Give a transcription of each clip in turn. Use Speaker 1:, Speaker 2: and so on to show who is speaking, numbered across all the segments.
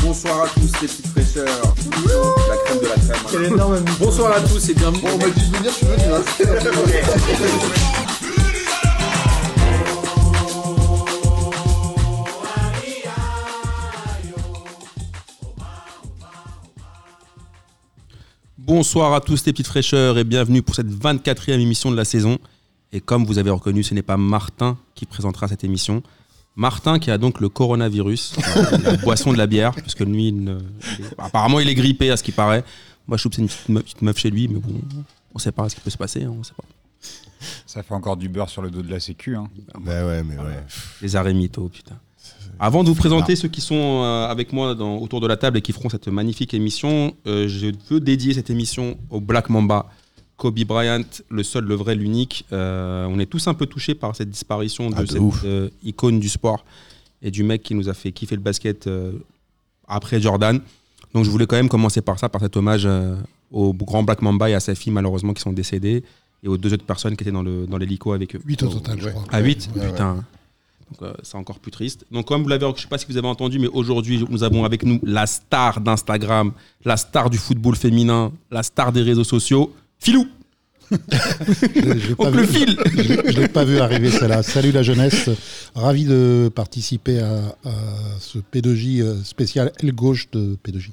Speaker 1: Bonsoir à tous les petites fraîcheurs. La crème de la crème.
Speaker 2: Quel énorme
Speaker 1: Bonsoir à tous et bienvenue.
Speaker 3: On m'a dit de venir, je suis venu là.
Speaker 4: Bonsoir à tous les petites fraîcheurs et bienvenue pour cette 24e émission de la saison. Et comme vous avez reconnu, ce n'est pas Martin qui présentera cette émission. Martin qui a donc le coronavirus, euh, la boisson de la bière, parce que lui, il ne- il est- apparemment, il est grippé à ce qui paraît. Moi, je trouve que c'est une petite meuf, petite meuf chez lui, mais bon, on sait pas ce qui peut se passer. hein, on sait pas.
Speaker 5: Ça fait encore du beurre sur le dos de la sécu. Hein. Ah,
Speaker 3: Bah ouais, mais ouais.
Speaker 4: Les arrêts mythos, putain. Avant de vous présenter ceux qui sont euh, avec moi dans- autour de la table et qui feront cette magnifique émission, euh, je veux dédier cette émission au Black Mamba. Kobe Bryant, le seul, le vrai, l'unique. Euh, on est tous un peu touchés par cette disparition de,
Speaker 3: Ah, de
Speaker 4: cette
Speaker 3: ouf.
Speaker 4: euh, icône du sport et du mec qui nous a fait kiffer le basket euh, après Jordan. Donc je voulais quand même commencer par ça, par cet hommage euh, au grand Black Mamba et à sa fille malheureusement qui sont décédées et aux deux autres personnes qui étaient dans le- dans l'hélico avec eux.
Speaker 2: 8 au total, je crois.
Speaker 4: À 8
Speaker 3: Ouais, ouais.
Speaker 4: Putain. Donc, euh, c'est encore plus triste. Donc, comme vous l'avez, je ne sais pas si vous avez entendu, mais aujourd'hui, nous avons avec nous la star d'Instagram, la star du football féminin, la star des réseaux sociaux, Philou,
Speaker 2: J'ai pas
Speaker 4: oncle
Speaker 2: vu-
Speaker 4: Phil.
Speaker 2: Je l'ai- je l'ai pas vu arriver celle-là. Salut la jeunesse, ravi de participer à, à ce P2J euh, spécial aile gauche de P2J.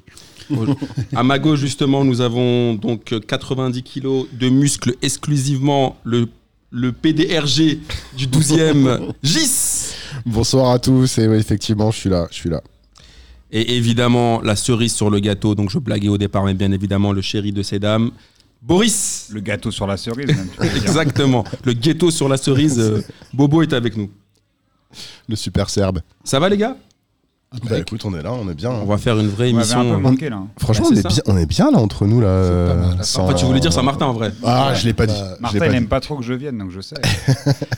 Speaker 4: à ma gauche, justement, nous avons donc euh, 90 kilos de muscles exclusivement le, le PDRG du 12e GIS.
Speaker 3: Bonsoir à tous, et ouais, effectivement, je suis là, je suis là.
Speaker 4: Et évidemment, la cerise sur le gâteau, donc je blaguais au départ, mais bien évidemment, le chéri de ces dames, Boris.
Speaker 5: Le gâteau sur la cerise, même. tu peux dire.
Speaker 4: Exactement. Le ghetto sur la cerise, euh, Bobo est avec nous.
Speaker 3: Le super serbe.
Speaker 4: Ça va les gars
Speaker 3: Bah écoute, on est là, on est bien.
Speaker 4: On va faire une vraie
Speaker 5: On m'avait un peu
Speaker 4: émission.
Speaker 5: manqué là. hein.
Speaker 3: Franchement,
Speaker 4: Bah,
Speaker 3: on,
Speaker 4: c'est
Speaker 3: est
Speaker 4: ça.
Speaker 3: bien, on est bien là entre nous là.
Speaker 2: C'est pas mal.
Speaker 3: euh,
Speaker 2: Enfin,
Speaker 3: sans-
Speaker 4: Enfin, tu voulais dire Saint-Martin en vrai
Speaker 3: Ah, je l'ai pas dit. je l'ai
Speaker 5: Martin,
Speaker 3: pas
Speaker 5: il
Speaker 3: dit.
Speaker 5: n'aime pas trop que je vienne, donc je sais.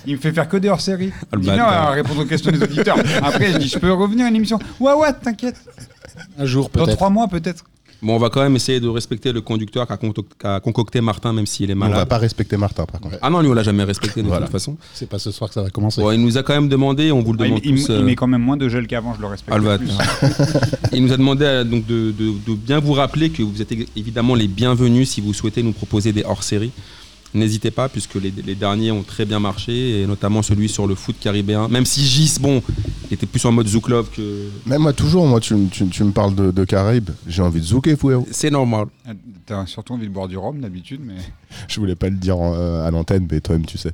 Speaker 5: Il me fait faire que des hors-série.
Speaker 4: Ah, le
Speaker 5: Il dit, non,
Speaker 4: bâtard.
Speaker 5: à répondre aux questions des auditeurs. Après, je dis, je peux revenir à une émission. Ouais, ouais, t'inquiète.
Speaker 2: Un jour
Speaker 5: Dans
Speaker 2: peut-être.
Speaker 5: trois mois, peut-être.
Speaker 4: Bon, on va quand même essayer de respecter le conducteur qu'a conto- qu'a concocté Martin, même s'il est
Speaker 3: Mais On va
Speaker 4: malade.
Speaker 3: pas respecter Martin par contre.
Speaker 4: Ah non, lui, on l'a jamais respecté de
Speaker 3: Voilà.
Speaker 4: toute façon.
Speaker 2: C'est pas ce soir que ça va commencer.
Speaker 4: Bon, il nous a quand même demandé, on vous le
Speaker 5: Ah,
Speaker 4: demande
Speaker 5: il, il-
Speaker 4: tous,
Speaker 5: il
Speaker 4: euh,
Speaker 5: met quand même moins de gel qu'avant, je le respecte.
Speaker 4: Alvat.
Speaker 5: plus.
Speaker 4: Il nous a demandé euh, donc de, de- de bien vous rappeler que vous êtes ég- évidemment les bienvenus si vous souhaitez nous proposer des hors-séries. N'hésitez pas, puisque les, les derniers ont très bien marché, et notamment celui sur le foot caribéen. Même si Gis, bon, il était plus en mode Zouklov que.
Speaker 3: Même moi, toujours, moi, tu, me- tu- tu me parles de, de Caraïbes, j'ai envie de zouker, frérot.
Speaker 4: C'est normal.
Speaker 5: Ah, T'as surtout envie de boire du rhum d'habitude, mais.
Speaker 3: Je voulais pas le dire en- euh, à l'antenne, mais toi-même, tu sais.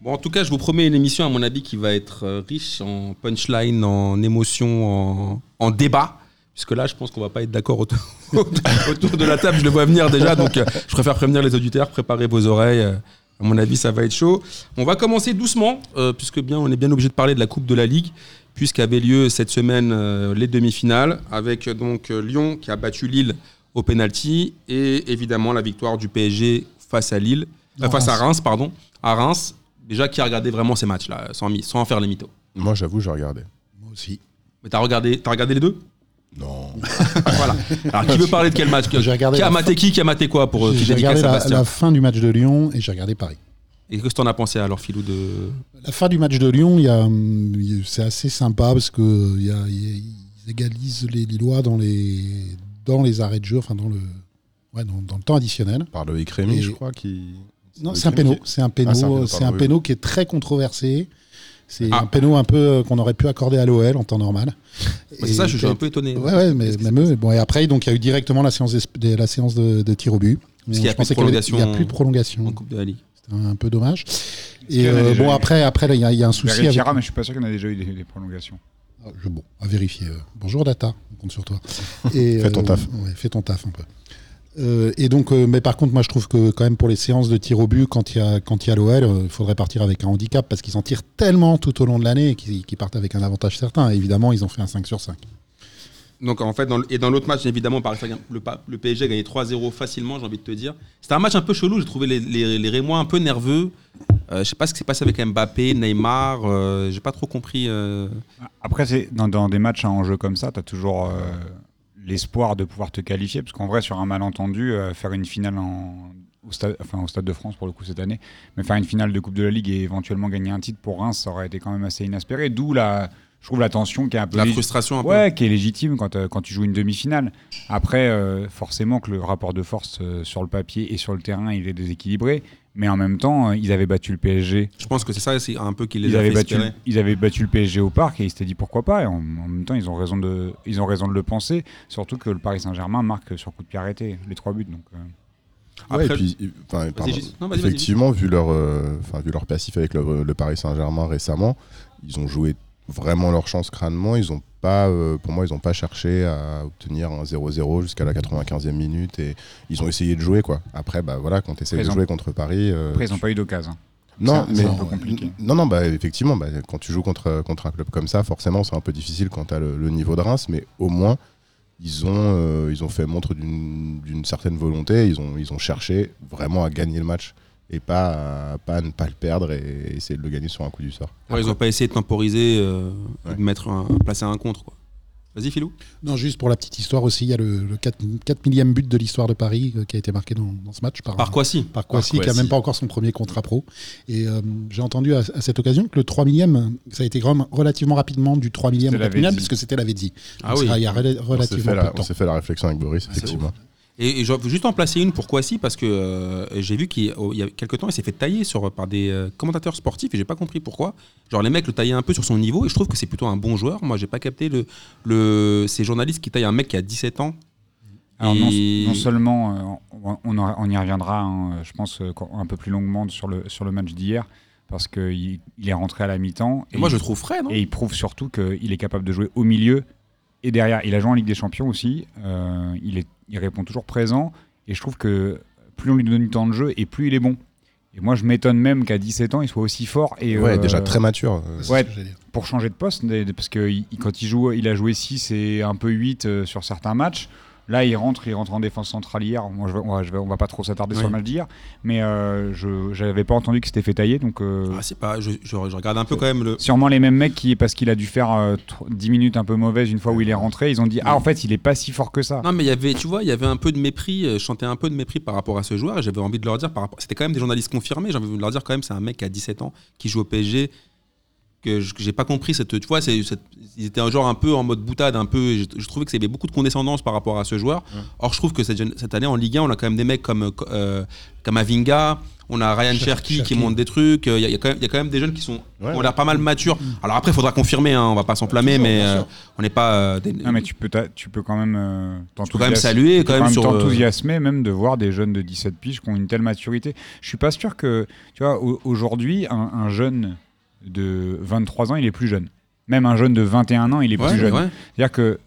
Speaker 4: Bon, en tout cas, je vous promets une émission, à mon avis, qui va être euh, riche en punchline, en émotion, en, en débat. Puisque là, je pense qu'on va pas être d'accord autour, autour de la table. Je le vois venir déjà, donc euh, je préfère prévenir les auditeurs, préparez vos oreilles. euh, À mon avis, ça va être chaud. On va commencer doucement, euh, puisque bien, on est bien obligé de parler de la Coupe de la Ligue, puisqu'avait lieu cette semaine euh, les demi-finales, avec euh, donc euh, Lyon qui a battu Lille au penalty, et évidemment la victoire du PSG face à Lille, euh,
Speaker 2: Non,
Speaker 4: face à
Speaker 2: Reims.
Speaker 4: Reims, pardon, à Reims. Déjà, qui a regardé vraiment ces matchs-là, sans, mi- sans faire les mythos
Speaker 3: Moi, j'avoue, j'ai regardé.
Speaker 2: Moi aussi.
Speaker 4: Mais t'as regardé, t'as regardé les deux
Speaker 3: Non.
Speaker 4: Voilà. Alors, qui veut parler de quel match Qui
Speaker 2: J'ai regardé
Speaker 4: qui a
Speaker 2: la-
Speaker 4: maté qui Qui a maté quoi pour euh,
Speaker 2: J'ai
Speaker 4: Fidel
Speaker 2: regardé la,
Speaker 4: Sébastien
Speaker 2: la fin du match de Lyon et j'ai regardé Paris.
Speaker 4: Et qu'est-ce que t'en as pensé alors, Philou de...
Speaker 2: La fin du match de Lyon, il y a, hum, il y a- c'est assez sympa parce que euh, il y a- il y a- ils égalisent les Lillois dans les dans les arrêts de jeu, enfin dans le ouais, dans- dans le temps additionnel.
Speaker 3: Par le Crémy,
Speaker 2: Et-
Speaker 3: je crois, qui.
Speaker 2: Non,
Speaker 3: le
Speaker 2: c'est un
Speaker 3: crime
Speaker 2: péno.
Speaker 3: qui-
Speaker 2: C'est un péno. euh,
Speaker 3: Ah, c'est un péno,
Speaker 2: c'est
Speaker 3: pardon,
Speaker 2: un
Speaker 3: oui.
Speaker 2: péno qui est très controversé. C'est
Speaker 4: Ah.
Speaker 2: un péno un peu euh, qu'on aurait pu accorder à l'OL en temps normal.
Speaker 4: Bah, C'est ça,
Speaker 2: Et
Speaker 4: je suis un peu étonné.
Speaker 2: Ouais, ouais, mais
Speaker 4: Qu'est-ce qui
Speaker 2: même eux. Bon, et après, donc, il y a eu directement la séance, d'esp- des- la séance de, de tir au but.
Speaker 4: Parce
Speaker 2: On-
Speaker 4: qu'il y a
Speaker 2: je
Speaker 4: plus de
Speaker 2: pensais qu'il y avait- Il n'y a
Speaker 4: prolongation
Speaker 2: plus de prolongation.
Speaker 4: En Coupe de la Ligue.
Speaker 2: C'était un peu dommage.
Speaker 5: qu'il
Speaker 2: Et
Speaker 5: y en a
Speaker 2: euh,
Speaker 5: déjà
Speaker 2: bon,
Speaker 5: eu
Speaker 2: après, après, là, il y, a- il y a un
Speaker 5: Tu
Speaker 2: souci. Avec...
Speaker 5: vérifieras, mais je suis pas sûr qu'on a déjà eu des, des prolongations.
Speaker 2: Ah, je- bon, à vérifier. euh. Bonjour, Data. On compte sur toi. Et, euh,
Speaker 3: Fais ton taf.
Speaker 2: ouais, fais ton taf un peu. Euh, et donc, euh, mais par contre, moi, je trouve que quand même pour les séances de tir au but, quand il y a quand il y a l'OL, euh, il faudrait partir avec un handicap parce qu'ils en tirent tellement tout au long de l'année qu'ils qu'ils partent avec un avantage certain. Et évidemment, ils ont fait un 5 sur 5.
Speaker 4: Donc en fait, dans le- et dans l'autre match, évidemment, Paris Saint-Germain- le, pa- le PSG a gagné 3-0 facilement, j'ai envie de te dire. C'était un match un peu chelou, j'ai trouvé les, les, les Rémois un peu nerveux. Euh, je sais pas ce qui s'est passé avec Mbappé, Neymar, euh, j'ai pas trop compris. euh.
Speaker 5: Après, c'est dans, dans des matchs à enjeu comme ça, t'as toujours euh, l'espoir de pouvoir te qualifier, parce qu'en vrai, sur un malentendu, euh, faire une finale en- au, stade, enfin, au Stade de France pour le coup cette année, mais faire une finale de Coupe de la Ligue et éventuellement gagner un titre pour Reims, ça aurait été quand même assez inespéré. D'où la, je trouve la tension qui est un peu
Speaker 4: La
Speaker 5: lég-
Speaker 4: frustration un peu.
Speaker 5: Ouais, qui est légitime quand, euh, quand tu joues une demi-finale. Après, euh, forcément que le rapport de force euh, sur le papier et sur le terrain, il est déséquilibré. Mais en même temps, euh, ils avaient battu le PSG.
Speaker 4: Je pense que c'est ça c'est un peu qui les
Speaker 5: ils,
Speaker 4: a
Speaker 5: avaient
Speaker 4: fait
Speaker 5: battu,
Speaker 4: espérer.
Speaker 5: ils avaient battu le PSG au parc et ils s'étaient dit pourquoi pas. Et en, en même temps, ils ont, raison de, ils ont raison de le penser. Surtout que le Paris Saint-Germain marque sur coup de pied arrêté les trois buts. Donc, euh,
Speaker 3: Ouais,
Speaker 4: Après-
Speaker 3: et puis, et- enfin, pardon.
Speaker 4: Gis- non, vas-y, vas-y.
Speaker 3: effectivement, vu leur, euh, enfin, vu leur passif avec le, le Paris Saint-Germain récemment, ils ont joué vraiment leur chance crânement. Ils ont pas, euh, pour moi, ils n'ont pas cherché à obtenir un 0-0 jusqu'à la 95e minute et ils ont essayé de jouer quoi. Après, bah voilà, quand tu essaies de
Speaker 5: Présent.
Speaker 3: jouer contre Paris, euh,
Speaker 5: après, ils n'ont
Speaker 3: tu-
Speaker 5: pas eu d'occasion.
Speaker 3: non,
Speaker 5: c'est
Speaker 3: mais
Speaker 5: un peu compliqué.
Speaker 3: non, non, bah effectivement, bah, quand tu joues contre contre un club comme ça, forcément, c'est un peu difficile quand tu le, le niveau de Reims, mais au moins ils ont euh, ils ont fait montre d'une d'une certaine volonté, ils ont ils ont cherché vraiment à gagner le match et pas à, pas à ne pas le perdre et essayer de le gagner sur un coup du sort.
Speaker 4: Ouais, ils n'ont pas essayé de temporiser, euh,
Speaker 3: Ouais.
Speaker 4: de mettre un, placer un contre. quoi. Vas-y, Philou.
Speaker 2: Non, juste pour la petite histoire aussi, il y a le, le 4, 4 millième but de l'histoire de Paris euh, qui a été marqué dans, dans ce match par,
Speaker 4: Par quoi si
Speaker 2: par Kouassi, qui
Speaker 3: Par
Speaker 2: n'a
Speaker 3: Kouassi.
Speaker 2: même pas encore son premier contrat pro. Et euh, j'ai entendu à, à cette occasion que le 3 millième, ça a été quand même relativement rapidement du 3 millième au
Speaker 5: C'était la
Speaker 2: 4 millième,
Speaker 5: Vézi.
Speaker 2: puisque c'était la Vézi.
Speaker 4: Ah
Speaker 2: Donc,
Speaker 4: oui.
Speaker 2: ça, Il y a rela-
Speaker 3: On s'est
Speaker 2: relativement
Speaker 3: fait,
Speaker 2: peu de
Speaker 3: la- on
Speaker 2: temps.
Speaker 3: s'est fait la réflexion avec Boris,
Speaker 2: Ah, c'est
Speaker 3: effectivement.
Speaker 4: Et, et je veux juste en placer une pour Kwasi parce que euh, j'ai vu qu'il oh, il y a quelques temps, il s'est fait tailler sur, par des euh, commentateurs sportifs et j'ai pas compris pourquoi. Genre les mecs le taillaient un peu sur son niveau et je trouve que c'est plutôt un bon joueur. Moi, j'ai pas capté le, le ces journalistes qui taillent un mec qui a 17 ans.
Speaker 5: Alors non,
Speaker 4: Et-
Speaker 5: non seulement euh, on, on aura- on y reviendra, hein, euh, je pense, euh, quand- un peu plus longuement sur le, sur le match d'hier, parce qu'il il est rentré à la mi-temps.
Speaker 4: Et moi,
Speaker 5: il-
Speaker 4: je le trouve frais, non
Speaker 5: Et il prouve surtout qu'il est capable de jouer au milieu et derrière. Il a joué en Ligue des Champions aussi. euh, il, est, il répond toujours présent. Et je trouve que plus on lui donne du temps de jeu et plus il est bon. Et moi, je m'étonne même qu'à 17 ans, il soit aussi fort. Et,
Speaker 3: Ouais,
Speaker 5: euh,
Speaker 3: déjà très mature. euh,
Speaker 2: C'est ce
Speaker 5: Ouais.
Speaker 2: que j'allais dire.
Speaker 5: pour changer de poste, des- des- parce que il- il- quand il joue, il a joué 6 et un peu 8 euh, sur certains matchs. Là, il rentre, il rentre en défense centrale hier. Moi, je, vais- on, va, je vais- on va pas trop s'attarder sur
Speaker 4: Oui.
Speaker 5: le match d'hier, mais euh, je j'avais pas entendu que c'était fait tailler, donc euh,
Speaker 4: Ah, c'est pas, je, je- je regarde un peu quand même le.
Speaker 5: sûrement les mêmes mecs qui, parce qu'il a dû faire euh, tr- 10 minutes un peu mauvaises une fois où il est rentré, ils ont dit ah en fait il est pas si fort que ça.
Speaker 4: Non, mais il y avait, tu vois, il y avait un peu de mépris, euh, je chantais un peu de mépris par rapport à ce joueur et j'avais envie de leur dire, par rapport- c'était quand même des journalistes confirmés, j'avais envie de leur dire quand même, c'est un mec qui a 17 ans, qui joue au PSG, que je- que j'ai pas compris cette, tu vois, c'est- cette- ils étaient un genre un peu en mode boutade, un peu, je, je trouvais que c'était beaucoup de condescendance par rapport à ce joueur. Or, je trouve que cette, jeune- cette année en Ligue 1, on a quand même des mecs comme euh, Kamavinga, on a Ryan
Speaker 2: Cher-
Speaker 4: Cherki
Speaker 2: Cherki.
Speaker 4: qui monte des trucs, euh, il y, a- il y a quand même- il y a quand même des jeunes qui sont,
Speaker 3: Ouais.
Speaker 4: on a pas mal matures. Alors après, il faudra confirmer, hein, on va pas s'enflammer,
Speaker 2: Mm. Bien sûr,
Speaker 4: mais
Speaker 2: bien
Speaker 4: euh,
Speaker 2: sûr.
Speaker 4: on n'est pas euh, des-
Speaker 5: Non, mais tu peux t'a- tu peux quand même euh,
Speaker 4: tu peux quand même
Speaker 5: t'enthousiasmer.
Speaker 4: saluer quand
Speaker 5: quand
Speaker 4: même
Speaker 5: même
Speaker 4: sur euh,
Speaker 5: t'enthousiasmer même de voir des jeunes de 17 piges qui ont une telle maturité. Je suis pas sûr que, tu vois, au- aujourd'hui, un, un jeune de 23 ans, il est plus jeune. Même un jeune de 21 ans, il est
Speaker 4: ouais,
Speaker 5: plus jeune.
Speaker 4: ouais.
Speaker 5: C'est-à-dire que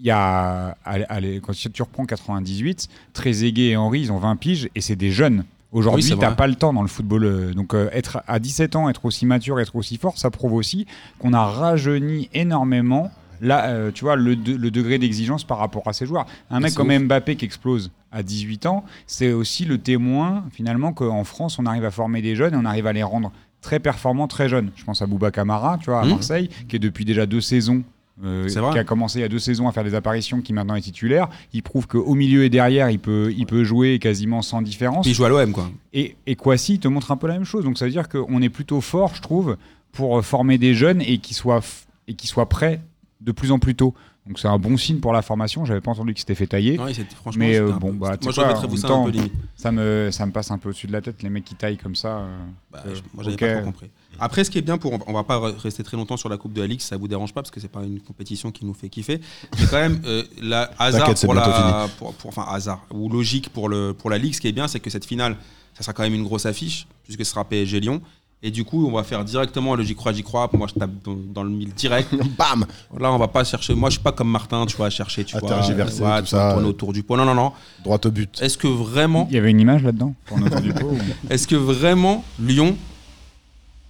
Speaker 5: il y a, allez, allez, quand tu reprends 98, Trezeguet et Henry, ils ont 20 piges et c'est des jeunes. Aujourd'hui,
Speaker 4: Oui, c'est
Speaker 5: t'as
Speaker 4: vrai.
Speaker 5: pas le temps dans le football. euh, Donc, euh, être à 17 ans, être aussi mature, être aussi fort, ça prouve aussi qu'on a rajeuni énormément. Là, euh, tu vois, le, de- le degré d'exigence par rapport à ces joueurs. Un mec
Speaker 4: c'est
Speaker 5: comme Mbappé qui explose à 18 ans, c'est aussi le témoin, finalement, qu'en France, on arrive à former des jeunes et on arrive à les rendre très performants, très jeunes. Je pense à Bouba Camara, tu vois, à
Speaker 4: Mhm.
Speaker 5: Marseille, qui est depuis déjà deux saisons euh,
Speaker 4: C'est vrai.
Speaker 5: qui a commencé il y a deux saisons à faire des apparitions, qui maintenant est titulaire. Il prouve qu'au milieu et derrière, il peut, il peut jouer quasiment sans différence.
Speaker 4: Puis il joue à l'OM, quoi.
Speaker 5: Et, et Kwasi il te montre un peu la même chose. Donc ça veut dire qu'on est plutôt fort, je trouve, pour euh, former des jeunes et qu'ils soient, f- et qu'ils soient prêts de plus en plus tôt. Donc c'est un bon signe pour la formation. J'avais pas entendu que c'était fait tailler.
Speaker 4: Ouais, c'était- franchement,
Speaker 5: Mais,
Speaker 4: c'était
Speaker 5: euh,
Speaker 4: un
Speaker 5: bon,
Speaker 4: peu-
Speaker 5: bah, tu
Speaker 4: moi
Speaker 5: sais quoi,
Speaker 4: j'aurais
Speaker 5: en
Speaker 4: trouvé ça
Speaker 5: même
Speaker 4: un peu
Speaker 5: temps,
Speaker 4: limite.
Speaker 5: Ça, me, ça me passe un peu au-dessus de la tête, les mecs qui taillent comme ça. euh.
Speaker 4: Bah,
Speaker 5: euh,
Speaker 4: je- moi j'avais
Speaker 5: ok.
Speaker 4: pas trop compris. Après, ce qui est bien pour, on va pas re- rester très longtemps sur la Coupe de la Ligue, si ça vous dérange pas parce que c'est pas une compétition qui nous fait kiffer. C'est quand même euh, la hasard
Speaker 3: T'inquiète, c'est
Speaker 4: pour
Speaker 3: bientôt
Speaker 4: la, pour, pour- enfin hasard ou logique pour le pour la Ligue. Ce qui est bien, c'est que cette finale, ça sera quand même une grosse affiche puisque ce sera PSG Lyon. Et du coup, on va faire directement le j'y crois, j'y crois. Moi, je tape dans, dans le mille direct.
Speaker 3: Bam
Speaker 4: Là, on va pas chercher. Moi, je suis pas comme Martin, tu vois, chercher, tu
Speaker 3: À
Speaker 4: vois,
Speaker 3: tergiverser,
Speaker 4: ouais,
Speaker 3: tout
Speaker 4: tu vois,
Speaker 3: ça.
Speaker 4: tourner autour du pot. Non, non, non.
Speaker 3: Droit au but.
Speaker 4: Est-ce que vraiment
Speaker 5: Il y avait une image là-dedans pour notre Dupont, ou-
Speaker 4: Est-ce que vraiment Lyon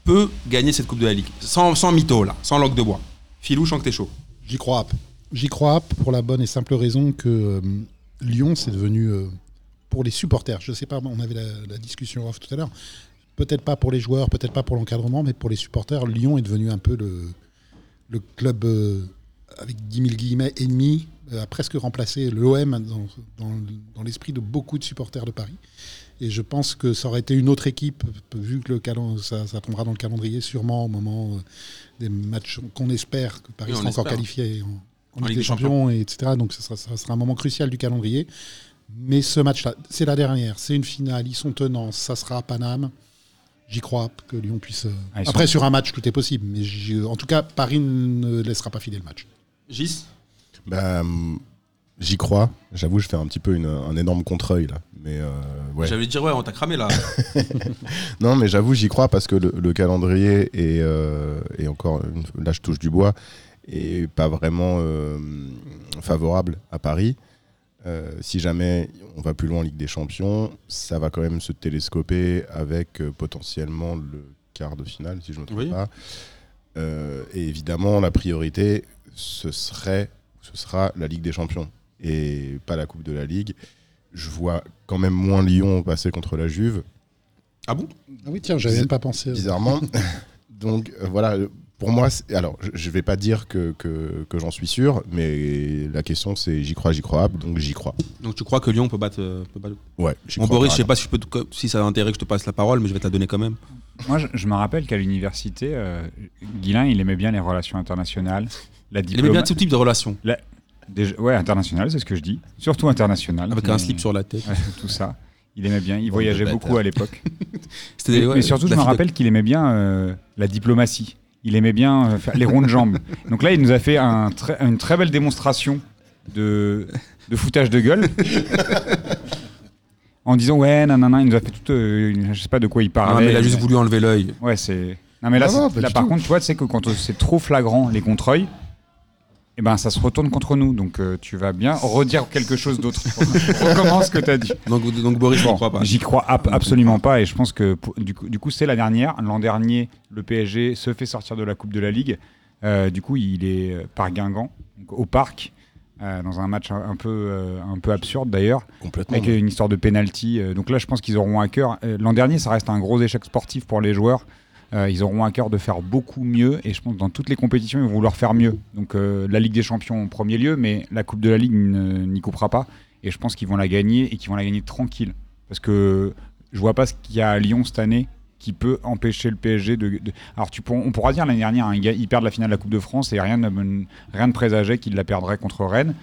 Speaker 4: peut gagner cette Coupe de la Ligue sans, sans mytho, là, sans langue de bois. Filou, je sens que t'es chaud.
Speaker 2: J'y crois. J'y crois pour la bonne et simple raison que euh, Lyon, c'est devenu euh, pour les supporters. Je sais pas, on avait la, la discussion off tout à l'heure. Peut-être pas pour les joueurs, peut-être pas pour l'encadrement, mais pour les supporters, Lyon est devenu un peu le, le club euh, avec 10 000 guillemets ennemi, euh, a presque remplacé l'OM dans, dans- dans l'esprit de beaucoup de supporters de Paris. Et je pense que ça aurait été une autre équipe, vu que le calen- ça, ça tombera dans le calendrier sûrement au moment euh, des matchs qu'on espère que Paris
Speaker 4: Oui, on
Speaker 2: sera encore
Speaker 4: l'espère.
Speaker 2: qualifié en, en Ligue des Champions, et etc. Donc ça sera, ça sera un moment crucial du calendrier. Mais ce match-là, c'est la dernière, c'est une finale, ils sont tenants, ça sera à Paname. J'y crois que Lyon puisse. euh,
Speaker 5: Ah, ils sont-
Speaker 2: Après, sur un match, tout est possible. Mais j'y- en tout cas, Paris ne laissera pas filer le match.
Speaker 4: Gis
Speaker 3: Bah, hum, j'y crois. J'avoue, je fais un petit peu une- un énorme contre-œil là. Mais euh, ouais.
Speaker 4: J'allais dire, ouais, on t'a cramé là.
Speaker 3: Non, mais j'avoue, j'y crois parce que le, le calendrier est, euh, est encore, une- là je touche du bois, et pas vraiment euh, favorable à Paris. Euh, si jamais on va plus loin en Ligue des Champions, ça va quand même se télescoper avec euh, potentiellement le quart de finale, si je ne me trompe
Speaker 4: Oui.
Speaker 3: pas. Euh, et évidemment, la priorité, ce, serait, ce sera la Ligue des Champions et pas la Coupe de la Ligue. Je vois quand même moins Lyon passer contre la Juve
Speaker 4: Ah bon
Speaker 2: Ah oui, tiens, j'avais
Speaker 3: Bizar-
Speaker 2: même pas pensé.
Speaker 3: bizarrement. Donc euh, voilà, euh, pour moi, c'est- alors je- je vais pas dire que, que, que j'en suis sûr, mais la question c'est j'y crois, j'y crois, donc j'y crois.
Speaker 4: Donc tu crois que Lyon peut battre. euh, peut battre...
Speaker 3: Ouais, j'y
Speaker 4: Mon
Speaker 3: crois.
Speaker 4: Boris, je sais
Speaker 3: carrément.
Speaker 4: pas si, je peux te- si ça t'intéresse que je te passe la parole, mais je vais te la donner quand même.
Speaker 5: Moi, je, je me rappelle qu'à l'université, euh, Guilain, il aimait bien les relations internationales, la
Speaker 4: Il aimait bien
Speaker 5: diplomatie.
Speaker 4: tout type de relation.
Speaker 5: ouais, internationale, c'est ce que je dis. Surtout internationale.
Speaker 4: Avec un
Speaker 5: mais-
Speaker 4: slip sur la tête.
Speaker 5: Ouais, tout ça. Il aimait bien. Il
Speaker 4: Bande
Speaker 5: voyageait
Speaker 4: de
Speaker 5: beaucoup
Speaker 4: bâtards.
Speaker 5: à l'époque.
Speaker 4: C'était- ouais,
Speaker 5: mais surtout,
Speaker 4: la
Speaker 5: je me
Speaker 4: fille de-
Speaker 5: rappelle qu'il aimait bien euh, la diplomatie. Il aimait bien euh, faire les ronds de jambes. Donc là, il nous a fait un très- une très belle démonstration de, de foutage de gueule. en disant, ouais, nanana, il nous a fait tout. euh, une- je sais pas de quoi il parlait.
Speaker 4: Ah, mais il a juste
Speaker 5: Mais-
Speaker 4: voulu enlever l'œil.
Speaker 5: Ouais, c'est. Non, mais là,
Speaker 3: Non, non,
Speaker 5: c'est-
Speaker 3: pas
Speaker 5: là,
Speaker 3: du
Speaker 5: par
Speaker 3: tout.
Speaker 5: contre, tu vois, c'est que quand c'est trop flagrant, les contrôles, eh ben, ça se retourne contre nous. Donc, euh, tu vas bien redire quelque chose d'autre. Recommence ce que tu as dit.
Speaker 4: Donc, donc Boris, je
Speaker 5: Bon,
Speaker 4: ne crois pas.
Speaker 5: J'y crois ab- absolument pas et je pense que pour- du coup, du coup, c'est la dernière. L'an dernier, le PSG se fait sortir de la Coupe de la Ligue. Euh, du coup, il est euh, par Guingamp, donc au parc, euh, dans un match un, un peu, euh, un peu absurde d'ailleurs,
Speaker 3: complètement.
Speaker 5: avec une histoire de penalty. Euh, donc là, je pense qu'ils auront à cœur. euh, L'an dernier, ça reste un gros échec sportif pour les joueurs. Euh, ils auront à cœur de faire beaucoup mieux et je pense que dans toutes les compétitions, ils vont vouloir faire mieux. Donc euh, la Ligue des Champions en premier lieu, mais la Coupe de la Ligue ne- n'y coupera pas et je pense qu'ils vont la gagner et qu'ils vont la gagner tranquille. Parce que je vois pas ce qu'il y a à Lyon cette année qui peut empêcher le PSG de. de- Alors tu pour- on pourra dire l'année dernière, hein, ils ga- ils perdent la finale de la Coupe de France et rien ne, rien ne présageait qu'ils la perdraient contre Rennes.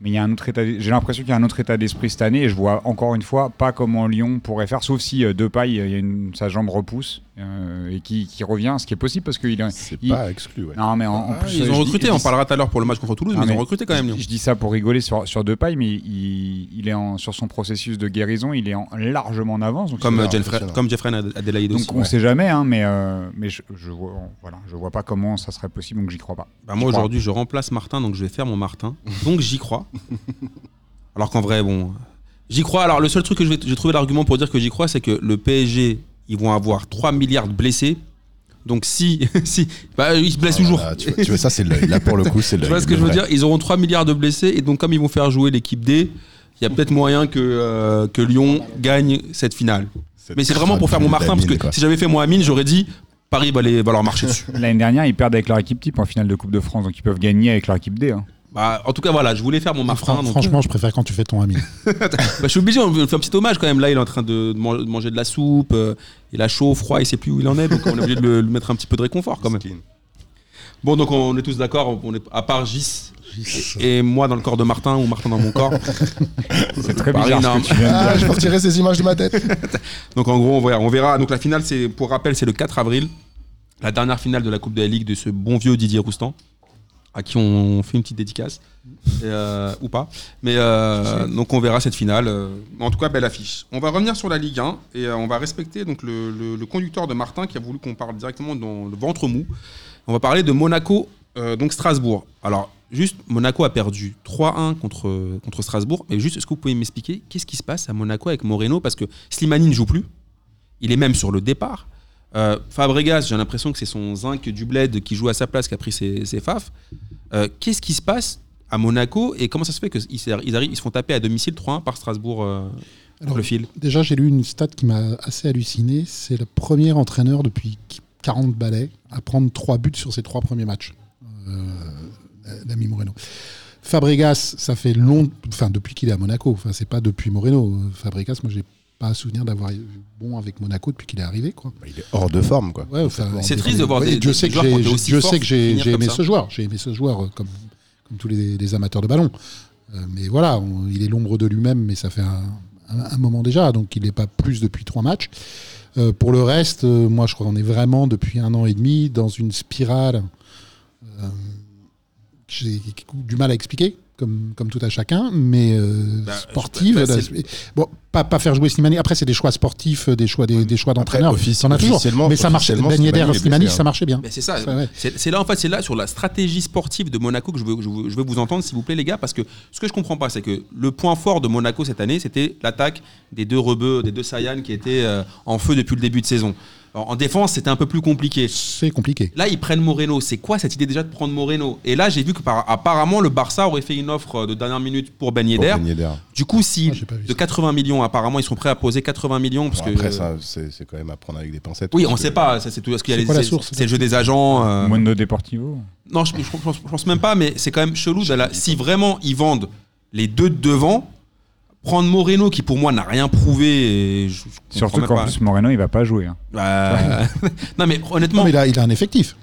Speaker 5: Mais il y a un autre état. J'ai l'impression qu'il y a un autre état d'esprit cette année et je vois encore une fois pas comment Lyon pourrait faire, sauf si euh, Depay, euh, il y a une- sa jambe repousse euh, et qui, qui revient, ce qui est possible parce qu'il. est-
Speaker 3: C'est
Speaker 5: il-
Speaker 3: pas exclu. Ouais.
Speaker 5: Non mais en, en
Speaker 4: Ah,
Speaker 5: plus
Speaker 4: ils
Speaker 5: euh,
Speaker 4: ont
Speaker 5: je dis-
Speaker 4: recruté,
Speaker 5: je
Speaker 4: on
Speaker 5: dis-
Speaker 4: parlera tout à l'heure pour le match contre Toulouse,
Speaker 5: Non,
Speaker 4: mais, ils
Speaker 5: mais
Speaker 4: ont recruté quand même Lyon.
Speaker 5: je dis ça pour rigoler sur, sur Depay, mais il, il est en, sur son processus de guérison, il est en- largement en avance. Donc
Speaker 4: Comme,
Speaker 3: C'est
Speaker 4: euh, Jeffrey,
Speaker 3: impressionnant.
Speaker 4: comme Jeffrey Ad- Adelaide
Speaker 5: Donc
Speaker 4: aussi.
Speaker 5: on sait jamais, hein, mais, euh, mais je, je vois, voilà, je vois pas comment ça serait possible, donc j'y crois pas.
Speaker 4: Bah, moi
Speaker 5: je crois.
Speaker 4: aujourd'hui je remplace Martin, donc je vais faire mon Martin. Donc j'y crois. Alors qu'en vrai, bon. J'y crois. Alors le seul truc que je vais- j'ai trouvé l'argument pour dire que j'y crois, c'est que le PSG, ils vont avoir 3 milliards de blessés. Donc si. si bah, ils se blessent toujours.
Speaker 3: Ah, tu, vois, tu vois, ça c'est l'œil. Là pour le coup, c'est l'œil.
Speaker 4: Tu vois ce que
Speaker 3: le
Speaker 4: je veux
Speaker 3: vrai.
Speaker 4: dire Ils auront 3 milliards de blessés et donc comme ils vont faire jouer l'équipe D, il y a peut-être moyen que, euh, que Lyon gagne cette finale. Mais c'est vraiment pour faire mon Martin parce que si j'avais fait mon Amine, j'aurais dit Paris va, les, va leur marcher dessus.
Speaker 5: L'année dernière, ils perdent avec leur équipe type en finale de Coupe de France, donc ils peuvent gagner avec leur équipe D. hein.
Speaker 4: Bah, en tout cas voilà, je voulais
Speaker 5: Ah,
Speaker 4: faire mon Martin.
Speaker 2: Fran-
Speaker 4: donc,
Speaker 2: Franchement, je préfère quand tu fais ton ami.
Speaker 4: Bah, je suis obligé, on lui fait un petit hommage quand même. Là, il est en train de, de man- de manger de la soupe. euh, il a chaud, froid, il sait plus où il en est. Donc, on est obligé de le- lui mettre un petit peu de réconfort quand même. Bon, donc, on est tous d'accord. on- On est, à part Gis et moi dans le corps de Martin ou Martin dans mon corps.
Speaker 5: C'est très
Speaker 4: Paris,
Speaker 5: bizarre ce
Speaker 4: non.
Speaker 5: que tu viens de dire.
Speaker 3: Ah, je partirai ces images de ma tête.
Speaker 4: Donc, en gros, on verra. On verra. Donc, la finale, c'est, pour rappel, c'est le 4 avril. La dernière finale de la Coupe de la Ligue de ce bon vieux Didier Roustan. À qui on fait une petite dédicace. Et, euh, ou pas. Mais euh, donc on verra cette finale. Euh, En tout cas, belle affiche. On va revenir sur la Ligue 1 et euh, on va respecter donc le, le- le conducteur de Martin qui a voulu qu'on parle directement dans le ventre mou. On va parler de Monaco, euh, donc Strasbourg. Alors, juste, Monaco a perdu 3-1 contre, contre Strasbourg. Mais juste, est-ce que vous pouvez m'expliquer qu'est-ce qui se passe à Monaco avec Moreno Parce que Slimani ne joue plus. Il est même sur le départ. Euh, Fabregas, j'ai l'impression que c'est son zinc du bled qui joue à sa place qui a pris ses, ses faf. Euh, qu'est-ce qui se passe à Monaco et comment ça se fait qu'ils ils arrivent, ils se font taper à domicile 3-1 par Strasbourg euh,
Speaker 2: Alors,
Speaker 4: le fil
Speaker 2: Déjà, j'ai lu une stat qui m'a assez halluciné. C'est le premier entraîneur depuis 40 balais à prendre 3 buts sur ses 3 premiers matchs. Euh, L'ami Moreno. Fabregas, ça fait long, enfin depuis qu'il est à Monaco, enfin c'est pas depuis Moreno. Euh, Fabregas, moi j'ai pas souvenir d'avoir eu bon avec Monaco depuis qu'il est arrivé. Quoi.
Speaker 3: Bah, il est hors de forme, quoi.
Speaker 2: Ouais, enfin,
Speaker 4: C'est
Speaker 2: on
Speaker 4: triste de
Speaker 2: est-
Speaker 4: voir
Speaker 2: ouais,
Speaker 4: des-
Speaker 2: je
Speaker 4: des
Speaker 2: sais que
Speaker 4: joueurs qui ont
Speaker 2: j'ai-
Speaker 4: été aussi
Speaker 2: je
Speaker 4: forts
Speaker 2: sais que j'ai
Speaker 4: finir
Speaker 2: j'ai
Speaker 4: comme
Speaker 2: aimé
Speaker 4: ça.
Speaker 2: ce joueur. J'ai aimé ce joueur euh, comme, comme tous les, les amateurs de ballon. Euh, mais voilà, on- il est l'ombre de lui-même, mais ça fait un, un- un moment déjà. Donc il n'est pas plus depuis trois matchs. Euh, pour le reste, euh, moi je crois qu'on est vraiment depuis un an et demi dans une spirale euh, que j'ai du mal à expliquer, comme, comme tout à chacun, mais euh,
Speaker 4: Bah,
Speaker 2: sportive.
Speaker 4: bah,
Speaker 2: la-
Speaker 4: c'est-
Speaker 2: bon, pas, pas faire jouer Slimani. Après, c'est des choix sportifs, des choix, des, des choix d'entraîneur.
Speaker 3: offici-
Speaker 2: T'en as toujours.
Speaker 3: officiellement-
Speaker 2: Mais ça marchait.
Speaker 3: officiellement,
Speaker 2: Ben
Speaker 3: Slimani
Speaker 2: Yedder,
Speaker 3: est blessé,
Speaker 2: Slimani,
Speaker 3: hein.
Speaker 2: ça marchait bien.
Speaker 4: Mais Ben, c'est ça.
Speaker 2: Ouais, ouais.
Speaker 4: C'est c'est là, en fait, c'est là sur la stratégie sportive de Monaco que je veux, je veux- je veux vous entendre, s'il vous plaît, les gars, parce que ce que je comprends pas, c'est que le point fort de Monaco cette année, c'était l'attaque des deux rebeux, des deux Sayan qui étaient euh, en feu depuis le début de saison. Alors, en défense, c'était un peu plus compliqué.
Speaker 2: C'est compliqué.
Speaker 4: Là, ils prennent Moreno. C'est quoi cette idée déjà de prendre Moreno Et là, j'ai vu que par- apparemment le Barça aurait fait une offre euh, de dernière minute pour Ben
Speaker 3: Pour
Speaker 4: Yedder.
Speaker 3: Ben Yedder.
Speaker 4: Du coup, si
Speaker 2: Ah, j'ai pas vu
Speaker 4: de
Speaker 2: ça.
Speaker 4: 80 millions, apparemment, ils sont prêts à poser 80 millions parce
Speaker 3: Bon,
Speaker 4: que
Speaker 3: après, ça, c'est c'est quand même à prendre avec des pincettes.
Speaker 4: Oui,
Speaker 3: parce
Speaker 4: on
Speaker 3: que-
Speaker 4: sait pas. Ça, c'est tout. Parce qu'il y a
Speaker 2: C'est
Speaker 4: les-
Speaker 2: quoi la
Speaker 4: c'est-
Speaker 2: source
Speaker 4: c'est le jeu des agents. euh,
Speaker 5: Mondo Deportivo.
Speaker 4: Non, je, je- je pense- je pense même pas, mais c'est quand même chelou. d'aller- si vraiment ils vendent les deux de devant, prendre Moreno qui pour moi n'a rien prouvé. et je- je comprends
Speaker 5: Surtout
Speaker 4: même
Speaker 5: qu'en
Speaker 4: pas.
Speaker 5: plus, Moreno, il va pas jouer. hein.
Speaker 4: Bah, non mais honnêtement,
Speaker 2: Non, mais il a, il a un effectif.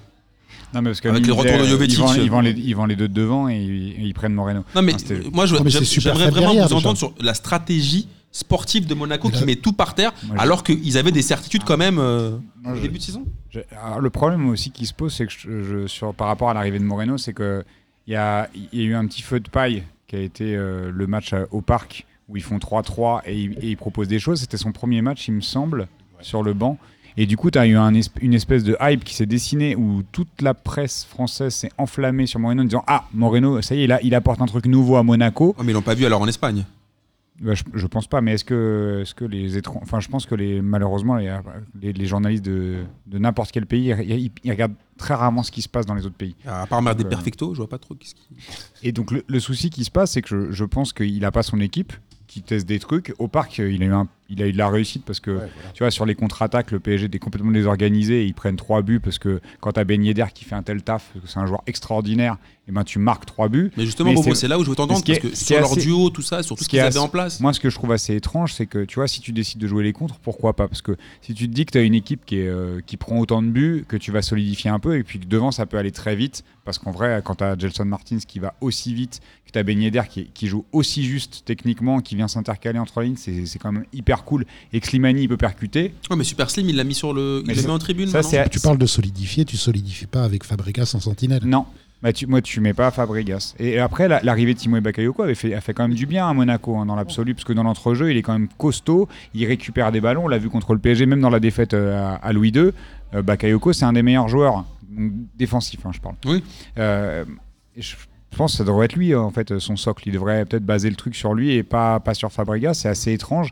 Speaker 5: Non, mais parce que
Speaker 4: Avec
Speaker 5: lui,
Speaker 4: le
Speaker 5: il
Speaker 4: retour de
Speaker 5: disait,
Speaker 4: Jovetic. euh.
Speaker 5: Ils vendent, ils vendent les, ils vendent les deux de devant et ils, et ils prennent Moreno.
Speaker 4: non, mais,
Speaker 5: Ah, c'était-
Speaker 4: moi je-
Speaker 2: Non, mais c'est
Speaker 4: j'aime-
Speaker 2: super
Speaker 4: j'aimerais
Speaker 2: faible
Speaker 4: vraiment
Speaker 2: derrière,
Speaker 4: vous entendre
Speaker 2: déjà.
Speaker 4: sur la stratégie sportive de Monaco
Speaker 2: Mais
Speaker 4: qui
Speaker 2: là-
Speaker 4: met tout par terre,
Speaker 5: Moi, je-
Speaker 4: alors qu'ils avaient des certitudes quand même euh,
Speaker 5: Moi,
Speaker 4: au
Speaker 5: je-
Speaker 4: début de saison.
Speaker 5: Je- alors, le problème aussi qui se pose, c'est que je- je- sur, par rapport à l'arrivée de Moreno, c'est qu'il y a, il y a eu un petit feu de paille qui a été euh, le match à- au parc où ils font 3-3 et, ils- et ils proposent des choses. C'était son premier match, il me semble, sur le banc. Et du coup, tu as eu un esp- une espèce de hype qui s'est dessinée où toute la presse française s'est enflammée sur Moreno en disant Ah, Moreno, ça y est, là, il apporte un truc nouveau à Monaco.
Speaker 4: Oh, mais ils l'ont pas vu alors en Espagne.
Speaker 5: Bah, je, je pense pas, mais est-ce que, est que les étrangers. Enfin, je pense que les, malheureusement, les, les- les journalistes de, de n'importe quel pays, ils, ils- ils regardent très rarement ce qui se passe dans les autres pays.
Speaker 4: À part Merde des
Speaker 5: Euh,
Speaker 4: Perfecto, je vois pas trop. qu'est-ce qui-
Speaker 5: Et donc, le, le souci qui se passe, c'est que je, je pense qu'il a pas son équipe qui teste des trucs. Au parc, il a eu, un- il a eu de la réussite parce que, tu vois, sur les contre-attaques, le PSG était complètement désorganisé. et Ils prennent trois buts parce que quand tu as Ben Yedder qui fait un tel taf, parce que c'est un joueur extraordinaire, et ben tu marques trois buts.
Speaker 4: Mais justement,
Speaker 5: mais
Speaker 4: Bobo,
Speaker 5: c'est-
Speaker 4: c'est là où je veux t'entendre
Speaker 5: ce qui
Speaker 4: parce
Speaker 5: est-
Speaker 4: que
Speaker 5: ce qui
Speaker 4: sur
Speaker 5: est
Speaker 4: leur
Speaker 5: assez-
Speaker 4: duo, tout ça, sur tout
Speaker 5: ce
Speaker 4: ce
Speaker 5: qui
Speaker 4: qu'ils
Speaker 5: est
Speaker 4: avaient
Speaker 5: assez-
Speaker 4: en place.
Speaker 5: Moi, ce que je trouve assez étrange, c'est que tu vois, si tu décides de jouer les contres, pourquoi pas Parce que si tu te dis que tu as une équipe qui, est, euh, qui prend autant de buts, que tu vas solidifier un peu, et puis que devant, ça peut aller très vite. Parce qu'en vrai, quand tu as Gelson Martins qui va aussi vite, que tu as Ben Yedder qui, qui joue aussi juste techniquement, qui vient s'intercaler entre les lignes, c'est c'est quand même hyper cool. Et que Slimani, il peut percuter.
Speaker 4: Ouais, mais Super Slim, il l'a mis sur le,
Speaker 5: Mais
Speaker 4: il l'a
Speaker 5: ça-
Speaker 4: mis en tribune.
Speaker 5: ça,
Speaker 4: maintenant.
Speaker 5: c'est-
Speaker 2: Tu parles de solidifier, tu solidifies pas avec Fabregas en sentinelle.
Speaker 5: Non. Bah, tu, moi, tu mets pas Fabregas. Et après, la- l'arrivée de Timo Bakayoko avait fait, a fait quand même du bien à Monaco hein, dans l'absolu, parce que dans l'entrejeu, il est quand même costaud, il récupère des ballons. On l'a vu contre le PSG, même dans la défaite euh, à, à Louis II. euh, Bakayoko, c'est un des meilleurs joueurs, donc défensif, hein, je parle.
Speaker 4: Oui.
Speaker 5: Euh, et je je pense que ça devrait être lui, euh, en fait, euh, son socle. Il devrait peut-être baser le truc sur lui et pas, pas sur Fabregas. C'est assez étrange.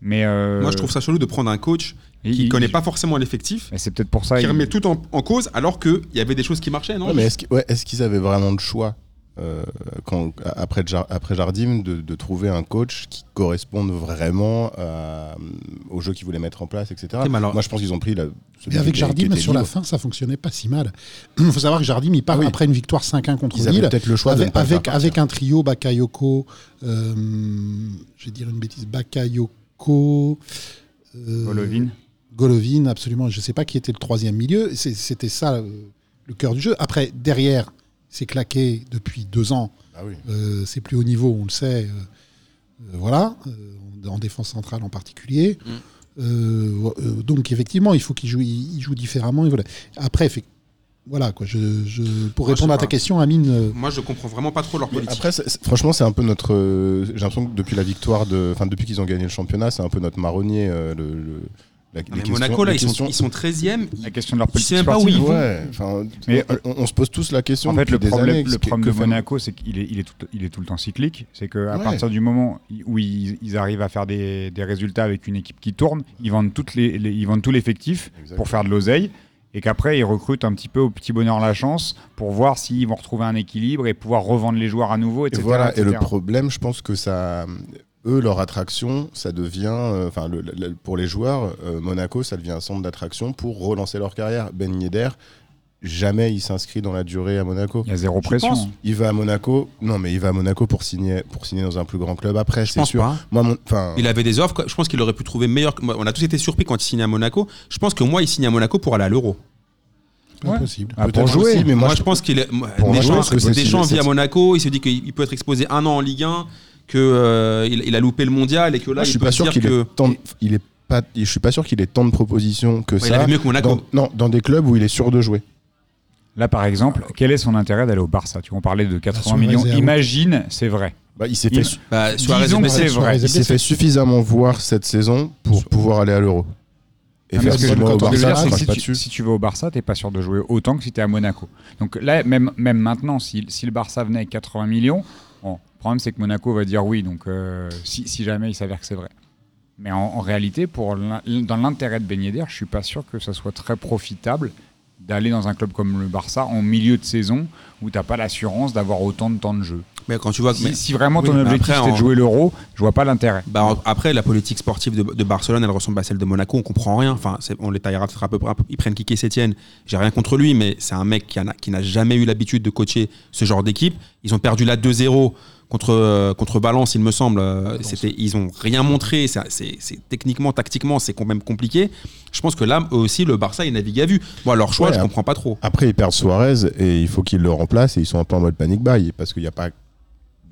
Speaker 5: Mais euh,
Speaker 4: Moi, je trouve ça chelou de prendre un coach qui
Speaker 5: il-
Speaker 4: connaît pas forcément l'effectif,
Speaker 5: mais c'est peut-être pour ça.
Speaker 4: qui
Speaker 5: il-
Speaker 4: remet tout en, en cause alors qu'il y avait des choses qui marchaient, non
Speaker 3: Ouais, mais est-ce qu'- ouais, est-ce qu'ils avaient vraiment le choix euh, quand, après, Jar- après Jardim de, de trouver un coach qui corresponde vraiment à- euh, au jeu qu'ils voulaient mettre en place, etc.
Speaker 4: Ok, mais alors-
Speaker 3: Moi, je pense qu'ils ont pris la, celui
Speaker 2: Mais avec
Speaker 3: qui était- qui
Speaker 2: Jardim,
Speaker 3: était
Speaker 2: sur la
Speaker 3: libre.
Speaker 2: fin, ça fonctionnait pas si mal. Il faut savoir que Jardim, il part
Speaker 3: Ah oui.
Speaker 2: après une victoire 5-1 contre
Speaker 3: Ils
Speaker 2: Lille.
Speaker 3: avaient peut-être le choix de ne
Speaker 2: avec,
Speaker 3: pas le faire
Speaker 2: avec,
Speaker 3: partir.
Speaker 2: avec un trio Bakayoko, euh, je vais dire une bêtise, Bakayoko, euh,
Speaker 5: Golovin.
Speaker 2: Golovin, absolument. Je ne sais pas qui était le troisième milieu. C'est- C'était ça euh, le cœur du jeu. Après, derrière, c'est claqué depuis deux ans.
Speaker 3: Ah oui.
Speaker 2: Euh, c'est plus haut niveau, on le sait. euh, euh, voilà, euh, en en défense centrale en particulier.
Speaker 4: Mm.
Speaker 2: Euh, ouais, euh, donc effectivement, il faut qu'il joue, il il joue différemment. et voilà. Après, effect- voilà quoi. Je, je- pour
Speaker 4: Moi, je
Speaker 2: répondre
Speaker 4: sais
Speaker 2: à ta
Speaker 4: pas.
Speaker 2: question, Amine, euh,
Speaker 4: Moi, je comprends vraiment pas trop leur
Speaker 3: Mais
Speaker 4: politique.
Speaker 3: Après, c'est- c'est- franchement, c'est un peu notre. euh, J'ai l'impression que depuis la victoire de, enfin depuis qu'ils ont gagné le championnat, c'est un peu notre marronnier. euh, le, le- la-
Speaker 4: Non, Ah,
Speaker 3: les
Speaker 4: mais
Speaker 3: questions-
Speaker 4: Monaco, là,
Speaker 3: les
Speaker 4: ils sont,
Speaker 3: questions-
Speaker 4: ils sont 13e.
Speaker 5: La question de leur
Speaker 4: Je sais
Speaker 5: politique
Speaker 4: même pas où
Speaker 5: sportive.
Speaker 4: ils vont.
Speaker 3: Ouais, enfin,
Speaker 5: Mais-
Speaker 3: on, on- on se pose tous la question.
Speaker 5: En fait,
Speaker 3: depuis
Speaker 5: le
Speaker 3: des
Speaker 5: problème,
Speaker 3: années,
Speaker 5: le
Speaker 3: que-
Speaker 5: problème
Speaker 3: que
Speaker 5: de
Speaker 3: fait-
Speaker 5: Monaco, c'est qu'il est, il est, tout, il est tout le temps cyclique. C'est qu'à
Speaker 3: Ouais.
Speaker 5: partir du moment où ils, ils arrivent à faire des, des résultats avec une équipe qui tourne, ils vendent, toutes les, les- ils vendent tout l'effectif
Speaker 3: Exactement.
Speaker 5: pour faire de l'oseille. Et qu'après, ils recrutent un petit peu au petit bonheur la chance pour voir s'ils vont retrouver un équilibre et pouvoir revendre les joueurs à nouveau,
Speaker 3: Et
Speaker 5: etc.
Speaker 3: voilà, et le
Speaker 5: etc..
Speaker 3: problème, je pense que ça. Eux, leur attraction, ça devient. euh, Enfin, le- le- le- pour les joueurs, euh, Monaco, ça devient un centre d'attraction pour relancer leur carrière. Ben Yedder, jamais il s'inscrit dans la durée à Monaco.
Speaker 5: Il y a zéro
Speaker 3: Je
Speaker 5: pression.
Speaker 3: pense.
Speaker 5: hein.
Speaker 3: Il va à Monaco. Non, mais il va à Monaco pour signer, pour signer dans un plus grand club après,
Speaker 4: Je
Speaker 3: c'est
Speaker 4: pense
Speaker 3: sûr.
Speaker 4: pas. hein.
Speaker 3: Moi, mon- enfin,
Speaker 4: Il avait des offres. quoi. Je pense qu'il aurait pu trouver meilleur. que- On a tous été surpris quand il signait à Monaco. Je pense que moi, il signe à Monaco pour aller à l'Euro.
Speaker 5: Ouais.
Speaker 2: Impossible.
Speaker 5: Ah, pour
Speaker 3: peut-être
Speaker 5: jouer.
Speaker 3: aussi, mais
Speaker 4: Moi,
Speaker 3: moi,
Speaker 4: je pense qu'il est. moi,
Speaker 3: pour moi, je
Speaker 4: Deschamps,
Speaker 3: pense que c'est-
Speaker 4: Deschamps
Speaker 3: c'est-
Speaker 4: vit à Monaco. Il se dit qu'il peut être exposé un an en Ligue 1, que euh, il, il a loupé le mondial et que là,
Speaker 3: Moi,
Speaker 4: il
Speaker 3: je suis
Speaker 4: peut
Speaker 3: pas
Speaker 4: se
Speaker 3: sûr
Speaker 4: dire
Speaker 3: qu'il
Speaker 4: que.
Speaker 3: ait tant. de- Il est pas. Je suis pas sûr qu'il ait tant de propositions que
Speaker 4: Ouais, il avait
Speaker 3: ça.
Speaker 4: mieux que Monaco.
Speaker 3: Dans, non, dans des clubs où il est sûr de jouer.
Speaker 5: Là, par exemple, quel est son intérêt d'aller au Barça Tu en parlais de 80
Speaker 2: Suarez
Speaker 5: millions.
Speaker 2: est à
Speaker 5: Imagine, c'est vrai.
Speaker 3: Bah, il s'est
Speaker 5: Il-
Speaker 3: fait, su-
Speaker 4: Bah, Suarez
Speaker 5: Disons
Speaker 4: est
Speaker 5: que
Speaker 4: blessé.
Speaker 5: c'est vrai.
Speaker 2: Suarez
Speaker 3: il s'est fait suffisamment voir cette saison pour pouvoir aller à l'Euro. Et
Speaker 5: Non, mais
Speaker 3: faire
Speaker 5: ce que
Speaker 3: six
Speaker 5: je-
Speaker 3: mois au
Speaker 5: ce que je veux
Speaker 3: Barça,
Speaker 5: dire, c'est
Speaker 3: je
Speaker 5: que
Speaker 3: crache
Speaker 5: si
Speaker 3: pas
Speaker 5: tu,
Speaker 3: dessus.
Speaker 5: si tu vas au Barça, t'es pas sûr de jouer autant que si t'es à Monaco. Donc là, même, même maintenant, si, si le Barça venait avec 80 millions, bon, le problème c'est que Monaco va dire oui, donc euh, si, si jamais il s'avère que c'est vrai. Mais en, en réalité, pour l'in- dans l'intérêt de Ben Yedder, je suis pas sûr que ça soit très profitable d'aller dans un club comme le Barça en milieu de saison où t'as pas l'assurance d'avoir autant de temps de jeu.
Speaker 4: Mais quand tu vois que. mais-
Speaker 5: Si, si vraiment
Speaker 4: oui,
Speaker 5: ton
Speaker 4: mais
Speaker 5: objectif
Speaker 4: après,
Speaker 5: c'était
Speaker 4: en-
Speaker 5: de jouer l'euro, je vois pas l'intérêt.
Speaker 4: Bah, en- après, la politique sportive de, de Barcelone, elle ressemble à celle de Monaco, on comprend rien. Enfin, c'est- on les taillera peut-être à peu près. Ils prennent Kike Sétienne, j'ai rien contre lui, mais c'est un mec qui en a- qui n'a jamais eu l'habitude de coacher ce genre d'équipe. Ils ont perdu là 2-0 contre, euh, contre Valence, il me semble. Euh, C'était, ils ont rien montré. C'est- c'est- c'est- techniquement, tactiquement, c'est quand même compliqué. Je pense que là eux aussi, le Barça, il navigue à vue. Moi, leur choix,
Speaker 3: Ouais,
Speaker 4: je
Speaker 3: hein.
Speaker 4: comprends pas trop.
Speaker 3: Après, ils perdent Suarez et il faut qu'ils le remplacent et ils sont un peu en mode panic buy parce qu'il n'y a pas.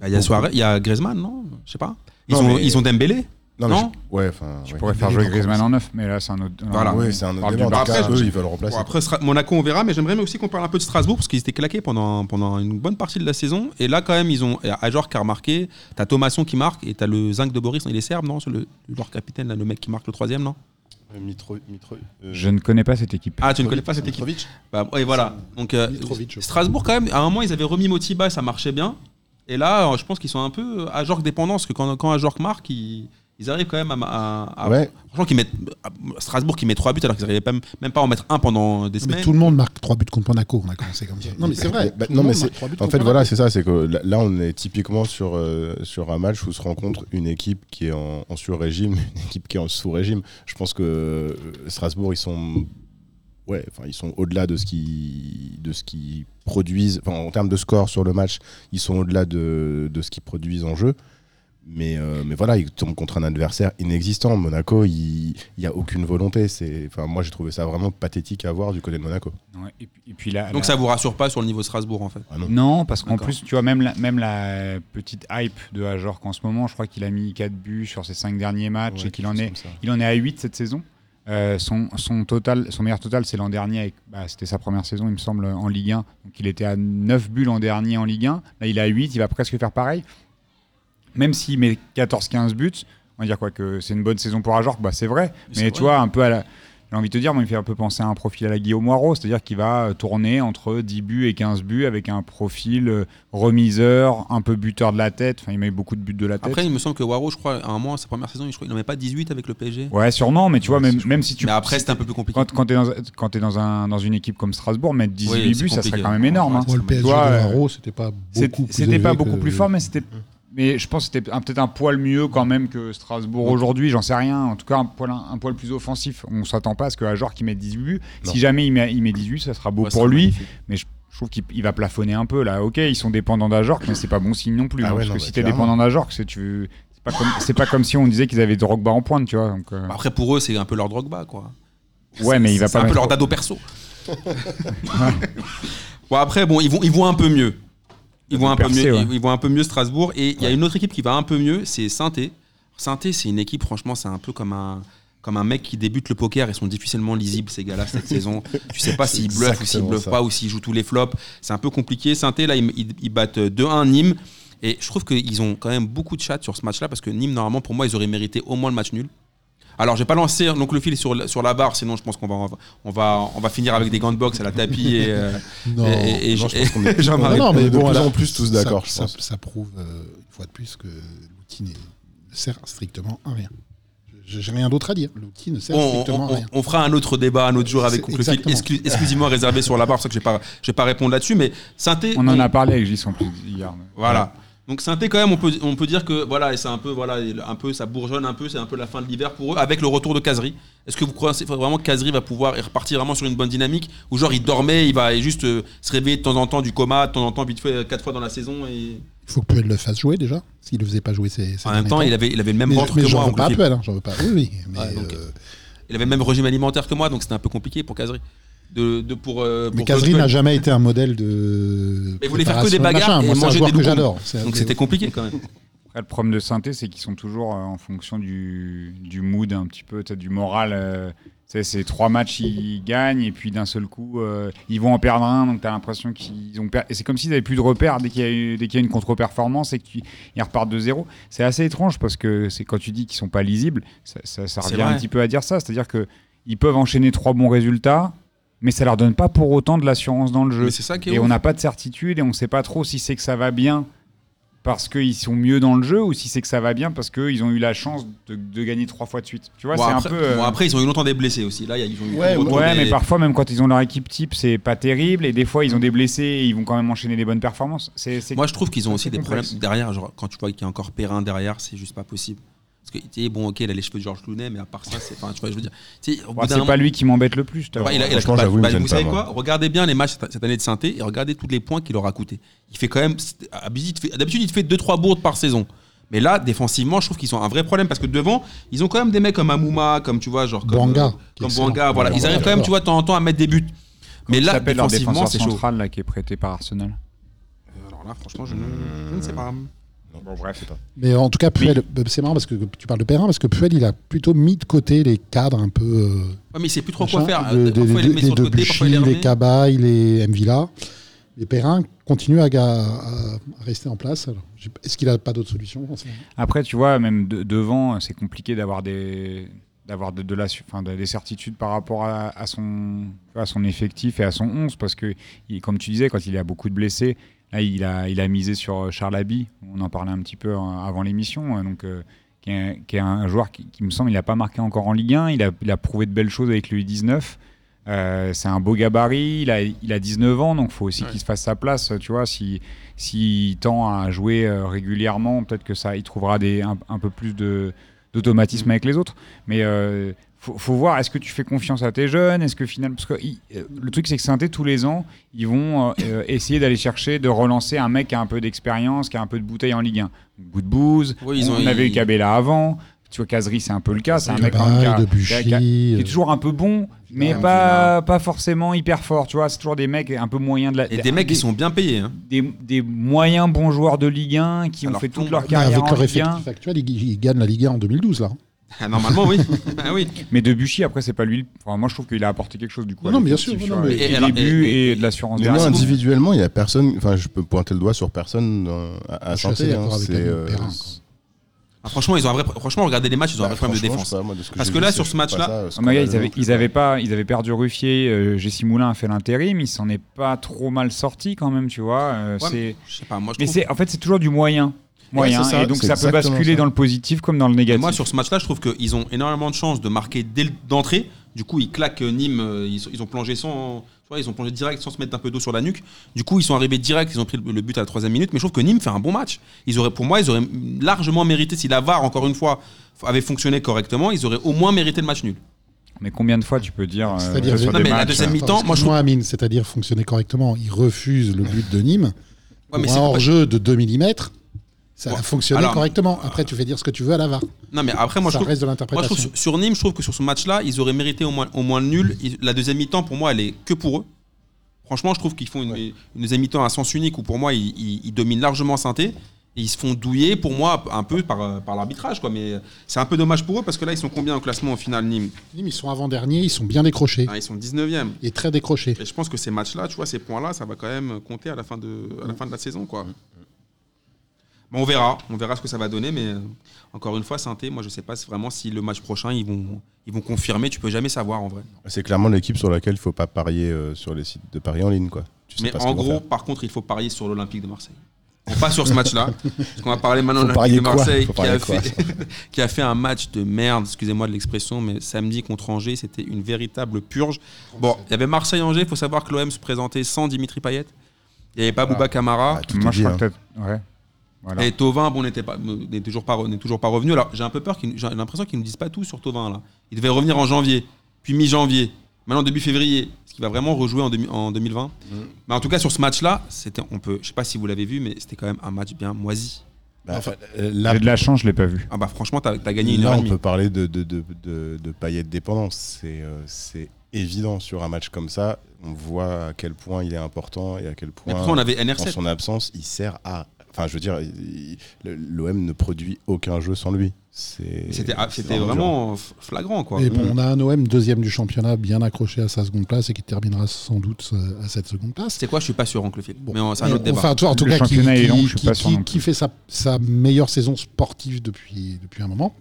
Speaker 4: Bah, Il y a Suarez, il y a Griezmann, non Je sais pas. Ils,
Speaker 3: Non,
Speaker 4: ont,
Speaker 3: mais-
Speaker 4: ils ont Dembélé
Speaker 3: Non, mais
Speaker 4: Non.
Speaker 3: je- ouais, enfin.
Speaker 5: Tu
Speaker 3: ouais.
Speaker 5: pourrais faire jouer Griezmann en neuf, mais là c'est un autre.
Speaker 4: Voilà.
Speaker 5: on
Speaker 3: Ouais, c'est un autre
Speaker 5: parle du
Speaker 3: débat. En tout
Speaker 5: Barça.
Speaker 3: cas,
Speaker 4: Après,
Speaker 3: eux,
Speaker 4: je-
Speaker 3: ils veulent
Speaker 2: Bah,
Speaker 3: remplacer.
Speaker 4: Bon, après, Stra- Monaco, on verra, mais j'aimerais aussi qu'on parle un peu de Strasbourg, parce qu'ils étaient claqués pendant, pendant une bonne partie de la saison. Et là, quand même, ils ont. et Ajor qui a remarqué, t'as Thomasson qui marque, et t'as le Zinc de Boris, il est serbe, non C'est le, le joueur capitaine, là, le mec qui marque le troisième, non
Speaker 3: Mitro, Mitro, euh,
Speaker 5: Je ne connais pas cette équipe.
Speaker 4: Ah, tu ne connais pas cette équipe
Speaker 3: Mitrovic
Speaker 4: bah, ouais, voilà. Donc, euh,
Speaker 2: Mitrovic, je crois.
Speaker 4: Strasbourg, quand même, à un moment, ils avaient remis Motiba, ça marchait bien. Et là, euh, je pense qu'ils sont un peu Ajor dépendants, parce que quand, quand Ajor marque, ils, ils arrivent quand même à. ma- à- à-
Speaker 3: Ouais,
Speaker 4: Franchement, qu'ils mettent, Strasbourg qui met trois buts, alors qu'ils n'arrivaient même, même pas à en mettre un pendant des
Speaker 2: Ah, Mais
Speaker 4: semaines.
Speaker 2: tout le monde marque 3 buts contre Monaco. On a commencé comme ça. Non, mais c'est vrai.
Speaker 3: Bah,
Speaker 2: tout
Speaker 3: non,
Speaker 2: le
Speaker 3: mais
Speaker 2: monde
Speaker 3: c'est-
Speaker 2: marque trois buts
Speaker 3: En
Speaker 2: contre
Speaker 3: fait,
Speaker 2: Monaco.
Speaker 3: voilà, c'est ça. C'est que là- là, on est typiquement sur, euh, sur un match où se rencontre une équipe qui est en, en sur-régime, une équipe qui est en sous-régime. Je pense que euh, Strasbourg, ils sont, ouais, enfin, ils sont au-delà de ce qui de ce qu'ils produisent. Enfin, en termes de score sur le match, ils sont au-delà de, de ce qu'ils produisent en jeu. Mais, euh, mais voilà, ils tombent contre un adversaire inexistant. Monaco, il n'y a aucune volonté. C'est, enfin, moi, j'ai trouvé ça vraiment pathétique à voir du côté de Monaco.
Speaker 5: Ouais, et, puis- et puis là,
Speaker 4: Donc
Speaker 5: là-
Speaker 4: ça vous rassure pas sur le niveau de Strasbourg en fait.
Speaker 5: Non, parce qu'en
Speaker 4: D'accord.
Speaker 5: plus, tu vois, même la, même la petite hype de Ajor qu'en ce moment, je crois qu'il a mis 4 buts sur ses 5 derniers matchs
Speaker 3: Ouais,
Speaker 5: et qu'il
Speaker 3: quelque
Speaker 5: en,
Speaker 3: chose
Speaker 5: est,
Speaker 3: comme ça.
Speaker 5: il en est à 8 cette saison. Euh, son, son, total, son meilleur total, c'est l'an dernier. avec- bah, C'était sa première saison, il me semble, en Ligue 1. Donc il était à 9 buts l'an dernier en Ligue 1. Là, il est à 8, il va presque faire pareil. Même s'il met 14-15 buts, on va dire quoi que c'est une bonne saison pour Ajor, bah, c'est vrai. Mais,
Speaker 4: Mais c'est
Speaker 5: tu
Speaker 4: vrai.
Speaker 5: vois, un peu à la, j'ai envie de te dire, moi, il me fait un peu penser à un profil à la Guillaume Moirot, c'est-à-dire qu'il va euh, tourner entre 10 buts et 15 buts avec un profil euh, remiseur, un peu buteur de la tête. Enfin, il met beaucoup de buts de la tête.
Speaker 4: Après, il me semble que Waro, je crois, à un moment, sa première saison, je crois, il n'en met pas 18 avec le PSG.
Speaker 5: ouais, sûrement, mais tu vois,
Speaker 3: Ouais,
Speaker 5: même,
Speaker 3: c'est-
Speaker 5: même si tu.
Speaker 4: mais après, c'était un peu plus compliqué.
Speaker 5: Quand, quand tu es, dans, quand t'es dans, un, dans une équipe comme Strasbourg, mettre 18
Speaker 4: Oui, c'est
Speaker 5: buts, ça serait
Speaker 4: compliqué.
Speaker 5: quand même énorme. hein.
Speaker 2: Bon, le PSG de
Speaker 5: Toi, euh,
Speaker 2: Haro, c'était pas
Speaker 5: C'est-
Speaker 2: beaucoup plus
Speaker 5: C'était pas
Speaker 2: élevé
Speaker 5: beaucoup
Speaker 2: que-
Speaker 5: plus fort, mais c'était.
Speaker 3: Mmh.
Speaker 5: Mais je pense que c'était un- peut-être un poil mieux quand même que Strasbourg aujourd'hui, j'en sais rien. En tout cas, un poil, un poil plus offensif. On s'attend pas à ce qu'un joueur qui met 18 buts,
Speaker 3: Non.
Speaker 5: si jamais il met, il met 18, ça sera beau
Speaker 4: Ouais,
Speaker 5: pour
Speaker 4: c'est
Speaker 5: lui.
Speaker 4: magnifique.
Speaker 5: Mais je, je trouve qu'il il va plafonner un peu là. Ok, ils sont dépendants d'Ajorc, mais c'est pas bon signe non plus.
Speaker 3: Ah
Speaker 5: hein,
Speaker 3: ouais,
Speaker 5: parce
Speaker 3: non,
Speaker 5: que
Speaker 3: bah,
Speaker 5: si t'es
Speaker 3: clairement.
Speaker 5: dépendant d'Ajorc, c'est tu. C'est pas, comme, c'est pas comme si on disait qu'ils avaient Drogba en pointe, tu vois. Donc, euh,
Speaker 4: Après, pour eux, c'est un peu leur Drogba, quoi.
Speaker 5: ouais, mais il va
Speaker 4: Bah, C'est
Speaker 5: pas.
Speaker 4: un peu
Speaker 5: mettre-
Speaker 4: leur dado perso. bon, après, bon, ils vont, ils vont un peu mieux. Ils vont un peu
Speaker 5: Percé,
Speaker 4: mieux,
Speaker 5: ouais.
Speaker 4: ils- ils vont un peu mieux Strasbourg. Et il y a une autre équipe qui va un peu mieux, c'est Sainté. Sainté, c'est une équipe, franchement, c'est un peu comme un, comme un mec qui débute le poker. Ils sont difficilement lisibles, ces gars-là, cette saison. Tu sais pas
Speaker 3: C'est
Speaker 4: s'ils bluffent ou s'ils
Speaker 3: exactement
Speaker 4: bluffent
Speaker 3: ça.
Speaker 4: pas ou s'ils jouent tous les flops. C'est un peu compliqué. Sainté, là, ils, ils- ils battent 2-1 Nîmes. Et je trouve qu'ils ont quand même beaucoup de chats sur ce match-là parce que Nîmes, normalement, pour moi, ils auraient mérité au moins le match nul. Alors, j'ai pas lancé hein, donc le fil sur, la- sur la barre, sinon je pense qu'on va, on va, on va finir avec des gants de boxe à la tapis et, euh,
Speaker 2: Non.
Speaker 4: et, et-
Speaker 3: Non, je
Speaker 4: et-
Speaker 3: pense qu'on est-
Speaker 4: Jean-Marie.
Speaker 3: Ouais,
Speaker 2: Non,
Speaker 3: on est
Speaker 2: mais
Speaker 3: de
Speaker 2: bon,
Speaker 3: plus
Speaker 2: là,
Speaker 3: en plus tous
Speaker 2: ça-
Speaker 3: d'accord, je
Speaker 2: Ça,
Speaker 3: pense.
Speaker 2: ça prouve, euh, une fois de plus, que l'outil n'est- ne sert strictement à rien. Je- J'ai rien d'autre à dire. L'outil ne sert
Speaker 4: on,
Speaker 2: strictement
Speaker 4: on-
Speaker 2: à rien.
Speaker 4: on fera un autre débat un autre jour avec
Speaker 2: C'est-
Speaker 4: le fil
Speaker 2: exactement.
Speaker 4: exclu- exclusivement réservé sur la barre, c'est pour ça que je vais pas, je vais pas répondre là-dessus, mais synthé.
Speaker 5: On en a parlé avec Gis en plus hier.
Speaker 4: Voilà. Donc Saint-Étienne, quand même, on peut, on peut dire que voilà, et c'est un peu voilà, un peu ça bourgeonne un peu, c'est un peu la fin de l'hiver pour eux avec le retour de Casery. Est-ce que vous croyez c'est- vraiment que Casery va pouvoir et repartir vraiment sur une bonne dynamique ou genre il dormait, il va juste euh, se réveiller de temps en temps du coma, de temps en temps vite fait euh, quatre fois dans la saison et
Speaker 2: Il faut que Puel le fasse jouer déjà, s'il le faisait pas jouer ces, ces
Speaker 4: en même
Speaker 2: derniers
Speaker 4: temps, il avait il avait le même
Speaker 2: mais,
Speaker 4: ventre
Speaker 2: mais
Speaker 4: que
Speaker 2: j'en
Speaker 4: moi,
Speaker 2: veux
Speaker 4: en
Speaker 2: pas à
Speaker 4: compliqué.
Speaker 2: Puel, hein, j'en veux pas. Oui, oui, mais,
Speaker 4: Ouais, donc,
Speaker 2: euh,
Speaker 4: il avait le même régime alimentaire que moi, donc c'était un peu compliqué pour Casery. De, de pour euh,
Speaker 2: mais
Speaker 4: pour
Speaker 2: Kazri
Speaker 4: Claude
Speaker 2: n'a
Speaker 4: Puel.
Speaker 2: jamais été un modèle de.
Speaker 4: Mais il voulait faire que
Speaker 2: préparation,
Speaker 4: des bagarres
Speaker 2: machin.
Speaker 4: et
Speaker 2: Moi, c'est un
Speaker 4: manger
Speaker 2: joueur
Speaker 4: des
Speaker 2: que
Speaker 4: loucous.
Speaker 2: j'adore. C'est un
Speaker 4: donc
Speaker 2: des-
Speaker 4: c'était compliqué quand même.
Speaker 5: Après, le problème de synthé, c'est qu'ils sont toujours euh, en fonction du, du mood, un petit peu, tu sais, du moral. euh, tu sais, c'est trois matchs, ils gagnent, et puis d'un seul coup, euh, ils vont en perdre un, donc tu as l'impression qu'ils ont perdu. Et c'est comme s'ils n'avaient plus de repères dès qu'il y a, eu- dès qu'il y a une contre-performance et qu'ils ils repartent de zéro. C'est assez étrange parce que c'est quand tu dis qu'ils sont pas lisibles, ça, ça- ça
Speaker 4: C'est
Speaker 5: revient un
Speaker 4: vrai.
Speaker 5: petit peu à dire ça. C'est-à-dire que ils peuvent enchaîner trois bons résultats, mais ça leur donne pas pour autant de l'assurance dans le jeu.
Speaker 4: Mais c'est ça qui est
Speaker 5: Et
Speaker 4: ouf.
Speaker 5: on n'a pas de certitude et on ne sait pas trop si c'est que ça va bien parce qu'ils sont mieux dans le jeu ou si c'est que ça va bien parce qu'ils ont eu la chance de, de gagner trois fois de suite. Tu vois,
Speaker 4: Bon,
Speaker 5: c'est
Speaker 4: après,
Speaker 5: un peu. euh,
Speaker 4: bon, après, ils ont eu longtemps des blessés aussi. Là, il y a- ils ont eu
Speaker 2: Ouais,
Speaker 4: ils ont eu
Speaker 5: ouais,
Speaker 4: des-
Speaker 5: mais parfois, même quand ils ont leur équipe type, c'est pas terrible et des fois, ils ont des blessés et ils vont quand même enchaîner des bonnes performances. C'est, c'est-
Speaker 4: Moi, je trouve qu'ils ont
Speaker 5: c'est
Speaker 4: aussi des
Speaker 5: complexe.
Speaker 4: problèmes derrière. Genre, quand tu vois qu'il y a encore Perrin derrière, c'est juste pas possible. Parce que, tu sais, bon, ok, il a les cheveux de Georges Clooney, mais à part ça, c'est. Enfin, tu vois, je veux dire. Tu sais, au bout
Speaker 5: Bah,
Speaker 4: d'un
Speaker 5: c'est
Speaker 4: moment-
Speaker 5: pas lui qui m'embête le plus. tu vois.
Speaker 4: Ouais, il a- il a-
Speaker 3: Franchement,
Speaker 4: bah,
Speaker 3: j'avoue, il
Speaker 4: bah,
Speaker 3: me gêne
Speaker 4: vous savez
Speaker 3: pas,
Speaker 4: quoi Regardez bien les matchs cette- cette année de synthé et regardez tous les points qu'il aura coûté. Il fait quand même. c'est- D'habitude, il te fait- d'habitude, il te fait 2-3 bourdes par saison. Mais là, défensivement, je trouve qu'ils ont un vrai problème parce que devant, ils ont quand même des mecs comme Amouma, comme tu vois, genre. Comme,
Speaker 2: Banga,
Speaker 4: euh,
Speaker 2: qui est
Speaker 4: Comme
Speaker 2: excellent.
Speaker 4: Banga, voilà. Ils
Speaker 2: Banga,
Speaker 4: arrivent quand même,
Speaker 2: j'adore.
Speaker 4: tu vois, de temps en temps à mettre des buts. Mais
Speaker 5: Comment
Speaker 4: là,
Speaker 5: s'appelle leur
Speaker 4: défensivement,
Speaker 5: défenseur
Speaker 4: c'est chaud.
Speaker 5: central là, qui est prêté par Arsenal.
Speaker 4: Alors là, franchement, je ne, je ne sais pas.
Speaker 5: Bon, bref.
Speaker 2: Mais en tout cas, Puel, euh, c'est marrant parce que tu parles de Perrin, parce que Puel, il a plutôt mis de côté les cadres un peu. euh,
Speaker 4: Ouais, mais il sait plus trop
Speaker 2: machin,
Speaker 4: quoi faire.
Speaker 2: de-
Speaker 4: Euh,
Speaker 2: de-
Speaker 4: parfois, il
Speaker 2: de-
Speaker 4: les met sur
Speaker 2: des
Speaker 4: le côté, parfois, il
Speaker 2: Debuchy,
Speaker 4: les remet.
Speaker 2: les Cabaye, les Mvila. Les Perrin continuent à, ga- à- à rester en place. alors. J'ai- Est-ce qu'il n'a pas d'autre solution en ce moment
Speaker 5: Après, tu vois, même de- devant, c'est compliqué d'avoir des d'avoir de, de la su- enfin, de- des certitudes par rapport à, à son à son effectif et à son 11 parce que il- comme tu disais quand il y a beaucoup de blessés là il a il a misé sur euh, Charles Abbey on en parlait un petit peu hein, avant l'émission hein, donc euh, qui est, un- qui est un joueur qui, qui me semble il n'a pas marqué encore en Ligue 1 il a, il a prouvé de belles choses avec le U19 Euh, c'est un beau gabarit il a, il a 19 ans donc faut aussi qu'il se fasse sa place tu vois si s'il tend à jouer euh, régulièrement, peut-être que ça, il trouvera des, un, un peu plus de,
Speaker 4: Mm.
Speaker 5: d'automatisme avec les autres. Mais euh, faut, faut voir, est-ce que tu fais confiance à tes jeunes Est-ce que finalement, parce que il- euh, le truc c'est que Sainté tous les ans, ils vont euh, euh, essayer d'aller chercher, de relancer un mec qui a un peu d'expérience, qui a un peu de bouteille en Ligue 1. Bout de bouse.
Speaker 4: Oui, ils
Speaker 5: on
Speaker 4: ont-
Speaker 5: on avait eu
Speaker 4: ils-
Speaker 5: Cabella avant. Tu vois, Kazri, c'est un peu le cas. C'est un mec quand même qui a-
Speaker 2: Cabaye,
Speaker 5: qui a- qui a- qui
Speaker 2: Debuchy.
Speaker 5: est
Speaker 2: euh,
Speaker 5: toujours un peu bon, mais
Speaker 4: Ouais,
Speaker 5: pas, pas forcément hyper fort. Tu vois, c'est toujours des mecs un peu moyens de la.
Speaker 4: Et des mecs qui sont bien payés. hein.
Speaker 5: des, des moyens bons joueurs de Ligue 1 qui ont
Speaker 4: Alors,
Speaker 5: fait toute leur
Speaker 4: plomb, bah,
Speaker 2: euh, Mais
Speaker 5: carrière
Speaker 2: avec
Speaker 5: en
Speaker 2: leur
Speaker 5: Ligue 1.
Speaker 2: effectif actuel, ils, ils gagnent la Ligue 1 en 2012 là.
Speaker 4: Ah, Normalement, oui. Ah oui.
Speaker 5: Mais Debuchy, après, c'est pas lui. le- enfin, moi, je trouve qu'il a apporté quelque chose du coup.
Speaker 2: Non, non, mais bien
Speaker 5: l'effectif,
Speaker 2: sûr,
Speaker 5: tu
Speaker 2: non,
Speaker 5: vois,
Speaker 2: mais-
Speaker 5: avec
Speaker 4: Et
Speaker 5: des
Speaker 4: alors,
Speaker 5: débuts
Speaker 4: et-
Speaker 5: et, de l'assurance
Speaker 3: Mais moi,
Speaker 5: derrière.
Speaker 3: individuellement, il n'y a personne. Enfin, je peux pointer le doigt sur personne euh, à, à
Speaker 2: Je suis assez
Speaker 3: Saint-Étienne,
Speaker 2: d'accord
Speaker 3: hein.
Speaker 2: avec
Speaker 3: C'est,
Speaker 2: Alain
Speaker 3: euh,
Speaker 2: Perrin, quoi.
Speaker 4: Ah, franchement, ils ont un vrai... franchement, regardez les matchs, ils ont un vrai
Speaker 3: bah,
Speaker 4: problème de
Speaker 3: franchement,
Speaker 4: défense.
Speaker 3: je sais pas, moi, de ce que
Speaker 4: Parce
Speaker 3: j'ai
Speaker 4: que
Speaker 3: vu,
Speaker 4: là,
Speaker 3: c'est
Speaker 4: sur ce
Speaker 3: pas
Speaker 4: match-là-
Speaker 3: ça, euh,
Speaker 5: Ah, mais là, ils,
Speaker 3: scandaleux
Speaker 5: avaient,
Speaker 3: non plus,
Speaker 5: ils,
Speaker 3: quoi.
Speaker 5: avaient pas, ils avaient perdu Ruffier, euh, Jesse Moulin a fait l'intérim, il s'en est pas trop mal sorti quand même, tu vois. euh,
Speaker 4: Ouais,
Speaker 5: c'est-
Speaker 4: Je sais pas, moi, je
Speaker 5: Mais
Speaker 4: trouve-
Speaker 5: c'est en fait, c'est toujours du moyen. moyen
Speaker 3: c'est ça,
Speaker 5: et donc,
Speaker 3: c'est
Speaker 5: ça peut
Speaker 3: exactement
Speaker 5: basculer
Speaker 3: ça.
Speaker 5: dans le positif comme dans le
Speaker 4: Et
Speaker 5: négatif.
Speaker 4: moi, sur ce match-là, je trouve qu'ils ont énormément de chances de marquer dès le- d'entrée. Du coup, ils claquent euh, Nîmes. euh, Ils, sont- ils ont plongé sans, tu vois, ils ont plongé direct sans se mettre un peu d'eau sur la nuque. Du coup, ils sont arrivés direct. Ils ont pris le, le but à la troisième minute. Mais je trouve que Nîmes fait un bon match. Ils auraient, pour moi, ils auraient largement mérité si la VAR encore une fois f- avait fonctionné correctement. Ils auraient au moins mérité le match nul.
Speaker 5: Mais combien de fois tu peux dire. euh,
Speaker 2: C'est-à-dire-
Speaker 5: sur
Speaker 2: Non,
Speaker 5: des
Speaker 4: mais la
Speaker 5: matchs,
Speaker 4: deuxième
Speaker 5: euh,
Speaker 4: mi-temps, moi, je
Speaker 2: Excuse-moi, Amine, c'est-à-dire fonctionner correctement. Il refuse le but de Nîmes.
Speaker 4: Ouais, mais
Speaker 2: Pour
Speaker 4: c'est
Speaker 2: un
Speaker 4: pas-
Speaker 2: hors-jeu de 2 mm, ça
Speaker 4: Bon,
Speaker 2: a fonctionné
Speaker 4: alors- euh,
Speaker 2: correctement. Après, tu fais dire ce que tu veux à la VAR.
Speaker 4: Non, mais après, moi,
Speaker 2: ça
Speaker 4: je trouve,
Speaker 2: reste de
Speaker 4: Moi, je trouve
Speaker 2: l'interprétation.
Speaker 4: sur, sur Nîmes, je trouve que sur ce match-là, ils auraient mérité au moins, au moins le nul. Ils- la deuxième mi-temps, pour moi, elle est que pour eux. Franchement, je trouve qu'ils font une, une deuxième mi-temps à sens unique où, pour moi, ils, ils- ils dominent largement Sainté. Et ils se font douiller, pour moi, un peu par, euh, par l'arbitrage. quoi. Mais euh, c'est un peu dommage pour eux parce que là, ils sont combien au classement au final, Nîmes
Speaker 2: Nîmes, ils sont avant-dernier, ils sont bien décrochés.
Speaker 4: Ah, Ils sont 19e.
Speaker 2: Et très décrochés.
Speaker 4: Et je pense que ces matchs-là, tu vois, ces points-là, ça va quand même compter à la fin de, à la, fin de la saison, quoi. Bon, on verra, on verra ce que ça va donner, mais euh, encore une fois, Sainté, moi, je sais pas vraiment si le match prochain ils vont, ils vont confirmer. Tu peux jamais savoir en vrai.
Speaker 3: C'est clairement l'équipe sur laquelle il faut pas parier euh, sur les sites de paris en ligne, quoi. Tu sais
Speaker 4: Mais
Speaker 3: pas ce
Speaker 4: en
Speaker 3: qu'ils vont
Speaker 4: gros, par contre, il faut parier sur l'Olympique de Marseille. On passe sur ce match-là, parce qu'on va parler maintenant
Speaker 3: Faut
Speaker 4: de l'Olympique de
Speaker 3: parier
Speaker 4: Marseille
Speaker 3: quoi Faut
Speaker 4: qui a,
Speaker 3: parier quoi,
Speaker 4: fait, qui a fait un match de merde, excusez-moi de l'expression, mais samedi contre Angers, c'était une véritable purge. Bon, il y avait Marseille-Angers, il faut savoir que l'OM se présentait sans Dimitri Payet. Il n'y avait pas Bouba Camara.
Speaker 3: faire. Ah, tout
Speaker 5: euh, Moi,
Speaker 3: est
Speaker 5: je
Speaker 3: dit,
Speaker 5: crois
Speaker 3: hein.
Speaker 5: que t'as- ouais. Voilà.
Speaker 4: Et Tovin, bon, n'était pas- n'est toujours pas, re- n'est toujours pas revenu. Alors, j'ai un peu peur, qu'il- j'ai l'impression qu'ils ne disent pas tout sur Tovin là. Il devait revenir en janvier, puis mi-janvier, maintenant début février, ce qui va vraiment rejouer en, demi- en 2020.
Speaker 2: Mm.
Speaker 4: Mais en tout cas, sur ce match-là, c'était, on peut, je sais pas si vous l'avez vu, mais c'était quand même un match bien moisi.
Speaker 3: Bah,
Speaker 2: Enfin, euh, là,
Speaker 5: J'ai de la chance, je l'ai pas vu.
Speaker 4: Ah bah franchement, t'as as gagné une
Speaker 3: Là,
Speaker 4: heure et
Speaker 3: on
Speaker 4: demie.
Speaker 3: peut parler de, de, de, de, de Payet dépendance. C'est euh, c'est évident sur un match comme ça. On voit à quel point il est important et à quel
Speaker 4: Mais
Speaker 3: point,
Speaker 4: pourtant, on avait
Speaker 3: en
Speaker 4: NR7.
Speaker 3: son absence, il sert à. Enfin, je veux dire, il- le- l'OM ne produit aucun jeu sans lui. C'est-
Speaker 4: C'était ah,
Speaker 3: c'est
Speaker 4: c'était
Speaker 3: dur.
Speaker 4: vraiment f- flagrant, quoi. Mm.
Speaker 2: et bon, on a un OM deuxième du championnat, bien accroché à sa seconde place et qui terminera sans doute euh, à cette seconde place.
Speaker 4: C'est quoi Je suis pas sûr, oncle Phil.
Speaker 2: Bon.
Speaker 4: mais on- c'est un autre débat.
Speaker 2: Enfin, toi, en tout
Speaker 5: Le
Speaker 2: cas, qui,
Speaker 5: championnat est long,
Speaker 2: qui-
Speaker 5: je suis
Speaker 2: qui-
Speaker 5: pas sûr
Speaker 2: qui-
Speaker 5: non plus.
Speaker 2: qui fait sa, sa meilleure saison sportive depuis, depuis un moment.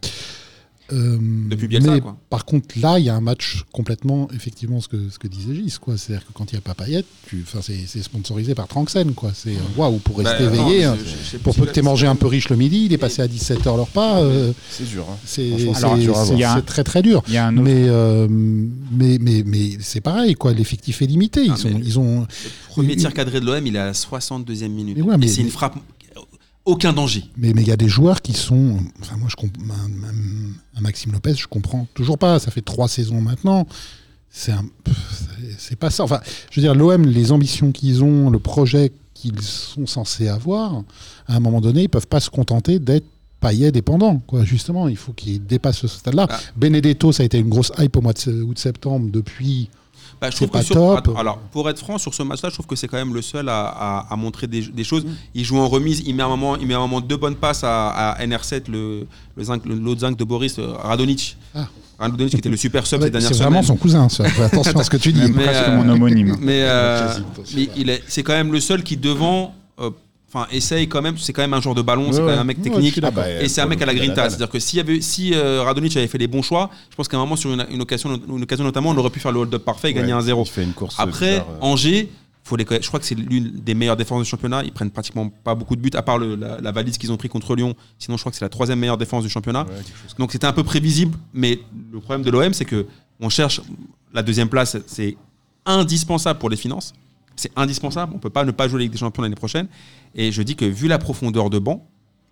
Speaker 2: Euh,
Speaker 4: Depuis Bielsa,
Speaker 2: mais
Speaker 4: quoi.
Speaker 2: Par contre, là, il y a un match complètement, effectivement, ce que, ce que disait Gis. quoi. C'est-à-dire que quand il n'y a pas Payet, tu- enfin, c'est c'est sponsorisé par Tranxen. quoi. C'est euh, waouh, pour
Speaker 4: Bah,
Speaker 2: rester
Speaker 4: attends,
Speaker 2: éveillé.
Speaker 4: je-
Speaker 2: hein.
Speaker 4: je- je sais
Speaker 2: Pour
Speaker 4: pas
Speaker 2: peu
Speaker 4: si-
Speaker 2: que tu mangé un peu riche le midi, il est passé à 17h le repas. euh,
Speaker 3: C'est dur. hein.
Speaker 2: c'est
Speaker 3: Franchement,
Speaker 2: c'est-
Speaker 5: alors, tu
Speaker 2: c'est-
Speaker 5: vas voir.
Speaker 2: c'est-
Speaker 5: Il y a un-
Speaker 2: c'est très très dur.
Speaker 5: Il y a un autre.
Speaker 2: Mais, euh, mais, mais, mais c'est pareil, quoi. l'effectif est limité. Ils,
Speaker 4: Ah,
Speaker 2: sont,
Speaker 4: mais-
Speaker 2: ils ont
Speaker 4: Premier tir cadré de l'OM, il est à la 62e minute.
Speaker 2: Mais ouais, mais-
Speaker 4: Et c'est une frappe, euh, aucun danger.
Speaker 2: Mais mais il y a des joueurs qui sont. Enfin, moi, je comp- un, un- un Maxime Lopez, je comprends toujours pas. Ça fait trois saisons maintenant. C'est un, pff, c'est- c'est pas ça. Enfin, je veux dire, l'OM, les ambitions qu'ils ont, le projet qu'ils sont censés avoir, à un moment donné, ils peuvent pas se contenter d'être paillets dépendants. Quoi. Justement, il faut qu'ils dépassent ce stade-là.
Speaker 4: Ah.
Speaker 2: Benedetto, ça a été une grosse hype au mois de août-septembre depuis.
Speaker 4: Bah, je
Speaker 2: C'est
Speaker 4: trouve que
Speaker 2: pas
Speaker 4: sur-
Speaker 2: top.
Speaker 4: Attends, alors, pour être franc, sur ce match-là, je trouve que c'est quand même le seul à, à- à montrer des, des
Speaker 3: Mm.
Speaker 4: choses. Il joue en remise, il met un moment, il met un moment deux bonnes passes à, à NR7, le, le zinc- le- l'autre zinc de Boris, euh, Radonic.
Speaker 2: Ah.
Speaker 4: Radonic qui était le super sub ces dernières
Speaker 2: C'est
Speaker 4: semaines.
Speaker 2: vraiment son cousin. ça. Fais attention à ce que tu dis.
Speaker 5: Même
Speaker 4: mais,
Speaker 5: presque
Speaker 4: euh,
Speaker 5: mon homonyme.
Speaker 4: Mais, euh,
Speaker 2: Quasi, attention.
Speaker 4: mais il est- c'est quand même le seul qui devant, euh, enfin, essaye quand même. C'est quand même un joueur de ballon, c'est
Speaker 2: Ouais,
Speaker 4: quand même un
Speaker 2: ouais.
Speaker 4: mec
Speaker 2: Ouais, je
Speaker 4: technique.
Speaker 2: suis d'accord.
Speaker 3: Ah bah,
Speaker 4: et c'est un
Speaker 3: pour
Speaker 4: mec
Speaker 3: le
Speaker 4: à la
Speaker 3: coup,
Speaker 4: grinta.
Speaker 3: Nadal.
Speaker 4: C'est-à-dire que s'il y avait, si euh, Radonic avait fait les bons choix, je pense qu'à un moment sur une, une occasion, une occasion notamment, on aurait pu faire le hold-up parfait et gagner
Speaker 3: Ouais,
Speaker 4: un 0
Speaker 3: Il fait une course.
Speaker 4: après,
Speaker 3: bizarre, euh.
Speaker 4: Angers, faut les, conna- je crois que c'est l'une des meilleures défenses du championnat. Ils prennent pratiquement pas beaucoup de buts, à part le- la, la valise qu'ils ont pris contre Lyon. Sinon, je crois que c'est la troisième meilleure défense du championnat.
Speaker 3: Ouais, quelque chose
Speaker 4: Donc c'était un peu prévisible, mais le problème de l'OM, c'est que on cherche la deuxième place, c'est indispensable pour les finances. C'est indispensable. On peut pas ne pas jouer la Ligue des Champions l'année prochaine. Et je dis que vu la profondeur de banc,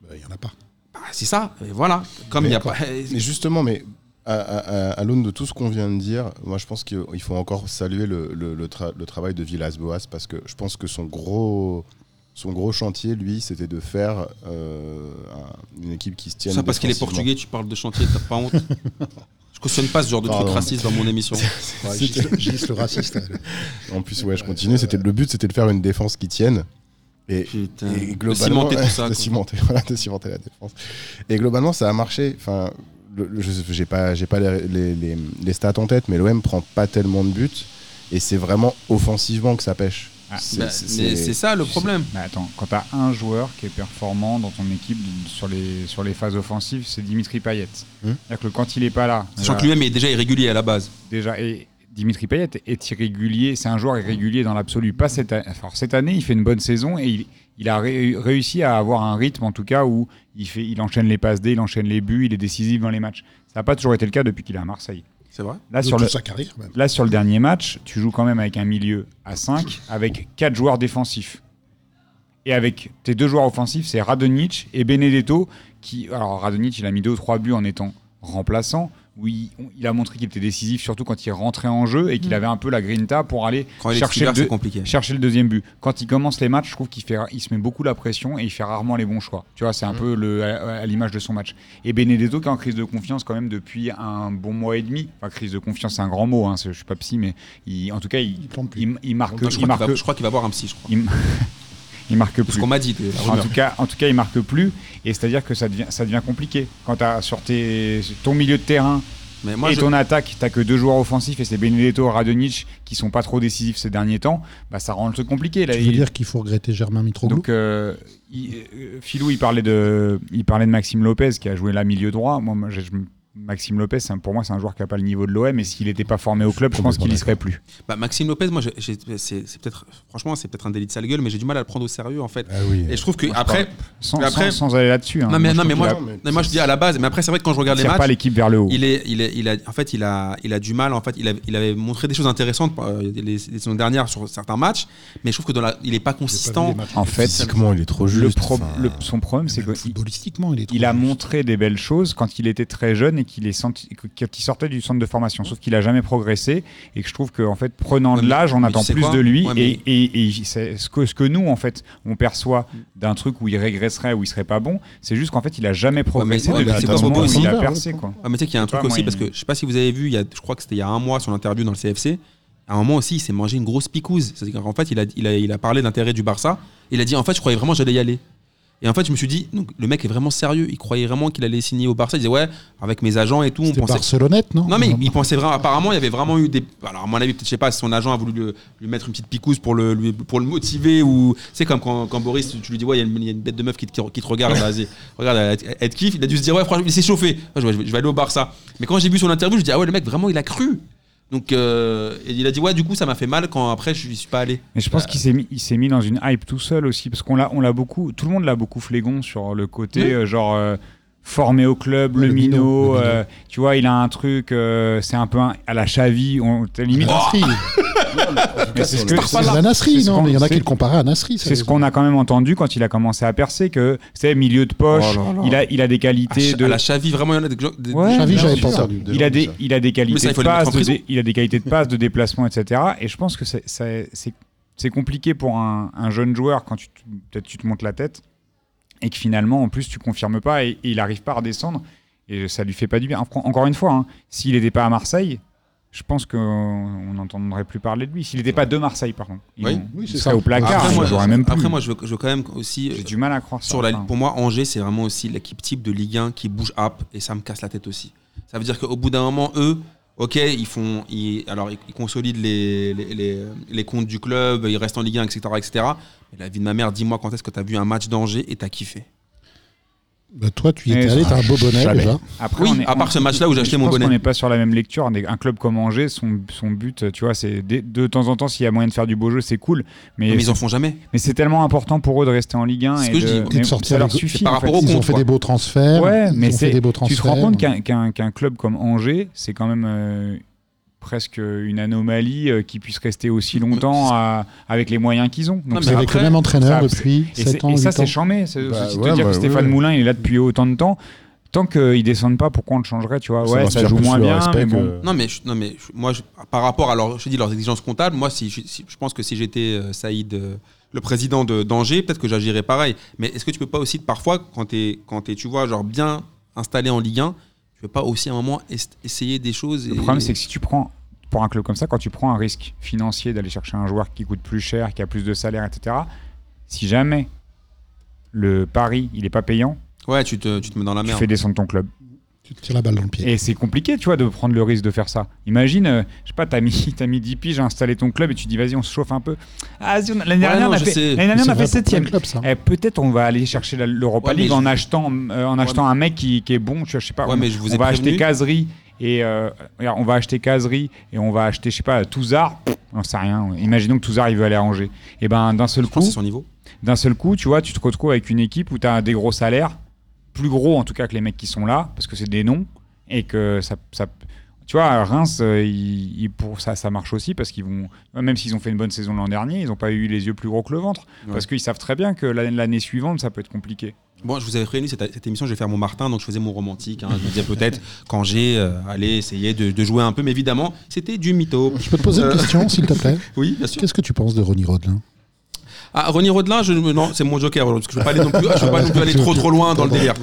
Speaker 2: Bah, Il y en a pas.
Speaker 4: bah, c'est ça. Et voilà. Comme
Speaker 3: Mais
Speaker 4: il y a
Speaker 3: encore-
Speaker 4: pas.
Speaker 3: Mais justement, mais à, à- à- à l'aune de tout ce qu'on vient de dire, moi je pense qu'il faut encore saluer le, le- le tra- le travail de Villas-Boas parce que je pense que son gros, son gros chantier, lui, c'était de faire euh, un- une équipe qui se tienne.
Speaker 4: Ça parce qu'il est
Speaker 3: défensivement.
Speaker 4: portugais, tu parles de chantier, t'as pas honte. Je cautionne pas ce genre de truc
Speaker 3: Pardon.
Speaker 4: raciste dans mon émission.
Speaker 2: Ouais, Gis- Gis, le raciste. hein.
Speaker 3: En plus, ouais, je continue. C'était le but, c'était de faire une défense qui tienne. Et,
Speaker 4: Putain.
Speaker 3: et
Speaker 4: De
Speaker 3: globalement,
Speaker 4: cimenter tout ça,
Speaker 3: de
Speaker 4: quoi.
Speaker 3: cimenter, voilà, de cimenter la défense. Et globalement, ça a marché. Enfin, le- le- je j'ai pas, j'ai pas les, les- les- les stats en tête, mais l'OM prend pas tellement de buts. Et c'est vraiment offensivement que ça pêche.
Speaker 5: Ah,
Speaker 3: C'est-
Speaker 4: Bah,
Speaker 3: c'est-
Speaker 4: mais
Speaker 3: c'est-
Speaker 4: c'est ça le problème.
Speaker 5: Mais attends, quand t'as un joueur qui est performant dans ton équipe sur les, sur les phases offensives, c'est Dimitri Payet.
Speaker 3: Hmm.
Speaker 5: C'est-à-dire que quand il est pas là,
Speaker 4: Sachant
Speaker 5: déjà-
Speaker 4: que lui-même est déjà irrégulier à la base.
Speaker 5: déjà et Dimitri Payet est irrégulier, c'est un joueur irrégulier dans l'absolu. Pas cette année. Enfin, cette année, il fait une bonne saison et il, il a ré- réussi à avoir un rythme en tout cas où il fait, il enchaîne les passes D, il enchaîne les buts, il est décisif dans les matchs. Ça n'a pas toujours été le cas depuis qu'il est à Marseille.
Speaker 4: C'est vrai
Speaker 5: Là
Speaker 2: Sur
Speaker 5: sur le,
Speaker 2: sa carrière, même.
Speaker 5: Là, sur le dernier match, tu joues quand même avec un milieu à 5, avec 4 joueurs défensifs. Et avec tes deux joueurs offensifs, c'est Radonic et Benedetto, qui... Alors, Radonic, il a mis 2 ou 3 buts en étant remplaçant. Oui, il a montré qu'il était décisif, surtout quand il rentrait en jeu et qu'il avait un peu la grinta pour aller
Speaker 4: Mm. Quand il est
Speaker 5: chercher,
Speaker 4: titulaire,
Speaker 5: le
Speaker 4: c'est
Speaker 5: deux-
Speaker 4: compliqué.
Speaker 5: chercher le deuxième but. Quand il commence les matchs, je trouve qu'il fait, il se met beaucoup la pression et il fait rarement les bons choix. Tu vois, c'est
Speaker 4: Mm.
Speaker 5: un peu le, à, à l'image de son match. Et Benedetto qui est en crise de confiance quand même depuis un bon mois et demi. Enfin, crise de confiance, c'est un grand mot. Hein, c'est- je suis pas psy, mais il- en tout cas, il,
Speaker 2: Il plante plus.
Speaker 5: il, il marque,
Speaker 4: Non, je,
Speaker 5: il
Speaker 4: crois qu'il
Speaker 5: marque,
Speaker 4: va, je crois qu'il va voir un psy, je crois.
Speaker 5: il, Ah, il marque
Speaker 4: C'est
Speaker 5: plus.
Speaker 4: ce qu'on m'a dit. de la
Speaker 5: En
Speaker 4: rumeur.
Speaker 5: tout, cas, en tout cas, il marque plus, et c'est-à-dire que ça devient, ça devient compliqué. Quand tu as sur tes, ton milieu de terrain
Speaker 4: Mais moi,
Speaker 5: et
Speaker 4: je-
Speaker 5: ton attaque, t'as que deux joueurs offensifs et c'est Benedetto et Radonjic qui sont pas trop décisifs ces derniers temps, bah ça rend le truc compliqué. Là,
Speaker 2: Tu veux
Speaker 5: Il-
Speaker 2: dire qu'il faut regretter Germain Mitroglou
Speaker 5: donc euh, il- euh, Philou, il parlait de, il parlait de Maxime Lopez qui a joué là milieu droit. Moi, moi, j'ai- je- Maxime Lopez, c'est un- pour moi, c'est un joueur qui a pas le niveau de l'OM et s'il n'était pas formé au club, je pense qu'il y serait plus.
Speaker 4: bah, Maxime Lopez, moi, j'ai- j'ai- c'est c'est peut-être, franchement, c'est peut-être un délit de sale gueule, mais j'ai du mal à le prendre au sérieux en fait.
Speaker 3: Ah oui.
Speaker 4: Et je trouve que
Speaker 5: Moi, je
Speaker 4: après,
Speaker 5: Sans,
Speaker 4: Mais après-
Speaker 5: sans- sans aller là-dessus. hein.
Speaker 4: Non, mais, non,
Speaker 5: je
Speaker 4: mais
Speaker 5: trouve
Speaker 4: moi,
Speaker 5: qu'il
Speaker 4: non, mais moi, je dis à la base, mais après, c'est vrai que quand je
Speaker 5: a-
Speaker 4: regarde les
Speaker 5: tire
Speaker 4: matchs.
Speaker 5: pas l'équipe vers le haut.
Speaker 4: Il est, il est, il a, en fait, il a, il a du mal. En fait, il, a- il avait montré des choses intéressantes euh, les, les saisons dernières sur certains matchs, mais je trouve que dans la, il est pas consistant.
Speaker 5: En fait,
Speaker 3: Physiquement, il est trop
Speaker 5: le
Speaker 3: juste.
Speaker 5: pro-
Speaker 3: enfin,
Speaker 5: le- son problème, c'est qu'il
Speaker 2: Footballistiquement, il est.
Speaker 5: il a montré des belles choses quand il était très jeune et qu'il est senti- quand il sortait du centre de formation. Sauf qu'il a jamais progressé et que je trouve que en fait, prenant de
Speaker 4: Ouais, mais-
Speaker 5: l'âge, on
Speaker 4: mais
Speaker 5: attend
Speaker 4: tu sais
Speaker 5: plus
Speaker 4: quoi
Speaker 5: de lui
Speaker 4: Ouais,
Speaker 5: et, et- et c'est ce que ce que nous en fait on perçoit d'un truc où il régresserait où il serait pas bon, c'est juste qu'en fait il a jamais progressé
Speaker 4: ouais, mais
Speaker 5: depuis le
Speaker 4: c'est pas
Speaker 5: moment où
Speaker 4: Bobo
Speaker 5: il a
Speaker 2: Sandler,
Speaker 5: percé
Speaker 2: ouais,
Speaker 5: quoi.
Speaker 4: Ah, mais tu sais qu'il y a un
Speaker 5: Je sais
Speaker 4: truc
Speaker 5: pas,
Speaker 4: aussi
Speaker 5: moi,
Speaker 4: parce
Speaker 5: il-
Speaker 4: que je sais pas si vous avez vu, il y a, je crois que c'était il y a un mois sur l'interview dans le CFC. À un moment aussi, il s'est mangé une grosse picouse. C'est-à-dire qu'en fait, il a, il a, il a parlé d'intérêt du Barça. Il a dit en fait, je croyais vraiment que j'allais y aller. Et en fait, je me suis dit, donc, le mec est vraiment sérieux. Il croyait vraiment qu'il allait signer au Barça. Il disait ouais, avec mes agents et tout, on
Speaker 2: C'était
Speaker 4: pensait.
Speaker 2: Barcelonnette, non
Speaker 4: Non mais il pensait vraiment. Apparemment, il y avait vraiment eu des. Alors à mon avis, peut-être je sais pas, son agent a voulu le- lui mettre une petite picouse pour le lui- pour le motiver ou c'est comme quand, quand Boris, tu- tu lui dis ouais, il y a une- il y, a une bête de meuf qui te, qui te regarde, vas-y, regarde, elle, elle te kiffe. Il a dû se dire ouais, franchement, il s'est chauffé. Ouais, Je vais, je vais aller au Barça. Mais quand j'ai vu son interview, je dis ah ouais, le mec vraiment, il a cru. Donc euh, et il a dit ouais, du coup, ça m'a fait mal quand après je suis pas allé.
Speaker 5: Mais je pense qu'il s'est mis, il s'est mis dans une hype tout seul aussi, parce qu'on l'a, on l'a beaucoup, tout le monde l'a beaucoup flégon sur le côté
Speaker 4: Oui.
Speaker 5: euh, genre euh, formé au club,
Speaker 2: Ouais,
Speaker 5: le
Speaker 2: le minot,
Speaker 5: minot,
Speaker 2: le minot.
Speaker 5: euh, tu vois, il a un truc, euh, c'est un peu un- à la Chavi, on, t'as limite.
Speaker 4: Oh,
Speaker 5: Mais c'est ce que-
Speaker 2: C'est la Nasri,
Speaker 5: C'est ce
Speaker 2: non
Speaker 5: qu'on-
Speaker 2: Mais il y en a qui
Speaker 5: c'est-
Speaker 2: le comparaient à Nasri. ça,
Speaker 5: C'est ce
Speaker 2: les-
Speaker 5: qu'on a quand même entendu quand il a commencé à percer que c'est milieu de poche,
Speaker 4: Oh là là.
Speaker 5: il a il a des qualités
Speaker 4: à,
Speaker 5: de
Speaker 4: la Xavi, vraiment, il y en a des, des-
Speaker 5: Ouais.
Speaker 2: Xavi,
Speaker 5: Bien
Speaker 2: j'avais
Speaker 3: sûr.
Speaker 2: pas entendu.
Speaker 3: Des
Speaker 5: il
Speaker 3: gens
Speaker 5: a
Speaker 3: comme
Speaker 5: des,
Speaker 3: ça.
Speaker 5: il a des
Speaker 4: Mais
Speaker 5: qualités
Speaker 4: ça, il
Speaker 5: de
Speaker 4: faut les mettre en
Speaker 5: passe, de
Speaker 4: prison.
Speaker 5: dé- il a des qualités de passe, de déplacement, etc. Et je pense que c'est- ça- c'est c'est compliqué pour un, un jeune joueur quand tu te- peut-être tu te montes la tête et que finalement en plus tu confirmes pas et, et il arrive pas à redescendre et ça lui fait pas du bien. Enfran- Encore une fois, hein, s'il n'était pas à Marseille, je pense qu'on n'entendrait plus parler de lui. S'il n'était pas de Marseille, par contre, il,
Speaker 4: Oui.
Speaker 2: Oui,
Speaker 5: il
Speaker 2: c'est
Speaker 5: serait
Speaker 2: ça.
Speaker 5: au placard.
Speaker 4: Après,
Speaker 5: il
Speaker 4: moi,
Speaker 5: jouerait Ah, même plus.
Speaker 4: après, moi, je veux, je veux quand même aussi. euh,
Speaker 5: j'ai du mal à croire ça,
Speaker 4: Sur la-
Speaker 5: enfin.
Speaker 4: pour moi, Angers, c'est vraiment aussi l'équipe type de Ligue 1 qui bouge hop et ça me casse la tête aussi. Ça veut dire qu'au bout d'un moment, eux, ok, ils font, ils- alors ils, ils consolident les, les, les- les comptes du club, ils restent en Ligue 1, etc., etc. Mais la vie de ma mère, dis-moi quand est-ce que t'as vu un match d'Angers et t'as kiffé
Speaker 2: Bah, toi, tu y
Speaker 5: Eh,
Speaker 2: étais allé, t'as un beau bonnet
Speaker 5: jamais.
Speaker 2: déjà.
Speaker 5: Après,
Speaker 4: Oui,
Speaker 5: on est-
Speaker 4: à part
Speaker 5: on-
Speaker 4: ce match-là où j'ai
Speaker 5: je
Speaker 4: acheté mon
Speaker 5: pense
Speaker 4: bonnet.
Speaker 5: qu'on n'est pas sur la même lecture. Un- Un club comme Angers, son, son but, tu vois, c'est de, de temps en temps, s'il y a moyen de faire du beau jeu, c'est cool. Mais,
Speaker 4: Mais ils en font jamais.
Speaker 5: mais c'est tellement important pour eux de rester en Ligue 1
Speaker 4: C'est
Speaker 5: et
Speaker 4: ce que je dis.
Speaker 5: de,
Speaker 2: Et de
Speaker 5: mais
Speaker 2: sortir
Speaker 5: ça leur
Speaker 2: les-
Speaker 5: suffit.
Speaker 4: c'est par
Speaker 5: en
Speaker 4: rapport
Speaker 5: fait.
Speaker 4: au
Speaker 2: Ils ont
Speaker 4: compte,
Speaker 2: fait
Speaker 4: quoi.
Speaker 2: des beaux transferts.
Speaker 5: Ouais, mais
Speaker 2: ils ont
Speaker 5: c'est-
Speaker 2: fait des
Speaker 5: Tu
Speaker 2: beaux
Speaker 5: te
Speaker 2: transferts.
Speaker 5: rends compte qu'un qu'un- qu'un club comme Angers, c'est quand même euh, presque une anomalie euh, qui puisse rester aussi longtemps à- avec les moyens qu'ils ont.
Speaker 4: Non,
Speaker 5: Donc
Speaker 2: Vous
Speaker 4: mais
Speaker 5: c'est-
Speaker 2: avez
Speaker 4: après-
Speaker 2: le même entraîneur
Speaker 5: ça,
Speaker 2: depuis
Speaker 5: et, c'est-
Speaker 2: 7 ans,
Speaker 5: et ça,
Speaker 2: 8 ans.
Speaker 5: c'est chambé. C'est
Speaker 3: Bah,
Speaker 5: aussi de
Speaker 3: ouais,
Speaker 5: dire
Speaker 3: bah,
Speaker 5: que Stéphane
Speaker 3: ouais.
Speaker 5: Moulin, il est là depuis autant de temps. Tant qu'il descende pas, pourquoi on le changerait Tu vois, Ah ouais, ça
Speaker 3: inspire
Speaker 5: joue
Speaker 3: plus
Speaker 5: moins
Speaker 3: le
Speaker 5: bien.
Speaker 3: respect
Speaker 5: Mais bon.
Speaker 3: que-
Speaker 4: Non mais, je- non mais je- moi je- par rapport à leur, je dis leurs exigences comptables, moi si, je- si- je pense que si j'étais euh, Saïd, euh, le président de d'Angers, peut-être que j'agirais pareil. Mais est-ce que tu peux pas aussi parfois quand t'es quand t'es tu vois genre bien installé en Ligue 1, tu peux pas aussi à un moment es- essayer des choses
Speaker 5: Le problème, c'est que si tu prends, pour un club comme ça, quand tu prends un risque financier d'aller chercher un joueur qui coûte plus cher, qui a plus de salaire, etc., si jamais le pari, il n'est pas payant,
Speaker 4: ouais tu te, tu te mets dans la
Speaker 5: tu
Speaker 4: merde.
Speaker 5: fais descendre ton club.
Speaker 2: Tu te tires la balle dans le pied.
Speaker 5: Et c'est compliqué, tu vois, de prendre le risque de faire ça. Imagine, euh, je sais pas, t'as mis, t'as mis 10 piges, j'ai installé ton club et tu dis, vas-y, on se chauffe un peu. Ah, vas-y, on- l'année
Speaker 4: Ouais,
Speaker 5: dernière, on
Speaker 4: non,
Speaker 5: a
Speaker 4: je
Speaker 5: fait,
Speaker 4: sais.
Speaker 5: l'année dernière,
Speaker 2: Mais
Speaker 5: on a fait
Speaker 2: c'est vrai pour plein de
Speaker 5: septième.
Speaker 2: clubs, ça.
Speaker 5: Eh, peut-être on va aller chercher la- l'Europa
Speaker 4: Ouais, mais
Speaker 5: League
Speaker 4: je-
Speaker 5: en achetant, euh, en achetant un mec qui, qui est bon, tu vois, je sais pas.
Speaker 4: Ouais,
Speaker 5: on,
Speaker 4: mais je vous
Speaker 5: on
Speaker 4: ai
Speaker 5: va
Speaker 4: prévenu.
Speaker 5: acheter Casery et euh, regarde, on va acheter Casery et on va acheter, je sais pas, Touzard. Pff, On sait rien. Imaginons que Touzard il veut aller à Angers. Et ben d'un seul
Speaker 4: Je pense que
Speaker 5: coup,
Speaker 4: c'est son niveau.
Speaker 5: d'un seul coup, tu vois, tu te retrouves avec une équipe où tu as des gros salaires, plus gros en tout cas que les mecs qui sont là, parce que c'est des noms, et que ça. ça- tu vois, Reims, euh, ils- ils- pour ça, ça marche aussi parce qu'ils vont, même s'ils ont fait une bonne saison l'an dernier, ils n'ont pas eu les yeux plus gros que le ventre,
Speaker 4: Ouais.
Speaker 5: parce qu'ils savent très bien que l'année l'année suivante, ça peut être compliqué.
Speaker 4: Bon, je vous avais prévenu, cette, cette émission, je vais faire mon Martin, donc je faisais mon romantique. hein. je me disais peut-être quand j'ai allé essayer de, de jouer un peu, mais évidemment, c'était du mytho.
Speaker 2: Je peux te poser une question, s'il te plaît
Speaker 4: Oui, bien sûr.
Speaker 2: Qu'est-ce que tu penses de Ronnie Rodelin
Speaker 4: Ah, René Rodelin, je, non, c'est mon joker aujourd'hui, parce que je ne veux pas aller, non plus, je veux pas non plus aller trop trop loin dans le délire.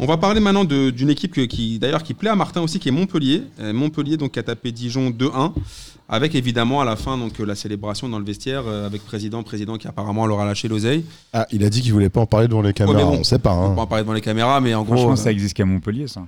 Speaker 4: On va parler maintenant de- d'une équipe que- qui, d'ailleurs, qui plaît à Martin aussi, qui est Montpellier. Euh, Montpellier, donc, qui a tapé Dijon 2-1, avec évidemment à la fin donc, euh, la célébration dans le vestiaire, euh, avec président, président qui apparemment leur a lâché l'oseille.
Speaker 3: Ah, il a dit qu'il voulait pas en parler devant les caméras.
Speaker 5: Oh,
Speaker 4: bon,
Speaker 3: on sait pas.
Speaker 4: On
Speaker 3: hein.
Speaker 4: va pas en parler devant les caméras, mais en gros.
Speaker 5: Ah. Franchement,
Speaker 4: euh,
Speaker 5: ça existe qu'à Montpellier, ça.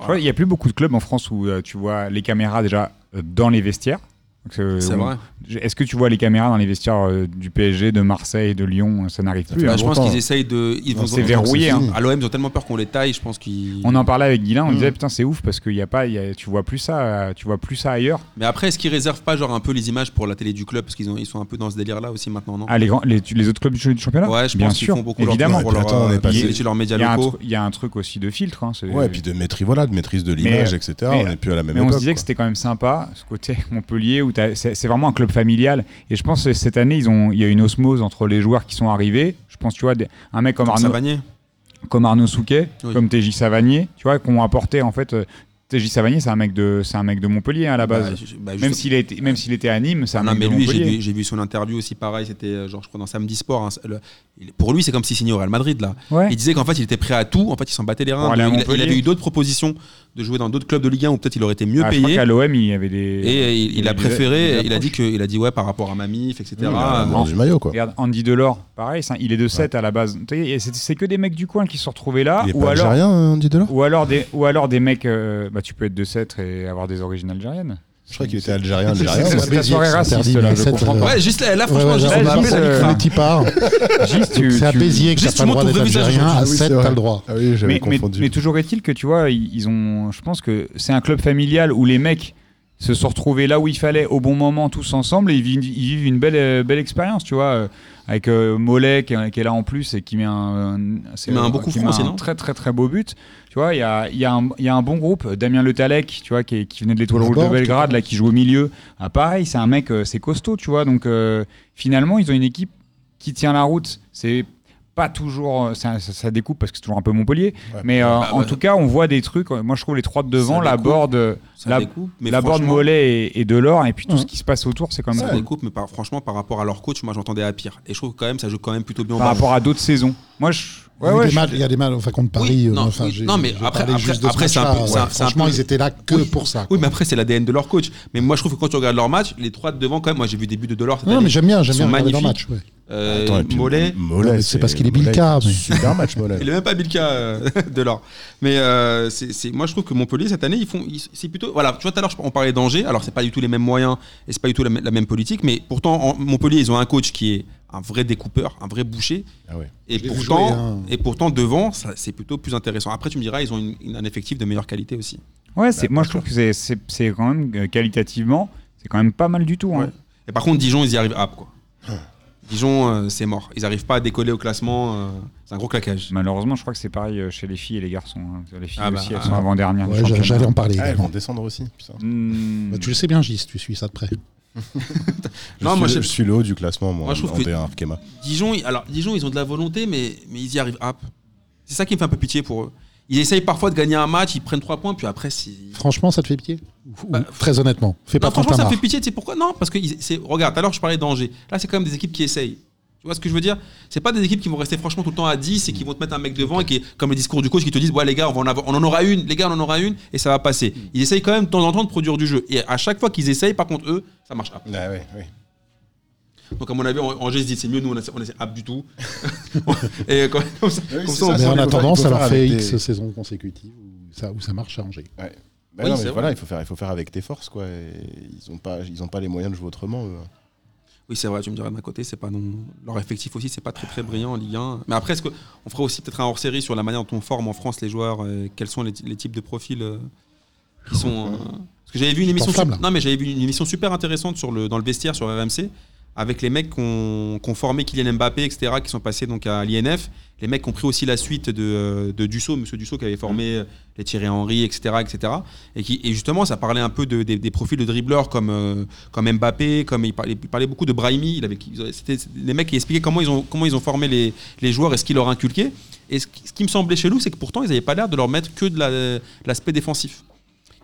Speaker 5: Tu vois, Il n'y a plus beaucoup de clubs en France où euh, tu vois les caméras déjà euh, dans les vestiaires. Donc, euh,
Speaker 4: C'est
Speaker 5: on-
Speaker 4: vrai.
Speaker 5: je- Est-ce que tu vois les caméras dans les vestiaires euh, du PSG, de Marseille, de Lyon Ça n'arrive plus.
Speaker 3: fait
Speaker 5: hein.
Speaker 4: Bah, je pense
Speaker 3: longtemps.
Speaker 4: qu'ils essayent de. Ils
Speaker 2: Non,
Speaker 4: vont
Speaker 5: c'est verrouillé,
Speaker 2: hein.
Speaker 4: À l'OM, ils ont tellement peur qu'on les taille, je pense qu'ils.
Speaker 5: On en parlait avec Guilain, on
Speaker 2: Mm.
Speaker 5: disait putain c'est ouf parce que y a pas, y a- tu vois plus ça, euh, tu vois plus ça ailleurs.
Speaker 4: Mais après, est-ce qu'ils réservent pas genre un peu les images pour la télé du club Parce qu'ils ont- ils sont un peu dans ce délire-là aussi maintenant, non
Speaker 5: Ah les, grands- les, les autres clubs du du championnat
Speaker 4: Ouais, je
Speaker 5: Bien
Speaker 4: pense qu'ils
Speaker 5: sûr,
Speaker 4: font beaucoup
Speaker 5: évidemment.
Speaker 4: leur pour leur,
Speaker 3: Attends, on est
Speaker 4: euh,
Speaker 3: passé-
Speaker 4: publicité, leurs médias
Speaker 5: Il y, a un
Speaker 4: locaux.
Speaker 5: truc- il y a un truc aussi de filtre. hein, c'est-
Speaker 3: Ouais, et puis de maîtrise, voilà, de maîtrise de l'image, etc.
Speaker 5: mais-
Speaker 3: on n'est plus à la même
Speaker 5: Mais on
Speaker 3: époque.
Speaker 5: se disait que
Speaker 3: quoi.
Speaker 5: c'était quand même sympa, ce côté Montpellier, où t'as- c'est c'est vraiment un club familial. Et je pense que cette année, ils ont- il y a une osmose entre les joueurs qui sont arrivés. Je pense, tu vois, des- un mec comme Arnaud,
Speaker 4: Savanier.
Speaker 5: comme Arnaud Souquet,
Speaker 4: Oui.
Speaker 5: comme TJ Savanier, tu vois, qui ont apporté en fait. euh, TJ Savanier, c'est un, mec de- c'est un mec de Montpellier hein, à la base.
Speaker 4: Bah, je- bah,
Speaker 5: même
Speaker 4: juste-
Speaker 5: s'il était, même s'il était à Nîmes, c'est un
Speaker 4: Non,
Speaker 5: mec
Speaker 4: mais
Speaker 5: de
Speaker 4: lui, j'ai
Speaker 5: Montpellier.
Speaker 4: vu, j'ai vu son interview aussi, pareil, c'était euh, genre, je crois, dans Samedi Sport. hein, le- il- pour lui, c'est comme s'il signait au Real Madrid, là.
Speaker 5: Ouais.
Speaker 4: Il disait qu'en fait, il était prêt à tout. En fait, il s'en battait les reins.
Speaker 5: Pour aller à
Speaker 4: Il- il,
Speaker 5: Montpellier.
Speaker 4: avait eu d'autres propositions de jouer dans d'autres clubs de Ligue 1 où peut-être il aurait été mieux
Speaker 5: Ah, je crois
Speaker 4: payé.
Speaker 5: qu'à l'OM, il y avait des.
Speaker 4: Et euh, il, il a
Speaker 5: avait des-
Speaker 4: préféré,
Speaker 5: des
Speaker 4: il a dit
Speaker 5: approches.
Speaker 4: que, il a dit ouais par rapport à Mamif, etc.
Speaker 3: Mmh, la- la
Speaker 4: Euh,
Speaker 3: mort du maillot, quoi.
Speaker 5: Regarde, Andy Delors, pareil, c'est un- il est de 7 à la base. Tu sais, et C'est c'est que des mecs du coin qui se retrouvaient là.
Speaker 3: Il est
Speaker 5: ou
Speaker 3: pas
Speaker 5: alors,
Speaker 3: algérien, hein, Andy Delors
Speaker 5: Ou alors des, ou alors des mecs, euh, bah, tu peux être de 7 et avoir des origines algériennes.
Speaker 3: Je crois qu'il était algérien,
Speaker 5: c'est-
Speaker 3: algérien.
Speaker 5: c'est-
Speaker 3: ouais.
Speaker 5: c'est- ta soirée raciste, là, je comprends pas.
Speaker 4: Ouais, juste là, là,
Speaker 2: Ouais,
Speaker 4: franchement,
Speaker 2: ouais,
Speaker 4: juste
Speaker 5: j'ai
Speaker 2: on
Speaker 4: là,
Speaker 2: a
Speaker 5: jamais
Speaker 4: juste
Speaker 5: fait
Speaker 4: là,
Speaker 5: le-
Speaker 2: le petit part.
Speaker 5: Gis, tu-
Speaker 2: C'est à
Speaker 5: tu-
Speaker 2: Béziers que t'as
Speaker 4: Juste,
Speaker 2: pas le
Speaker 4: tu montres
Speaker 2: droit
Speaker 4: ton
Speaker 2: d'être
Speaker 4: vrai visage
Speaker 2: algérien. À
Speaker 3: aujourd'hui. Oui,
Speaker 2: 7,
Speaker 3: c'est vrai.
Speaker 2: t'as le droit.
Speaker 3: Ah oui, j'avais
Speaker 5: mais, mais-
Speaker 3: confondu.
Speaker 5: mais toujours est-il que tu vois, ils, ils ont, je pense que c'est un club familial où les mecs se sont retrouvés là où il fallait au bon moment tous ensemble et ils vivent, ils vivent une belle, euh, belle expérience, tu vois, euh, avec euh, Mollet qui, est- qui est là en plus et qui met un, c'est-
Speaker 4: met un beau coup
Speaker 5: qui
Speaker 4: franc,
Speaker 5: met
Speaker 4: c'est
Speaker 5: un
Speaker 4: non
Speaker 5: très très très beau but, tu vois, il y a, il y, a un- il y a un bon groupe, Damien Le Tallec, tu vois, qui, est- qui venait de l'Étoile Rouge de
Speaker 2: Laborde,
Speaker 5: Belgrade, là qui joue au milieu, ah, pareil, c'est un mec, euh, c'est costaud, tu vois, donc euh, finalement ils ont une équipe qui tient la route, c'est pas toujours, euh, ça, ça- ça découpe parce que c'est toujours un peu Montpellier,
Speaker 3: Ouais.
Speaker 5: mais euh,
Speaker 4: bah,
Speaker 5: en
Speaker 4: bah.
Speaker 5: tout cas, on voit des trucs. euh, Moi, je trouve les trois de devant,
Speaker 4: Ça
Speaker 5: la
Speaker 4: découpe.
Speaker 5: board,
Speaker 4: ça
Speaker 5: la,
Speaker 4: découpe, mais
Speaker 5: la board
Speaker 4: franchement,
Speaker 5: Mollet et, et Delors, et puis tout
Speaker 2: Ouais.
Speaker 5: ce qui se passe autour, c'est quand même
Speaker 4: Ça
Speaker 5: cool.
Speaker 4: découpe, mais par- franchement, par rapport à leur coach, moi j'entendais à pire. Et je trouve que quand même, ça joue quand même plutôt bien. en
Speaker 5: par
Speaker 4: bas.
Speaker 5: rapport à d'autres saisons. Moi, je.
Speaker 2: Il y
Speaker 5: Ouais,
Speaker 2: a
Speaker 5: ouais,
Speaker 2: des
Speaker 5: je-
Speaker 2: matchs- il y a des matchs, enfin contre
Speaker 4: Oui,
Speaker 2: Paris. euh,
Speaker 4: non,
Speaker 2: enfin,
Speaker 4: oui,
Speaker 2: j'ai-
Speaker 4: non, mais
Speaker 2: j'ai
Speaker 4: après-
Speaker 2: parlé
Speaker 4: après-
Speaker 2: juste de ce
Speaker 4: après, c'est un
Speaker 2: match-là.
Speaker 4: peu- c'est un- c'est un
Speaker 2: Franchement,
Speaker 4: peu-
Speaker 2: ils étaient là que
Speaker 4: Oui.
Speaker 2: pour ça. quoi.
Speaker 4: Oui, mais après, c'est l'ADN de leur coach. Mais moi, je trouve que quand tu regardes leur match, les trois de devant, quand même, moi j'ai vu des buts de Delors. cette
Speaker 2: Non,
Speaker 4: année.
Speaker 2: mais j'aime bien, j'aime
Speaker 4: Ils
Speaker 2: bien
Speaker 4: sont
Speaker 2: regarder leur match.
Speaker 4: magnifiques.
Speaker 2: ouais.
Speaker 4: Euh,
Speaker 3: Attends, et puis
Speaker 4: Mollet,
Speaker 3: Mollet,
Speaker 2: Non, mais c'est parce qu'il est
Speaker 3: Mollet,
Speaker 2: Bilka, mais-
Speaker 3: Super match, Mollet.
Speaker 4: il est même pas Bilka euh, Delors. Mais euh, c'est- c'est- moi, je trouve que Montpellier, cette année, ils font. ils- C'est plutôt. Voilà, tu vois, tout à l'heure, je- on parlait d'Angers. Alors, c'est pas du tout les mêmes moyens et c'est pas du tout la, m- la même politique. Mais pourtant, en Montpellier, ils ont un coach qui est un vrai découpeur, un vrai boucher.
Speaker 3: Ah ouais.
Speaker 4: Et
Speaker 2: l'ai vu
Speaker 4: pourtant,
Speaker 2: jouer, hein.
Speaker 4: et pourtant, devant, ça, c'est plutôt plus intéressant. Après, tu me diras, ils ont une- une- un effectif de meilleure qualité aussi.
Speaker 5: ouais, c'est- moi, je trouve que c'est- c'est c'est quand même euh, qualitativement, c'est quand même pas mal du tout. hein.
Speaker 4: Ouais. Et par contre, Dijon, ils y arrivent à quoi. Dijon, euh, c'est mort. Ils arrivent pas à décoller au classement. euh, c'est un gros claquage.
Speaker 5: Malheureusement, je crois que c'est pareil euh, chez les filles et les garçons. hein. Les filles
Speaker 4: Ah bah,
Speaker 5: aussi, elles
Speaker 4: ah.
Speaker 5: sont avant dernières.
Speaker 2: Ouais, j'a- J'allais en parler.
Speaker 3: Ah, ils
Speaker 2: également.
Speaker 3: vont descendre aussi. Putain.
Speaker 5: Hmm.
Speaker 2: Bah, Tu le sais bien, Gis, tu suis ça de près.
Speaker 3: Je,
Speaker 4: Non,
Speaker 3: suis
Speaker 4: moi,
Speaker 3: le,
Speaker 4: je-
Speaker 3: je suis le haut du classement, moi,
Speaker 4: Moi, je
Speaker 3: en-
Speaker 4: trouve
Speaker 3: en
Speaker 4: que-
Speaker 3: D1 Arkema.
Speaker 4: Dijon, ils- alors Dijon, ils ont de la volonté, mais, mais ils y arrivent à. C'est ça qui me fait un peu pitié pour eux. Ils essayent parfois de gagner un match, ils prennent trois points, puis après, c'est.
Speaker 2: Franchement, ça te fait pitié Ou- ou-
Speaker 4: Bah,
Speaker 2: Très honnêtement, fais
Speaker 4: Non,
Speaker 2: pas
Speaker 4: franchement,
Speaker 2: contre
Speaker 4: ça
Speaker 2: la
Speaker 4: me
Speaker 2: marre.
Speaker 4: fait pitié, tu sais pourquoi Non, parce que ils- c'est- regarde, tout à l'heure, je parlais d'Angers. Là, c'est quand même des équipes qui essayent. Tu vois ce que je veux dire C'est pas des équipes qui vont rester franchement tout le temps à 10 et qui vont te mettre un mec devant et qui, comme le discours du coach, qui te disent Ouais, les gars, on, va en avoir- on en aura une, les gars, on en aura une, et ça va passer. Ils essayent quand même de temps en temps de produire du jeu. Et à chaque fois qu'ils essayent, par contre, eux, ça marche pas.
Speaker 3: Ah, ouais, ouais.
Speaker 4: Donc, à mon avis, Angers se dit C'est mieux, nous, on essaie, on essaie up du tout. et comme, comme ça,
Speaker 3: Ah Oui,
Speaker 4: comme ça, on
Speaker 2: Mais
Speaker 3: c'est ça, faut
Speaker 2: en
Speaker 3: faire-
Speaker 2: attendant,
Speaker 3: faut
Speaker 2: ça
Speaker 3: faire
Speaker 2: leur fait
Speaker 3: avec
Speaker 2: X
Speaker 3: des-
Speaker 2: saisons consécutives où ça, où ça marche à Angers.
Speaker 3: Bah
Speaker 4: Oui,
Speaker 3: non,
Speaker 4: c'est
Speaker 3: mais
Speaker 4: vrai.
Speaker 3: voilà, il faut faire, il faut faire avec tes forces, quoi. et ils n'ont pas, ils ont pas les moyens de jouer autrement. eux.
Speaker 4: Oui, c'est vrai, tu me diras d'un côté, c'est pas non. Leur effectif aussi, c'est pas très très brillant en Ligue 1. Mais après, est-ce que on ferait aussi peut-être un hors série sur la manière dont on forme en France les joueurs euh, Quels sont les, ty- les types de profils euh, qui sont. euh, Parce que j'avais vu une émission.
Speaker 2: t'enflamme,
Speaker 4: sup-
Speaker 2: là.
Speaker 4: Non, mais j'avais vu une émission super intéressante sur le, dans le vestiaire sur RMC avec les mecs qu'on qu'on formé Kylian Mbappé, etc., qui sont passés donc à l'INF. Les mecs qui ont pris aussi la suite de, euh, de Dussault, monsieur Dussault qui avait formé euh, les Thierry Henry, etc. etc. Et, qui, et justement, ça parlait un peu de, des, des profils de dribbleurs comme, euh, comme Mbappé, comme il parlait, il parlait beaucoup de Brahimi. Il avait, ils avaient- c'était les mecs qui expliquaient comment ils ont, comment ils ont formé les, les joueurs et ce qu'ils leur inculquaient. Et ce, qui- ce qui me semblait chez nous, c'est que pourtant, ils n'avaient pas l'air de leur mettre que de la- de l'aspect défensif.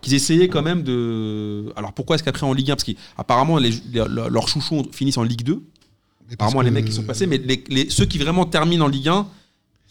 Speaker 4: Qu'ils essayaient quand même de. Alors pourquoi est-ce qu'après en Ligue 1 Parce qu'apparemment, les- les- leurs chouchons finissent en Ligue 2.
Speaker 2: Mais parce
Speaker 4: Apparemment, les
Speaker 2: que-
Speaker 4: mecs qui sont passés, mais les, les- ceux qui vraiment terminent en Ligue 1,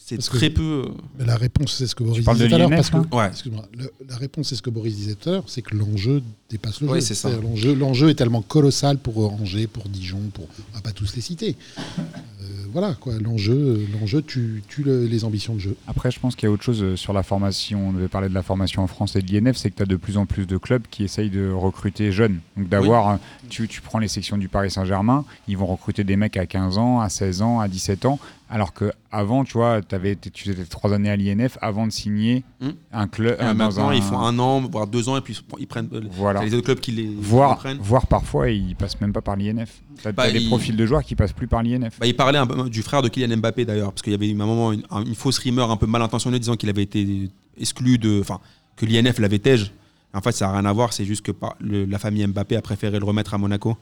Speaker 4: C'est
Speaker 2: Parce
Speaker 4: très peu. euh,
Speaker 2: Mais la réponse, c'est ce que Boris
Speaker 5: parles
Speaker 2: disait
Speaker 5: de
Speaker 2: tout à l'heure.
Speaker 5: l'INF,
Speaker 2: parce que-
Speaker 5: là
Speaker 4: Ouais.
Speaker 2: excuse-moi, le- La réponse, c'est ce que Boris disait tout à l'heure, c'est que l'enjeu dépasse le
Speaker 4: Ouais,
Speaker 2: jeu.
Speaker 4: c'est ça.
Speaker 2: C'est-à-dire L'enjeu, l'enjeu est tellement colossal pour Angers, pour Dijon, pour. On va pas tous les citer. Euh, voilà, quoi. L'enjeu, l'enjeu tue, tue le- les ambitions de jeu.
Speaker 5: Après, je pense qu'il y a autre chose euh, sur la formation. On devait parler de la formation en France et de l'INF, c'est que tu as de plus en plus de clubs qui essayent de recruter jeunes. Donc d'avoir, euh, tu, tu prends les sections du Paris Saint-Germain, ils vont recruter des mecs à 15 ans, à 16 ans, à 17 ans, alors que avant, tu vois, avais, tu faisais trois années à l'INF avant de signer
Speaker 4: Mm.
Speaker 5: un club.
Speaker 4: Ah,
Speaker 5: euh, dans
Speaker 4: maintenant,
Speaker 5: un-
Speaker 4: ils font un an, voire deux ans, et puis ils pr- ils prennent euh, les-
Speaker 5: Voilà.
Speaker 4: les autres clubs qui les qui les
Speaker 5: Voire,
Speaker 4: prennent.
Speaker 5: voire parfois, ils passent même pas par l'INF. Tu as,
Speaker 4: Bah,
Speaker 5: des
Speaker 4: ils-
Speaker 5: profils de joueurs qui passent plus par l'INF.
Speaker 4: Bah, il parlait un peu du frère de Kylian Mbappé d'ailleurs, parce qu'il y avait eu à un moment une, un- une fausse rumeur un peu mal intentionnée disant qu'il avait été exclu de. Enfin, que l'INF l'avait tège. En fait, ça n'a rien à voir, c'est juste que par- le- la famille Mbappé a préféré le remettre à Monaco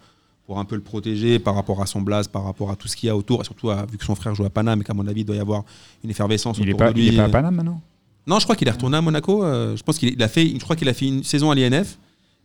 Speaker 4: pour un peu le protéger par rapport à son blaze, par rapport à tout ce qu'il y a autour, et surtout à- vu que son frère joue à Paname et qu'à mon avis, il doit y avoir une effervescence
Speaker 5: il est
Speaker 4: autour
Speaker 5: pas,
Speaker 4: de lui. euh,
Speaker 5: il est pas à Paname maintenant
Speaker 4: Non, je crois qu'il est retourné à Monaco. euh, je pense qu'il est- il a fait, je crois qu'il a fait une saison à l'INF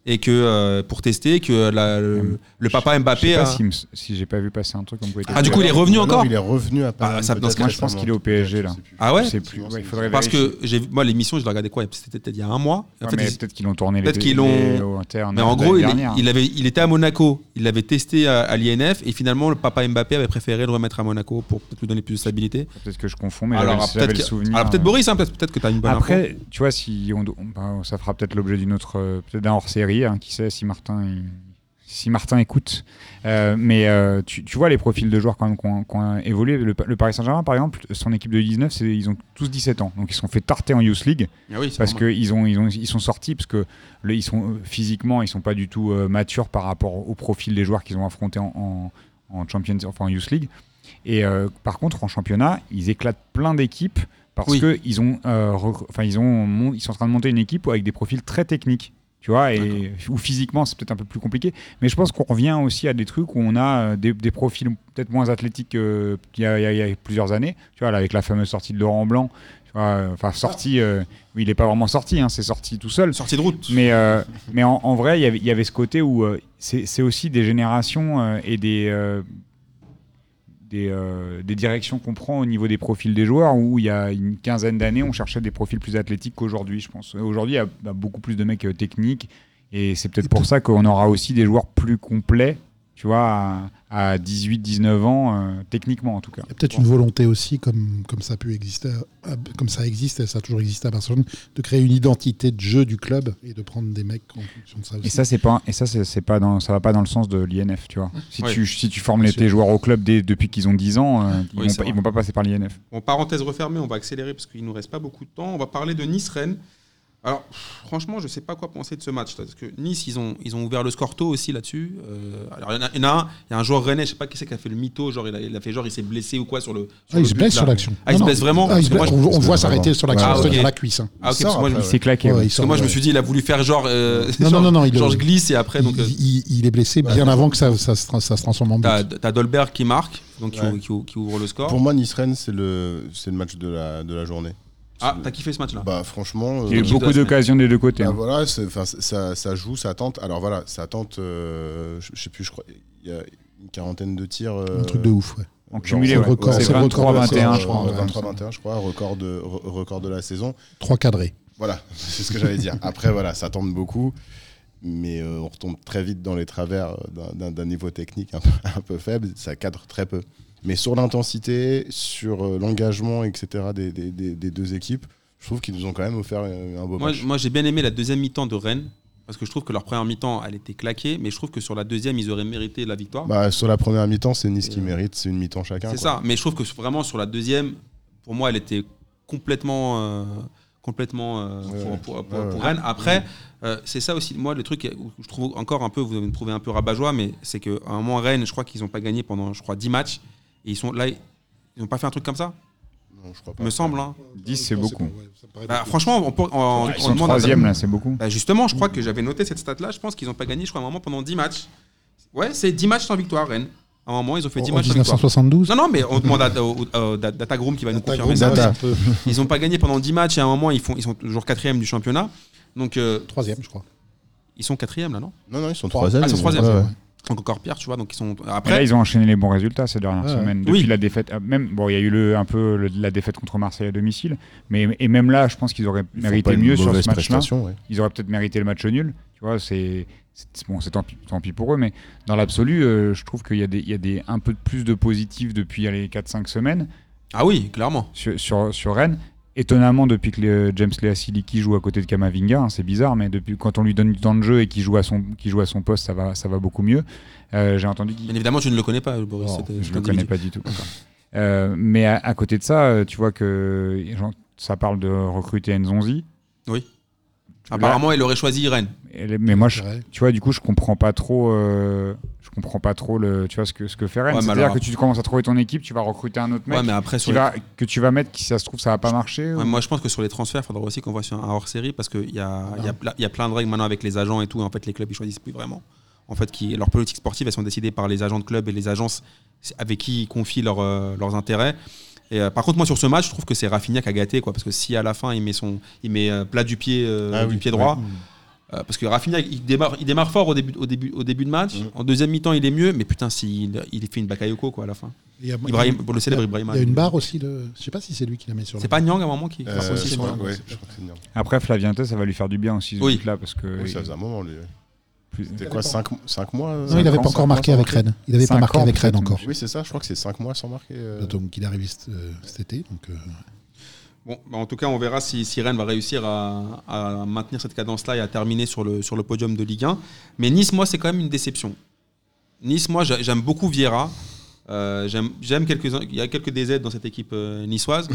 Speaker 4: et que euh, pour tester que la- le, le papa
Speaker 5: Je sais
Speaker 4: Mbappé.
Speaker 5: pas
Speaker 4: a-
Speaker 5: si, me- si j'ai pas vu passer un truc comme quoi il était-
Speaker 4: euh. Ah, du coup, il est revenu encore
Speaker 3: Il est revenu à Paris.
Speaker 4: Ah, ça- dans ce
Speaker 5: cas, je pense qu'il est au PSG, là.
Speaker 4: Ah ouais
Speaker 5: Je sais plus. Ouais, il faudrait
Speaker 4: Parce
Speaker 5: vérifier.
Speaker 4: que j'ai moi l'émission, je l'ai regardé quoi C'était peut-être il y a un mois. Et en
Speaker 5: Ouais,
Speaker 4: fait,
Speaker 5: mais
Speaker 4: il-
Speaker 5: peut-être qu'ils l'ont tourné les
Speaker 4: peut-être
Speaker 5: deux-
Speaker 4: qu'ils l'ont-
Speaker 5: les- au interne
Speaker 4: mais en
Speaker 5: l'année
Speaker 4: gros, il, est-
Speaker 5: dernière.
Speaker 4: il avait, il était à Monaco, il l'avait testé à, à l'INF et finalement le papa Mbappé avait préféré le remettre à Monaco pour peut-être lui donner plus de stabilité.
Speaker 5: Peut-être que je confonds, mais
Speaker 4: alors
Speaker 5: j'avais- j'avais
Speaker 4: peut-être
Speaker 5: le
Speaker 4: que-
Speaker 5: souvenir.
Speaker 4: alors, peut-être
Speaker 5: euh.
Speaker 4: Boris, hein, peut-être peut-être que tu as une bonne info.
Speaker 5: Après, tu vois, si on, on- bah, ça fera peut-être l'objet d'une autre, euh, peut-être d'un hors-série, hein, qui sait si Martin, il- si Martin écoute. Euh, mais euh, tu, tu vois les profils de joueurs quand même qui ont, qui ont évolué. Le, Pa- le Paris Saint-Germain, par exemple, son équipe de 19, c'est- ils ont tous 17 ans, donc ils se sont fait tarter en Youth League.
Speaker 4: Ah oui, c'est
Speaker 5: parce
Speaker 4: normal.
Speaker 5: que ils ont, ils ont, ils sont sortis parce que le- ils sont euh, physiquement, ils sont pas du tout euh, matures par rapport au profil des joueurs qu'ils ont affrontés en, en, en Champions, enfin en Youth League. Et euh, par contre, en championnat, ils éclatent plein d'équipes parce
Speaker 4: Oui.
Speaker 5: que ils ont, euh, recru- enfin ils ont, mon- ils sont en train de monter une équipe avec des profils très techniques. Tu vois, et ou physiquement, c'est peut-être un peu plus compliqué. Mais je pense qu'on revient aussi à des trucs où on a euh, des, des profils peut-être moins athlétiques euh, qu'il y, a- il y a- il y a plusieurs années. Tu vois, là, avec la fameuse sortie de Laurent Blanc, tu vois, euh, enfin, sortie, euh, oui, il n'est pas vraiment sorti, hein, c'est sorti tout seul.
Speaker 4: sortie de route.
Speaker 5: Mais, euh, mais en, en vrai, il y avait- il y avait ce côté où euh, c'est c'est aussi des générations euh, et des, euh, des, euh, des directions qu'on prend au niveau des profils des joueurs, où il y a une quinzaine d'années, on cherchait des profils plus athlétiques qu'aujourd'hui, je pense. Aujourd'hui, il y a bah, beaucoup plus de mecs euh, techniques, et c'est peut-être pour ça qu'on aura aussi des joueurs plus complets, tu vois, à, à 18-19 ans, euh, techniquement en tout cas.
Speaker 2: Il y a peut-être une volonté aussi, comme, comme ça a pu exister, à- à- comme ça existe, et ça a toujours existé à Barcelone, de créer une identité de jeu du club et de prendre des mecs en fonction de ça aussi.
Speaker 5: Et ça, c'est pas, et ça, c'est c'est pas dans, ça va pas dans le sens de l'INF, tu vois. Si
Speaker 4: Ouais.
Speaker 5: tu, si tu formes les,
Speaker 2: Bien sûr.
Speaker 5: tes joueurs au club dès, depuis qu'ils ont 10 ans, euh, ils,
Speaker 4: Oui,
Speaker 5: vont
Speaker 4: c'est
Speaker 5: pas, ils
Speaker 4: vrai.
Speaker 5: vont pas passer par l'INF.
Speaker 4: Bon, parenthèse refermée, on va accélérer parce qu'il nous reste pas beaucoup de temps. On va parler de Nice-Rennes. Alors, pff, franchement, je sais pas quoi penser de ce match. Parce que Nice, ils ont, ils ont ouvert le score tôt aussi là-dessus. Euh, alors, il y en a- il y, en a un, il y a un joueur rennais, je sais pas qui c'est qui a fait le mytho. Genre, il a, il a fait genre, il s'est blessé ou quoi sur le.
Speaker 2: Ah, il se
Speaker 4: but,
Speaker 2: blesse
Speaker 4: là.
Speaker 2: sur l'action.
Speaker 4: Ah, il se
Speaker 2: Non, non.
Speaker 4: blesse vraiment
Speaker 2: Ah, il se
Speaker 4: Parce que moi, je-
Speaker 2: blesse. on, on
Speaker 3: parce
Speaker 2: le voit
Speaker 3: que-
Speaker 2: s'arrienter sur l'action,
Speaker 4: Ah,
Speaker 2: se tenir
Speaker 4: ok.
Speaker 2: la cuisse. hein.
Speaker 4: Ah, ok,
Speaker 3: Il
Speaker 4: parce que
Speaker 3: sort
Speaker 4: moi, je,
Speaker 3: après,
Speaker 5: Il s'est claqué.
Speaker 2: Ouais,
Speaker 5: ouais.
Speaker 2: il
Speaker 4: parce que
Speaker 2: sort,
Speaker 4: moi, je me
Speaker 2: ouais.
Speaker 4: suis dit, il a voulu faire genre. euh,
Speaker 2: Non,
Speaker 4: genre-
Speaker 2: non, non, non, il-
Speaker 4: genre, je glisse et après, donc. euh,
Speaker 2: il, il- il est blessé bien avant que ça, ça, se, tra- ça se transforme en but.
Speaker 4: T'as t'as Dolberg qui marque, donc qui,
Speaker 3: Ouais.
Speaker 4: ou- qui ou- qui ouvre le score.
Speaker 3: Pour moi, Nice-Rennes, c'est le, c'est le match de la, de la journée.
Speaker 4: ah, t'as kiffé ce match-là
Speaker 3: Bah, franchement.
Speaker 5: Il y a eu
Speaker 3: euh,
Speaker 5: beaucoup d'occasions des deux côtés.
Speaker 3: bah,
Speaker 5: hein.
Speaker 3: voilà, c'est- enfin, c'est- ça, ça joue, ça tente. Alors voilà, ça tente, euh, je je sais plus, je crois, il y a une quarantaine de tirs. euh,
Speaker 2: Un truc de ouf. ouais.
Speaker 5: En cumulé,
Speaker 2: c'est le
Speaker 5: ouais.
Speaker 2: record,
Speaker 5: c'est
Speaker 2: c'est le record
Speaker 5: 23-21,
Speaker 2: de la
Speaker 5: je
Speaker 2: saison,
Speaker 3: euh,
Speaker 5: crois.
Speaker 2: ouais,
Speaker 5: ouais.
Speaker 3: 23-21, je crois, record de, re- record de la saison.
Speaker 2: Trois cadrés.
Speaker 3: Voilà, c'est ce que j'allais dire. Après, voilà, ça tente beaucoup, mais euh, on retombe très vite dans les travers euh, d'un- d'un- d'un niveau technique un peu, un peu faible. Ça cadre très peu. Mais sur l'intensité, sur euh, l'engagement, etc., des, des- des- des deux équipes, je trouve qu'ils nous ont quand même offert euh, un beau
Speaker 4: Moi,
Speaker 3: match.
Speaker 4: moi, j'ai bien aimé la deuxième mi-temps de Rennes parce que je trouve que leur première mi-temps elle était claquée, mais je trouve que sur la deuxième ils auraient mérité la victoire.
Speaker 3: Bah, sur la première mi-temps, c'est Nice qui
Speaker 5: Euh,
Speaker 3: mérite, c'est une mi-temps chacun.
Speaker 4: c'est
Speaker 3: quoi.
Speaker 4: ça. Mais je trouve que vraiment sur la deuxième, pour moi, elle était complètement, euh, complètement euh,
Speaker 3: Ouais,
Speaker 4: pour, pour-
Speaker 3: ouais.
Speaker 4: pour-
Speaker 3: Ouais,
Speaker 4: pour
Speaker 3: ouais. Mm.
Speaker 4: Rennes. Après, euh, c'est ça aussi. Moi, le truc où je trouve encore un peu, vous allez me trouver un peu rabat-joie, mais c'est qu'à un moment Rennes, je crois qu'ils n'ont pas gagné pendant, je crois, 10 matchs. Et ils sont là, ils n'ont pas fait un truc comme ça,
Speaker 3: Non, je crois pas.
Speaker 4: me semble. hein.
Speaker 5: 10, c'est beaucoup.
Speaker 4: Bah, franchement, on, peut- on- on
Speaker 5: Ils sont
Speaker 4: demande à-
Speaker 5: troisième, là, c'est beaucoup.
Speaker 4: Bah, justement, je crois que j'avais noté cette stat-là. Je pense qu'ils n'ont pas gagné, je crois, à un moment pendant 10 matchs. Ouais, c'est 10 matchs sans victoire, Rennes. À un moment, ils ont fait 10
Speaker 2: En
Speaker 4: matchs sans victoire.
Speaker 2: 1972
Speaker 4: Non, non, mais on demande à, au- au- au- Data Groom qui va nous confirmer ça.
Speaker 3: Data.
Speaker 4: Ils n'ont pas gagné pendant 10 matchs et à un moment, ils, font, ils sont toujours quatrième du championnat. Donc, euh,
Speaker 2: Troisième, je crois.
Speaker 4: ils sont quatrième là, non
Speaker 3: Non, non, ils sont troisième.
Speaker 4: Ah, ils sont
Speaker 3: mais-
Speaker 4: troisième,
Speaker 3: ouais,
Speaker 4: c'est
Speaker 3: ouais.
Speaker 4: vrai. Donc encore pire, tu vois. Donc ils sont
Speaker 5: Et là,
Speaker 4: après.
Speaker 5: ils ont enchaîné les bons résultats ces dernières
Speaker 2: Ouais.
Speaker 5: semaines.
Speaker 4: Oui.
Speaker 5: Depuis la défaite, euh, même bon, il y a eu le, un peu le- la défaite contre Marseille à domicile, mais et même là, je pense qu'ils auraient
Speaker 3: Ils font pas
Speaker 5: mérité
Speaker 3: une
Speaker 5: mieux sur
Speaker 3: mauvaise
Speaker 5: ce match-là.
Speaker 3: prestation, ouais.
Speaker 5: Ils auraient peut-être mérité le match nul. Tu vois, c'est c'est- bon, c'est tant pis, tant pis pour eux, mais dans l'absolu, euh, je trouve qu'il y a des, il y a des un peu de plus de positifs depuis allez, 4-5 semaines
Speaker 4: Ah oui, clairement.
Speaker 5: sur, sur, sur Rennes. Étonnamment, depuis que le- James Lea qui joue à côté de Kamavinga, hein, c'est bizarre, mais depuis quand on lui donne du temps de jeu et qu'il joue à son, qu'il joue à son poste, ça va, ça va beaucoup mieux. Euh, J'ai entendu qu'il
Speaker 4: Bien évidemment, tu ne le connais pas, Boris.
Speaker 5: Bon,
Speaker 4: cet-
Speaker 5: je
Speaker 4: cet
Speaker 5: ne le connais
Speaker 4: individu.
Speaker 5: pas du tout. Euh, mais à, à côté de ça, euh, tu vois que genre, ça parle de recruter Nzonzi.
Speaker 4: Apparemment, il aurait choisi Rennes.
Speaker 5: Et les- Mais moi, je,
Speaker 2: Ouais.
Speaker 5: tu vois, du coup, je comprends pas trop. euh, je comprends pas trop le, tu vois, ce que ce que fait Rennes.
Speaker 4: Ouais, mais
Speaker 5: C'est-à-dire
Speaker 4: alors-
Speaker 5: que tu commences à trouver ton équipe, tu vas recruter un autre mec
Speaker 4: Ouais, mais après,
Speaker 5: qui
Speaker 4: sur les-
Speaker 5: va, que tu vas mettre, qui si ça se trouve, ça va pas marcher. ou-
Speaker 2: Mm.
Speaker 4: Ouais, moi, je pense que sur les transferts, il faudra aussi qu'on voit sur un hors-série parce qu'il y a,
Speaker 2: Ah,
Speaker 4: il y, a pla- il y a plein de règles maintenant avec les agents et tout. Et en fait, les clubs, ils choisissent plus vraiment. En fait, qui, leurs politiques sportives, elles sont décidées par les agents de club et les agences avec qui ils confient leurs, euh, leurs intérêts. Et, euh, par contre, moi, sur ce match, je trouve que c'est Rafinha qui a gâté. Quoi, parce que si à la fin, il met, son, il met euh, plat du pied, euh,
Speaker 3: Ah
Speaker 4: du
Speaker 3: oui,
Speaker 4: pied
Speaker 2: Mm.
Speaker 4: droit. euh, parce que Rafinha, il démarre, il démarre fort au début, au, début, au début de match.
Speaker 2: Mm.
Speaker 3: Mhm.
Speaker 4: En deuxième mi-temps, il est mieux. Mais putain, s'il il fait une Bakayoko quoi, à la fin.
Speaker 2: Il y a-
Speaker 4: Ibrahim, pour le célèbre Ibrahim.
Speaker 2: Il y a une barre aussi de. Je sais pas si c'est lui qui la met sur.
Speaker 4: C'est
Speaker 2: le-
Speaker 4: pas Nyang à un moment qui
Speaker 3: Euh,
Speaker 4: frappe aussi
Speaker 3: je
Speaker 4: sur
Speaker 3: crois-
Speaker 4: la-
Speaker 3: ouais, je crois que c'est bien.
Speaker 5: Après, Flaviente, ça va lui faire du bien aussi ce
Speaker 4: Oui.
Speaker 5: là parce que
Speaker 3: Oui, ça faisait un moment, lui.
Speaker 5: plus-
Speaker 3: C'était quoi 5 mois
Speaker 2: Non, il
Speaker 3: avait
Speaker 2: avait pas encore marqué avec Rennes. Il avait pas
Speaker 5: Cinq
Speaker 2: marqué
Speaker 5: ans,
Speaker 2: avec Rennes
Speaker 5: peut-être,
Speaker 2: encore.
Speaker 3: Oui, c'est ça, je crois que c'est 5 mois sans marquer. euh,
Speaker 2: Donc il arrive euh, cet été. Donc, euh,
Speaker 4: Bon, bah, en tout cas, on verra si, si Rennes va réussir à, à maintenir cette cadence-là et à terminer sur le, sur le podium de Ligue 1. Mais Nice, moi, c'est quand même une déception. Nice, moi, j'a- j'aime beaucoup Vieira. Euh, j'aime- j'aime quelques il y a quelques DZ dans cette équipe euh, niçoise